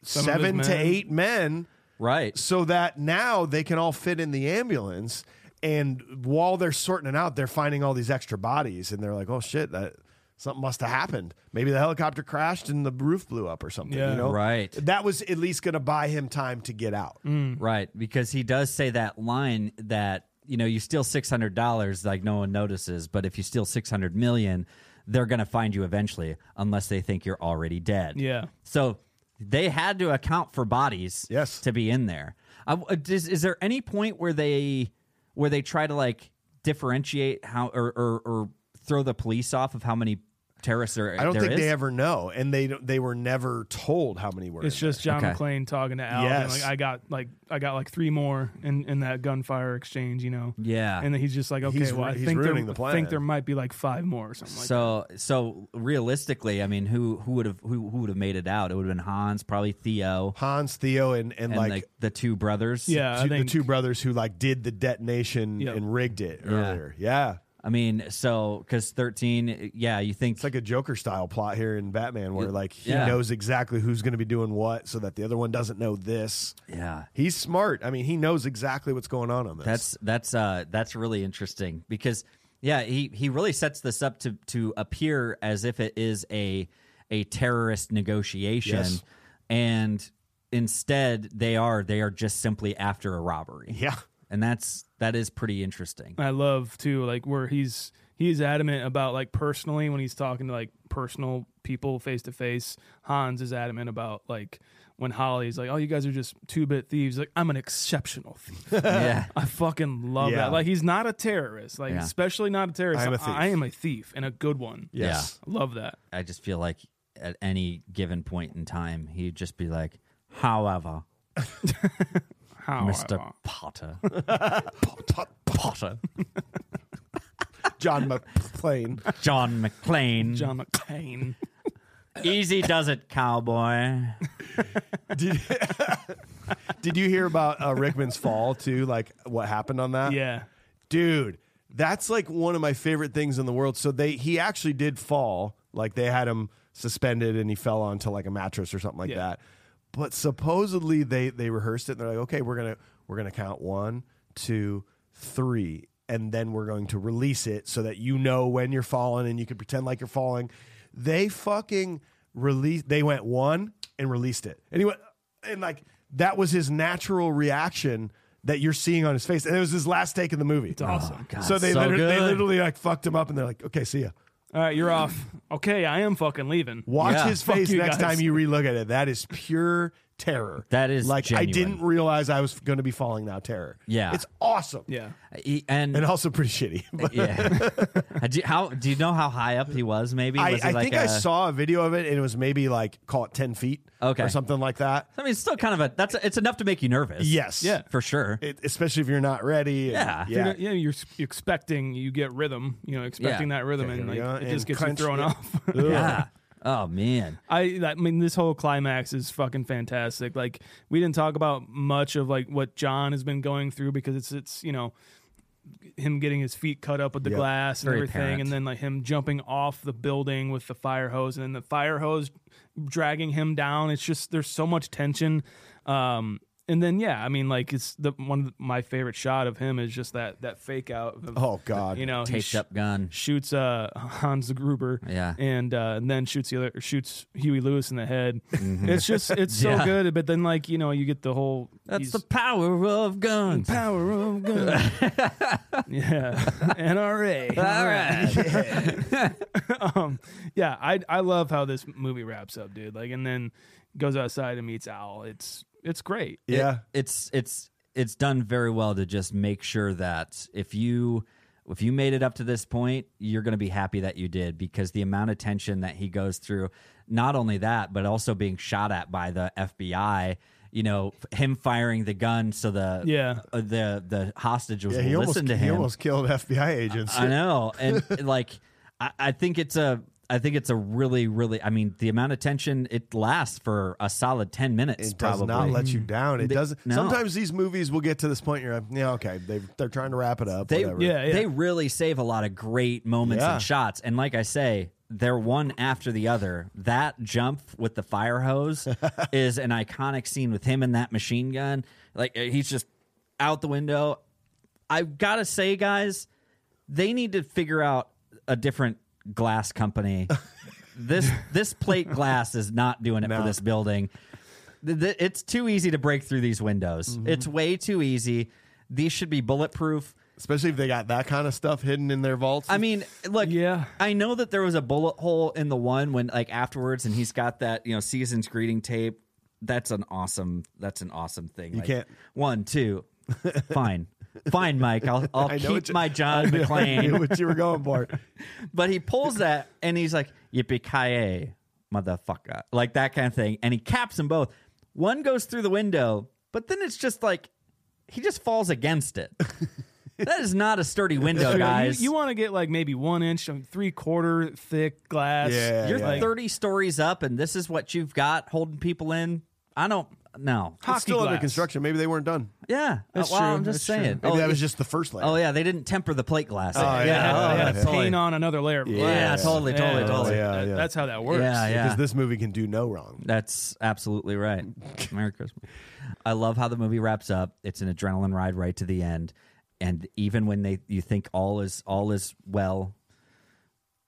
his seven to men. eight men right. so that now they can all fit in the ambulance. And while they're sorting it out, they're finding all these extra bodies, and they're like, "Oh shit, that something must have happened. Maybe the helicopter crashed and the roof blew up or something." Yeah. you know, Right. That was at least going to buy him time to get out. Mm. Right, because he does say that line that you know you steal six hundred dollars, like no one notices, but if you steal six hundred million, they're gonna find you eventually, unless they think you're already dead. Yeah. So they had to account for bodies, Yes. to be in there. I w uh, is, is there any point where they where they try to like differentiate how or or, or throw the police off of how many terrorists there? I don't there think they is? ever know, and they don't- they were never told how many were. it's in just john Okay. mcclane talking to al being Yes. like i got like i got like three more in in that gunfire exchange you know Yeah. and then he's just like okay He's well ru- i he's think there, ruining the plan. think there might be like five more or something like So so realistically, I mean, who who would have who who would have made it out? It would have been Hans, probably Theo, Hans, Theo, and and, and like, like. the two brothers. that. yeah I two- the think, two brothers who like did the detonation Yep. and rigged it earlier. Yeah. I mean, so because thirteen, yeah, you think It's like a Joker style plot here in Batman where like he Yeah. knows exactly who's going to be doing what so that the other one doesn't know this. yeah. He's smart. I mean, he knows exactly what's going on on this. That's that's uh that's really interesting because yeah, he he really sets this up to to appear as if it is a a terrorist negotiation, Yes. and instead they are they are just simply after a robbery. yeah. and that's that is pretty interesting. I love too, like where he's he's adamant about like personally when he's talking to like personal people face to face. Hans is adamant about like when Holly's like, "Oh, you guys are just two bit thieves." Like, I'm an exceptional thief. yeah. I fucking love Yeah. that. Like, he's not a terrorist. Like, Yeah. especially not a terrorist. I am a thief. I am a thief and a good one. Yes. I love that. I just feel like at any given point in time, he'd just be like, however, How Mr. Potter. Potter. John McClane. John McClane. John McCain. Easy does it, cowboy. did, did you hear about uh, Rickman's fall too? Like what happened on that? yeah. dude that's like one of my favorite things in the world so they he actually did fall like they had him suspended and he fell onto like a mattress or something like Yeah. that but supposedly they they rehearsed it and they're like okay we're gonna we're gonna count one two three and then we're going to release it so that you know when you're falling and you can pretend like you're falling they fucking released they went one and released it and he went and like that was his natural reaction that you're seeing on his face and it was his last take in the movie it's awesome. Oh, God, so they, so liter- they good. literally like fucked him up and they're like okay see ya All right, you're off. Okay, I am fucking leaving. watch Yeah. his Fuck face you next guys. time you relook at it that is pure terror That is like i genuine. didn't realize i was going to be falling now terror Yeah. it's awesome Yeah. He- and and also pretty shitty but yeah. do, how, do you know how high up he was, maybe? I, was he I like think I I saw a video of it, and it was maybe like call it ten feet, Okay. or something like that. I mean, it's still kind of a, that's, it's enough to make you nervous. Yes, Yeah. For sure. It- especially if you're not ready. and- Yeah. Yeah, yeah. yeah, you're s- expecting you get rhythm, you know, expecting Yeah. that rhythm, Okay, and like here we go, it just and gets crunch, you thrown yeah. off. yeah. Oh, man. I, I mean, this whole climax is fucking fantastic. Like, we didn't talk about much of like what John has been going through because it's it's you know, him getting his feet cut up with the Yep. glass and Very everything, apparent. and then like him jumping off the building with the fire hose, and then the fire hose dragging him down. It's just there's so much tension. Um, and then yeah, I mean like it's the one of my favorite shot of him is just that that fake out. Of, Oh, God. you know, he taped sh- up gun. shoots uh, Hans Gruber, Yeah. and uh, and then shoots the other shoots Huey Lewis in the head. It's just it's so Mm-hmm. Yeah. good, but then like you know you get the whole That's he's- the power of guns. power of God. yeah, NRA. All right. Um, yeah, I I love how this movie wraps up, dude. Like, and then goes outside and meets Owl. It's it's great. Yeah. it's it's it's done very well to just make sure that if you if you made it up to this point, you're going to be happy that you did because the amount of tension that he goes through, not only that, but also being shot at by the FBI, you know, him firing the gun so the Yeah. uh, the the hostage was Yeah, he almost, listened to he him. almost killed FBI agents. I know, and like I, I think it's a I think it's a really really I mean the amount of tension it lasts for a solid ten minutes. it does probably not let you down. It They- doesn't. no. Sometimes these movies will get to this point. You're like, yeah, okay. They they're trying to wrap it up. They whatever. Yeah, yeah. they really save a lot of great moments Yeah. and shots. And like I say, they're one after the other. That jump with the fire hose is an iconic scene with him and that machine gun. Like uh, he's just out the window. I've got to say, guys, they need to figure out a different glass company. this this plate glass is not doing it for this building. Th- th- It's too easy to break through these windows. It's way too easy. These should be bulletproof. especially if they got that kind of stuff hidden in their vaults. I mean, look, Yeah. I know that there was a bullet hole in the one when like afterwards, and he's got that you know season's greeting tape. That's an awesome. That's an awesome thing. You can't- one, two, fine, fine, Mike. I'll I'll I know what keep you- my John I knew McClane. what you were going for. But he pulls that and he's like, yippee ki motherfucker. Like that kind of thing. And he caps them both. One goes through the window, but then it's just like he just falls against it. that is not a sturdy window, You- guys. you, want to get like maybe one inch, um, three quarter thick glass. Yeah, You're yeah. like, 30 stories up and this is what you've got holding people in. I don't know. Hockey It's still under glass. construction. Maybe they weren't done. Yeah. Uh, That's well, true. I'm just That's true. saying. Maybe oh, that was it- just the first layer. oh, yeah, they didn't temper the plate glass. Oh, yeah, Yeah, oh, they had to yeah, totally. paint on another layer of glass. Yeah, totally, totally, Yeah, totally. yeah, that- yeah. That's how that works. Yeah, yeah. Because this movie can do no wrong. That's absolutely right. Merry Christmas. I love how the movie wraps up. It's an adrenaline ride right to the end, and even when they you think all is all is well,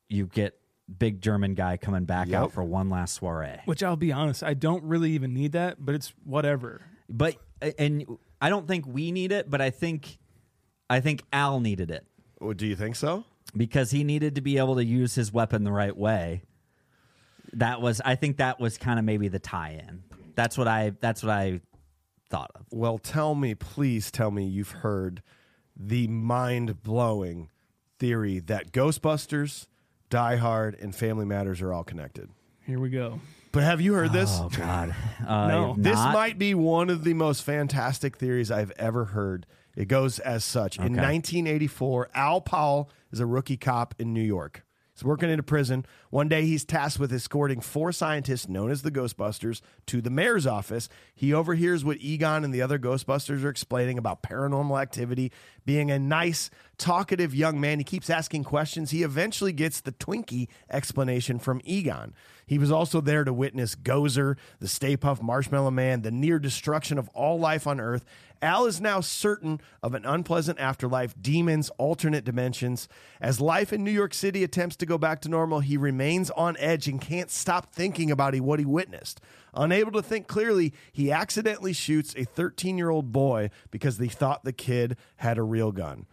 you get big German guy coming back Yep. out for one last soiree. Which I'll be honest, I don't really even need that, but it's whatever. But and I don't think we need it, but I think I think Al needed it Oh, do you think so? because he needed to be able to use his weapon the right way. That was I think that was kind of maybe the tie-in. That's what I that's what I thought of. Well, tell me, please tell me you've heard the mind blowing theory that Ghostbusters, Die Hard, and Family Matters are all connected. Here we go. But have you heard this? Oh God! Uh, No. if This not- might be one of the most fantastic theories I've ever heard. It goes as such. In 1984, Al Powell is a rookie cop in New York. He's working in a prison. One day, he's tasked with escorting four scientists known as the Ghostbusters to the mayor's office. He overhears what Egon and the other Ghostbusters are explaining about paranormal activity. Being a nice, talkative young man, he keeps asking questions. He eventually gets the Twinkie explanation from Egon. He was also there to witness Gozer, the Stay Puff Marshmallow Man, the near destruction of all life on Earth. Al is now certain of an unpleasant afterlife, demons, alternate dimensions. As life in New York City attempts to go back to normal, he remains on edge and can't stop thinking about he- what he witnessed. Unable to think clearly, he accidentally shoots a 13 year old boy because they thought the kid had a real gun.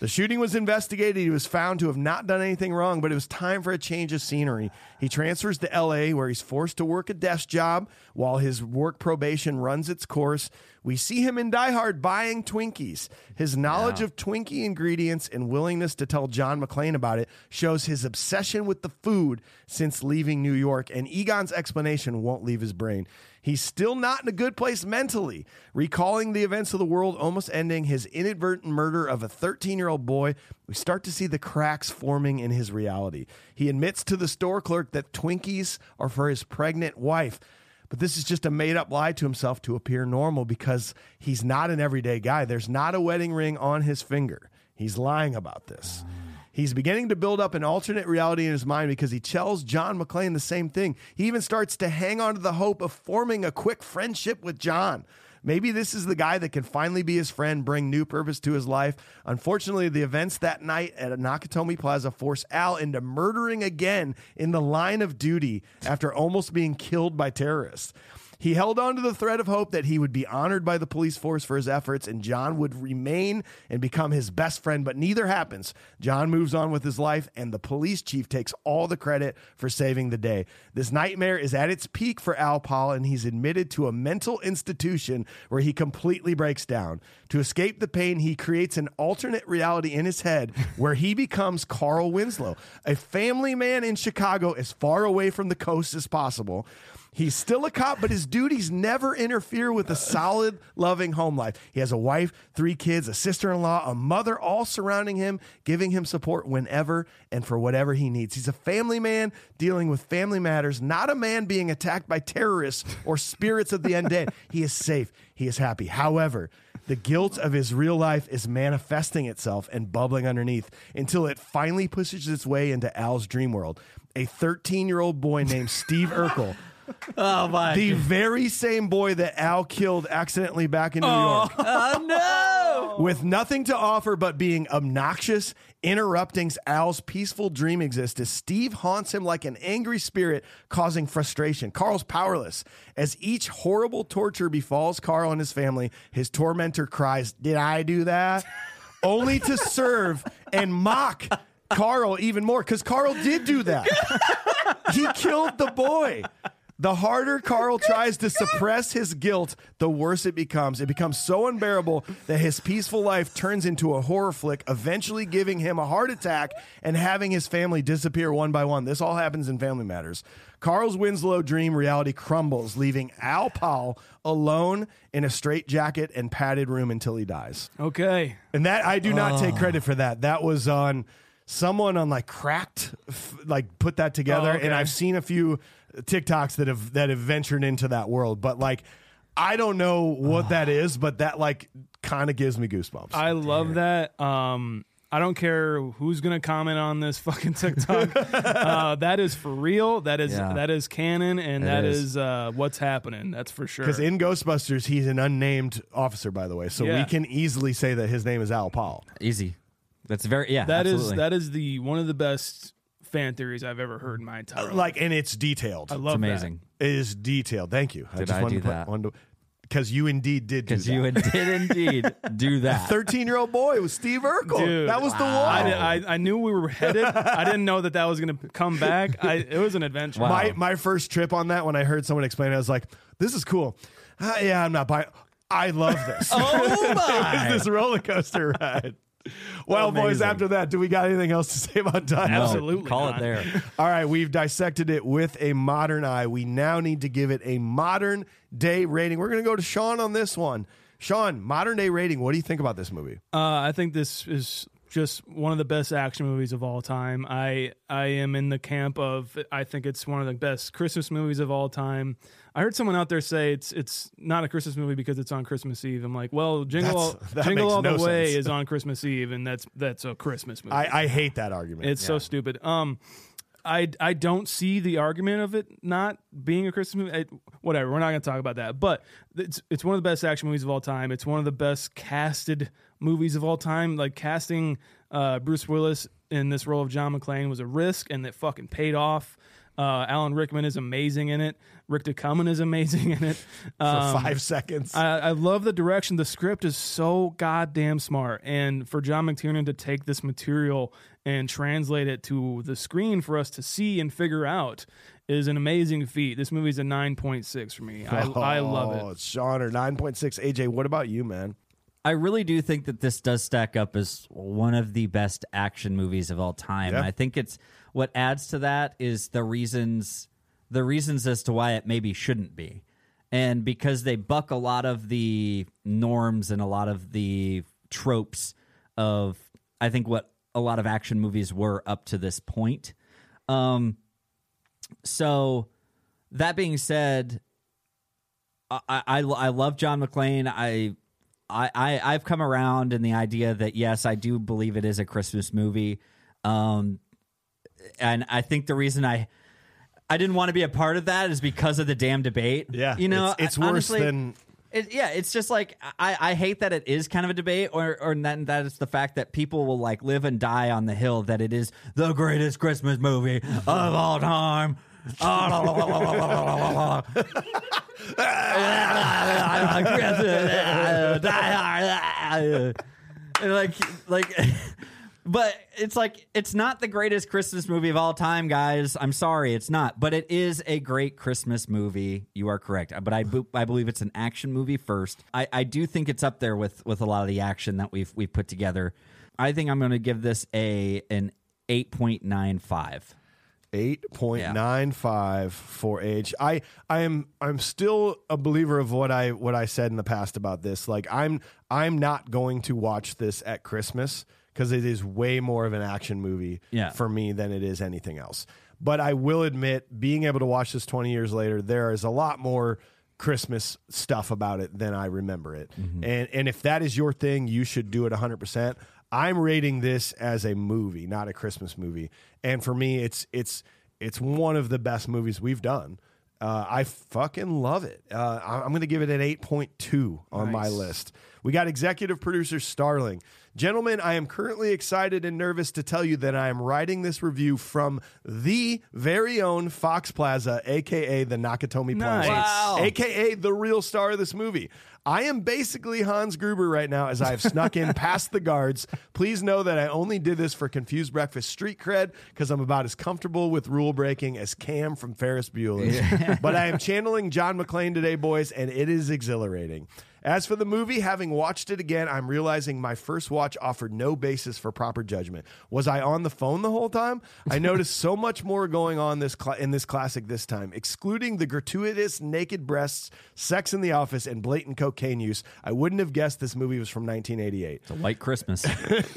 The shooting was investigated. He was found to have not done anything wrong, but it was time for a change of scenery. He transfers to LA where he's forced to work a desk job while his work probation runs its course. We see him in Die Hard buying Twinkies. His knowledge of Twinkie ingredients and willingness to tell John McClane about it shows his obsession with the food since leaving New York, and Egon's explanation won't leave his brain. He's still not in a good place mentally, recalling the events of the world almost ending his inadvertent murder of a 13 year old boy. We start to see the cracks forming in his reality. He admits to the store clerk that Twinkies are for his pregnant wife. But this is just a made up lie to himself to appear normal because he's not an everyday guy. There's not a wedding ring on his finger. He's lying about this. He's beginning to build up an alternate reality in his mind because he tells John McClane the same thing. He even starts to hang on to the hope of forming a quick friendship with John. Maybe this is the guy that can finally be his friend, bring new purpose to his life. Unfortunately, the events that night at Nakatomi Plaza force Al into murdering again in the line of duty after almost being killed by terrorists. He held on to the thread of hope that he would be honored by the police force for his efforts and John would remain and become his best friend, but neither happens. John moves on with his life, and the police chief takes all the credit for saving the day. This nightmare is at its peak for Al Paul, and he's admitted to a mental institution where he completely breaks down. To escape the pain, he creates an alternate reality in his head where he becomes Carl Winslow, a family man in Chicago as far away from the coast as possible. He's still a cop, but his duties never interfere with a solid, loving home life. He has a wife, three kids, a sister in law, a mother, all surrounding him, giving him support whenever and for whatever he needs. He's a family man dealing with family matters, not a man being attacked by terrorists or spirits of the undead. He is safe. He is happy. However, the guilt of his real life is manifesting itself and bubbling underneath until it finally pushes its way into Al's dream world. A 13 year old boy named Steve Urkel Oh my! the very same boy that Al killed accidentally back in New York. oh no! With nothing to offer but being obnoxious, interrupting Al's peaceful dream existence, Steve haunts him like an angry spirit, causing frustration. Carl's powerless. As each horrible torture befalls Carl and his family, his tormentor cries, Did I do that? Only to serve and mock Carl even more, because Carl did do that. he killed the boy. The harder Carl tries to suppress his guilt, the worse it becomes. It becomes so unbearable that his peaceful life turns into a horror flick, eventually giving him a heart attack and having his family disappear one by one. This all happens in Family Matters. Carl's Winslow dream reality crumbles, leaving Al Powell alone in a straitjacket and padded room until he dies. Okay. And that I do not Oh. take credit for that. That was on someone on like Cracked, f- like put that together. Oh, okay. And I've seen a few TikToks that have that have ventured into that world, but like I don't know what that is, but that like kind of gives me goosebumps. I love that. Um, I don't care who's gonna comment on this fucking TikTok. uh, that is for real. That is Yeah. that is canon, and It that is. is, uh, what's happening. That's for sure. because in Ghostbusters, he's an unnamed officer, by the way, so Yeah. we can easily say that his name is Al Paul. Easy. That's very yeah. That is absolutely. that is the one of the best fan theories I've ever heard in my entire life. Like, and it's detailed. I It love that. amazing. is detailed. Thank you. I Did just I wanted do to put, that? Because you indeed did. do Because that. you did indeed do that. 13 year old boy was Steve Urkel. Dude, that was I, the did, one. I I knew we were headed. I didn't know that that was gonna come back. I, it was an adventure. Wow. My, my first trip on that, when I heard someone explain it, I was like, this is cool. Uh, yeah, I'm not buying. I love this. oh It was this roller coaster ride. Well, boys, Amazing. after that, do we got anything else to say about time? No, Absolutely Call not. it there. All right, we've dissected it with a modern eye. We now need to give it a modern day rating. We're going to go to Sean on this one. Sean, modern day rating. What do you think about this movie? Uh, I think this is just one of the best action movies of all time. I I am in the camp of I think it's one of the best Christmas movies of all time. I heard someone out there say it's it's not a Christmas movie because it's on Christmas Eve. I'm like, well, Jingle That's- All- that Jingle makes All no the Way sense. is on Christmas Eve, and that's that's a Christmas movie. I, I hate that argument. It's so stupid. Um, I I don't see the argument of it not being a Christmas movie. I, whatever. We're not going to talk about that. But it's it's one of the best action movies of all time. It's one of the best casted movies of all time. Like casting uh, Bruce Willis in this role of John McClane was a risk, and it fucking paid off. Uh, Alan Rickman is amazing in it. Rick DeCummins is amazing in it. for Um, five seconds. I, I love the direction. The script is so goddamn smart. And for John McTiernan to take this material and translate it to the screen for us to see and figure out is an amazing feat. This movie's a 9.6 for me. I, I love Oh, it. Sean or 9.6. AJ, what about you, man? I really do think that this does stack up as one of the best action movies of all time. Yeah. I think it's what adds to that is the reasons the reasons as to why it maybe shouldn't be. And because they buck a lot of the norms and a lot of the tropes of I think what a lot of action movies were up to this point. Um so that being said, I, I, I love John McClane. I I, I I've come around in the idea that yes, I do believe it is a Christmas movie. Um, and I think the reason I I didn't want to be a part of that is because of the damn debate. Yeah, you know, it's- it's I- worse honestly, than- It, yeah, it's just like I, I hate that it is kind of a debate, or or that that is the fact that people will like live and die on the hill that it is the greatest Christmas movie of all time. Ah, Ah, Ah, And like like but it's like it's not the greatest christmas movie of all time guys i'm sorry it's not but it is a great christmas movie you are correct but i, bo- I believe it's an action movie first I, I do think it's up there with with a lot of the action that we've we've put together i think i'm going to give this a an 8.95 8.95 for age. I I am I'm still a believer of what I what I said in the past about this. Like I'm I'm not going to watch this at Christmas because it is way more of an action movie Yeah. for me than it is anything else. But I will admit being able to watch this 20 years later there is a lot more Christmas stuff about it than I remember it. And and if that is your thing, you should do it 100%. I'm rating this as a movie, not a Christmas movie. And for me, it's it's it's one of the best movies we've done. Uh, I fucking love it. Uh, I- I'm going to give it an 8.2 on my list. We got executive producer Starling. Gentlemen, I am currently excited and nervous to tell you that I am writing this review from the very own Fox Plaza, aka the Nakatomi Nice. Plaza, Wow. aka the real star of this movie. I am basically Hans Gruber right now as I have snuck in past the guards. Please know that I only did this for Confused Breakfast Street Cred because I'm about as comfortable with rule breaking as Cam from Ferris Bueller. but I am channeling John McClane today, boys, and it is exhilarating. As for the movie, having watched it again, I'm realizing my first watch offered no basis for proper judgment. Was I on the phone the whole time? I noticed so much more going on this cla in this classic this time, excluding the gratuitous naked breasts, sex in the office, and blatant cocaine use. I wouldn't have guessed this movie was from 1988 the white christmas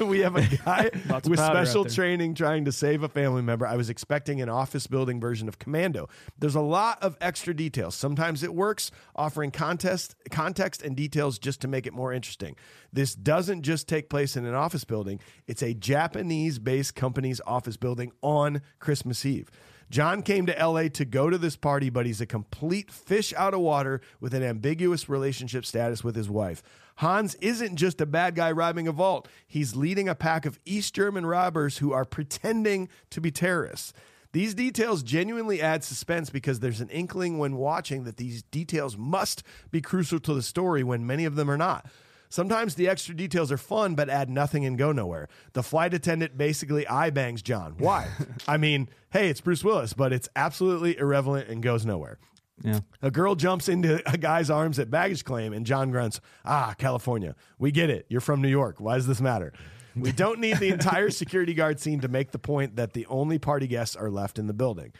we have a guy Lots of with powder out special there. training trying to save a family member. I was expecting an office building version of Commando. There's a lot of extra details. Sometimes it works, offering contest, context and details just to make it more interesting. This doesn't just take place in an office building, it's a Japanese based company's office building on Christmas Eve. John came to LA to go to this party, but he's a complete fish out of water with an ambiguous relationship status with his wife. Hans isn't just a bad guy robbing a vault, he's leading a pack of East German robbers who are pretending to be terrorists. These details genuinely add suspense because there's an inkling when watching that these details must be crucial to the story when many of them are not. Sometimes the extra details are fun but add nothing and go nowhere. The flight attendant basically eye bangs John. Why? I mean, hey, it's Bruce Willis, but it's absolutely irrelevant and goes nowhere. yeah A girl jumps into a guy's arms at baggage claim, and John grunts, Ah, California. We get it. You're from New York. Why does this matter? We don't need the entire security guard scene to make the point that the only party guests are left in the building.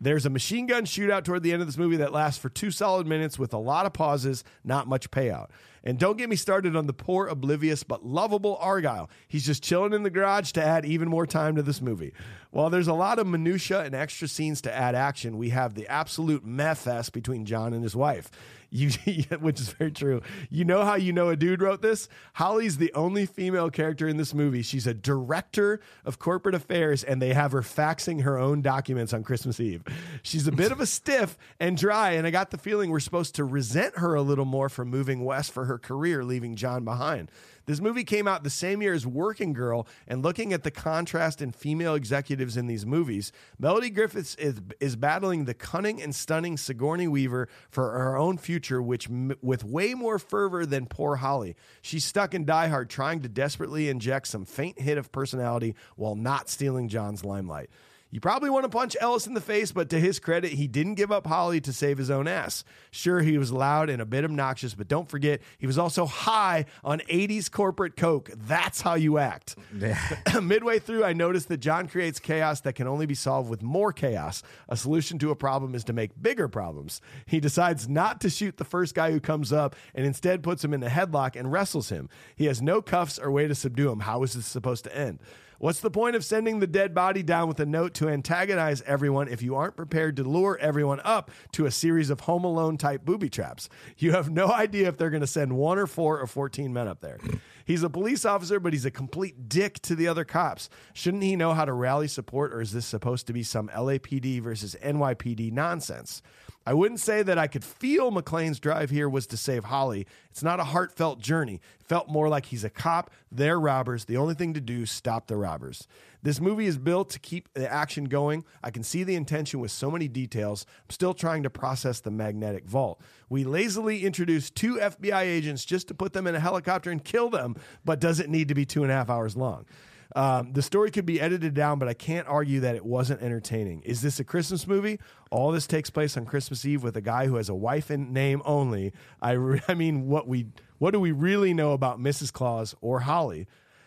There's a machine gun shootout toward the end of this movie that lasts for two solid minutes with a lot of pauses, not much payout. And don't get me started on the poor, oblivious, but lovable Argyle. He's just chilling in the garage to add even more time to this movie. While there's a lot of minutia and extra scenes to add action, we have the absolute meth fest between John and his wife. You, which is very true. You know how you know a dude wrote this? Holly's the only female character in this movie. She's a director of corporate affairs, and they have her faxing her own documents on Christmas Eve. She's a bit of a stiff and dry, and I got the feeling we're supposed to resent her a little more for moving west for her career, leaving John behind. This movie came out the same year as Working Girl, and looking at the contrast in female executives in these movies, Melody Griffiths is, is battling the cunning and stunning Sigourney Weaver for her own future, which m- with way more fervor than poor Holly. She's stuck in Die Hard, trying to desperately inject some faint hit of personality while not stealing John's limelight. You probably want to punch Ellis in the face, but to his credit, he didn't give up Holly to save his own ass. Sure, he was loud and a bit obnoxious, but don't forget, he was also high on 80s corporate coke. That's how you act. Midway through, I noticed that John creates chaos that can only be solved with more chaos. A solution to a problem is to make bigger problems. He decides not to shoot the first guy who comes up and instead puts him in a headlock and wrestles him. He has no cuffs or way to subdue him. How is this supposed to end? What's the point of sending the dead body down with a note to antagonize everyone if you aren't prepared to lure everyone up to a series of Home Alone type booby traps? You have no idea if they're going to send one or four or 14 men up there. He's a police officer, but he's a complete dick to the other cops. Shouldn't he know how to rally support, or is this supposed to be some LAPD versus NYPD nonsense? I wouldn't say that I could feel McLean's drive here was to save Holly. It's not a heartfelt journey. It felt more like he's a cop, they're robbers. The only thing to do is stop the robbers. This movie is built to keep the action going. I can see the intention with so many details. I'm still trying to process the magnetic vault. We lazily introduced two FBI agents just to put them in a helicopter and kill them, but does it need to be two and a half hours long? Um, the story could be edited down, but I can't argue that it wasn't entertaining. Is this a Christmas movie? All this takes place on Christmas Eve with a guy who has a wife in name only. I, re- I mean, what we what do we really know about Mrs. Claus or Holly?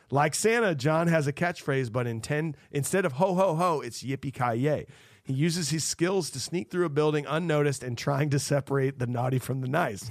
Like Santa, John has a catchphrase, but intend, instead of ho ho ho, it's yippee ki yay. He uses his skills to sneak through a building unnoticed and trying to separate the naughty from the nice.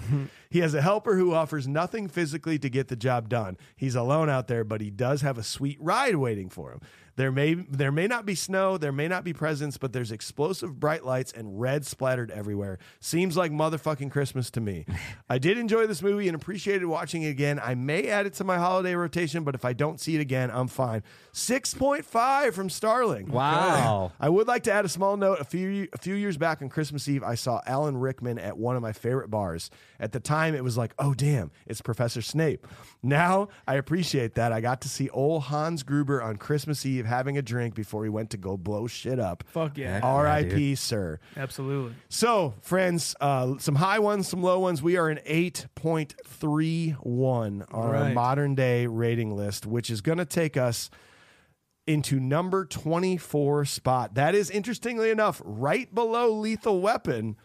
he has a helper who offers nothing physically to get the job done. He's alone out there, but he does have a sweet ride waiting for him. There may there may not be snow, there may not be presents, but there's explosive bright lights and red splattered everywhere. Seems like motherfucking Christmas to me. I did enjoy this movie and appreciated watching it again. I may add it to my holiday rotation, but if I don't see it again, I'm fine. 6.5 from Starling. Wow. I would like to add a small note. A few a few years back on Christmas Eve, I saw Alan Rickman at one of my favorite bars. At the time, it was like, oh damn, it's Professor Snape. Now I appreciate that. I got to see old Hans Gruber on Christmas Eve having a drink before he went to go blow shit up. Fuck yeah. yeah, R.I.P. Sir. Absolutely. So, friends, uh, some high ones, some low ones. We are an 8.31 on our Right. modern day rating list, which is going to take us into number 24 spot. That is, interestingly enough, right below Lethal Weapon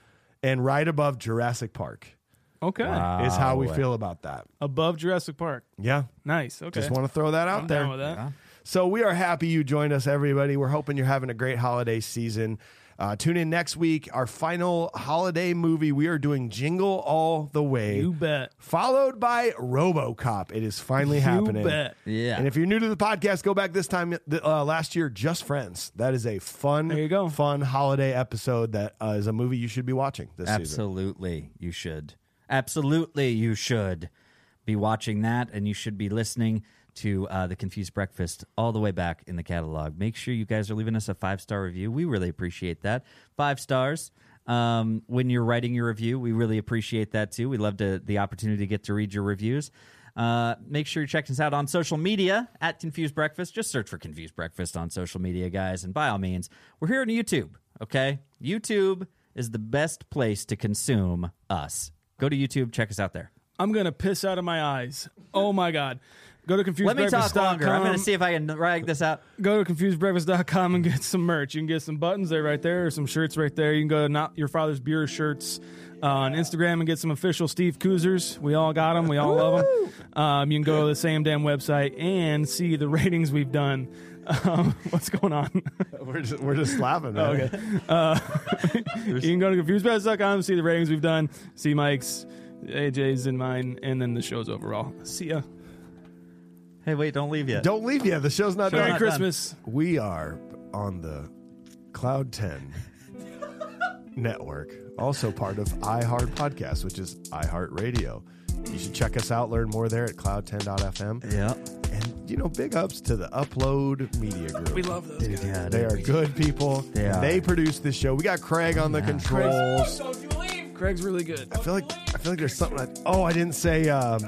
and right above Jurassic Park, Okay. is how we feel about that. Above Jurassic Park. Yeah. Nice. Okay. Just want to throw that out I'm there. down with that. So we are happy you joined us, everybody. We're hoping you're having a great holiday season. Uh, tune in next week. Our final holiday movie. We are doing Jingle All the Way. You bet. Followed by RoboCop. It is finally You happening. bet. Yeah. And if you're new to the podcast, go back this time th- uh, last year. Just Friends. That is a fun, There you go. fun holiday episode. That uh, is a movie you should be watching this season. Absolutely, you should. Absolutely, you should be watching that, and you should be listening to uh, the Confused Breakfast all the way back in the catalog. Make sure you guys are leaving us a five star review. We really appreciate that. Five stars. Um, when you're writing your review, we really appreciate that too. We love to, the opportunity to get to read your reviews. Uh, make sure you check us out on social media at Confused Breakfast. Just search for Confused Breakfast on social media, guys. And by all means, we're here on YouTube. Okay, YouTube is the best place to consume us. Go to YouTube, check us out there. I'm gonna piss out of my eyes. Oh my god. Go to confused. Let me talk longer. I'm going to see if I can drag this out. Go to confusedbreakfast.com and get some merch. You can get some buttons there, right there, or some shirts right there. You can go to Not Your Father's Beer shirts uh, on Instagram and get some official Steve Coozers. We all got them. We all love them. Um, you can go to the same damn website and see the ratings we've done. Um, what's going on? We're just, we're just laughing. Man. Okay. Uh, you can go to confusedbets.com, see the ratings we've done, see Mike's, AJ's, and mine, and then the show's overall. See ya. Hey, wait, don't leave yet. Don't leave yet. The show's not Merry done. Christmas. Christmas. We are on the Cloud 10 network, also part of iHeart Podcast, which is iHeartRadio. You should check us out, learn more there at cloud10.fm. Yeah. And, you know, big ups to the Upload Media Group. We love those guys. Yeah, They are good people. They are. They produce this show. We got Craig on the controls. Don't you believe? Craig's really good. I feel like I feel like there's something. I, oh, I didn't say um,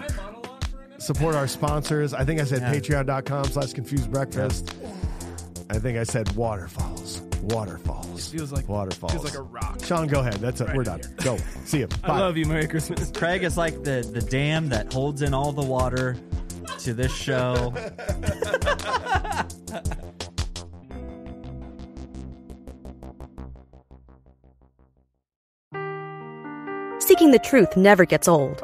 support our sponsors. I think I said patreon.com slash confused breakfast. I think I said waterfalls. Waterfalls. feels like- waterfalls. feels like a rock. Sean, go ahead. That's it. We're done. Go. See you. Bye. I love you. Merry Christmas. Craig is like the, the dam that holds in all the water to this show. Seeking the truth never gets old.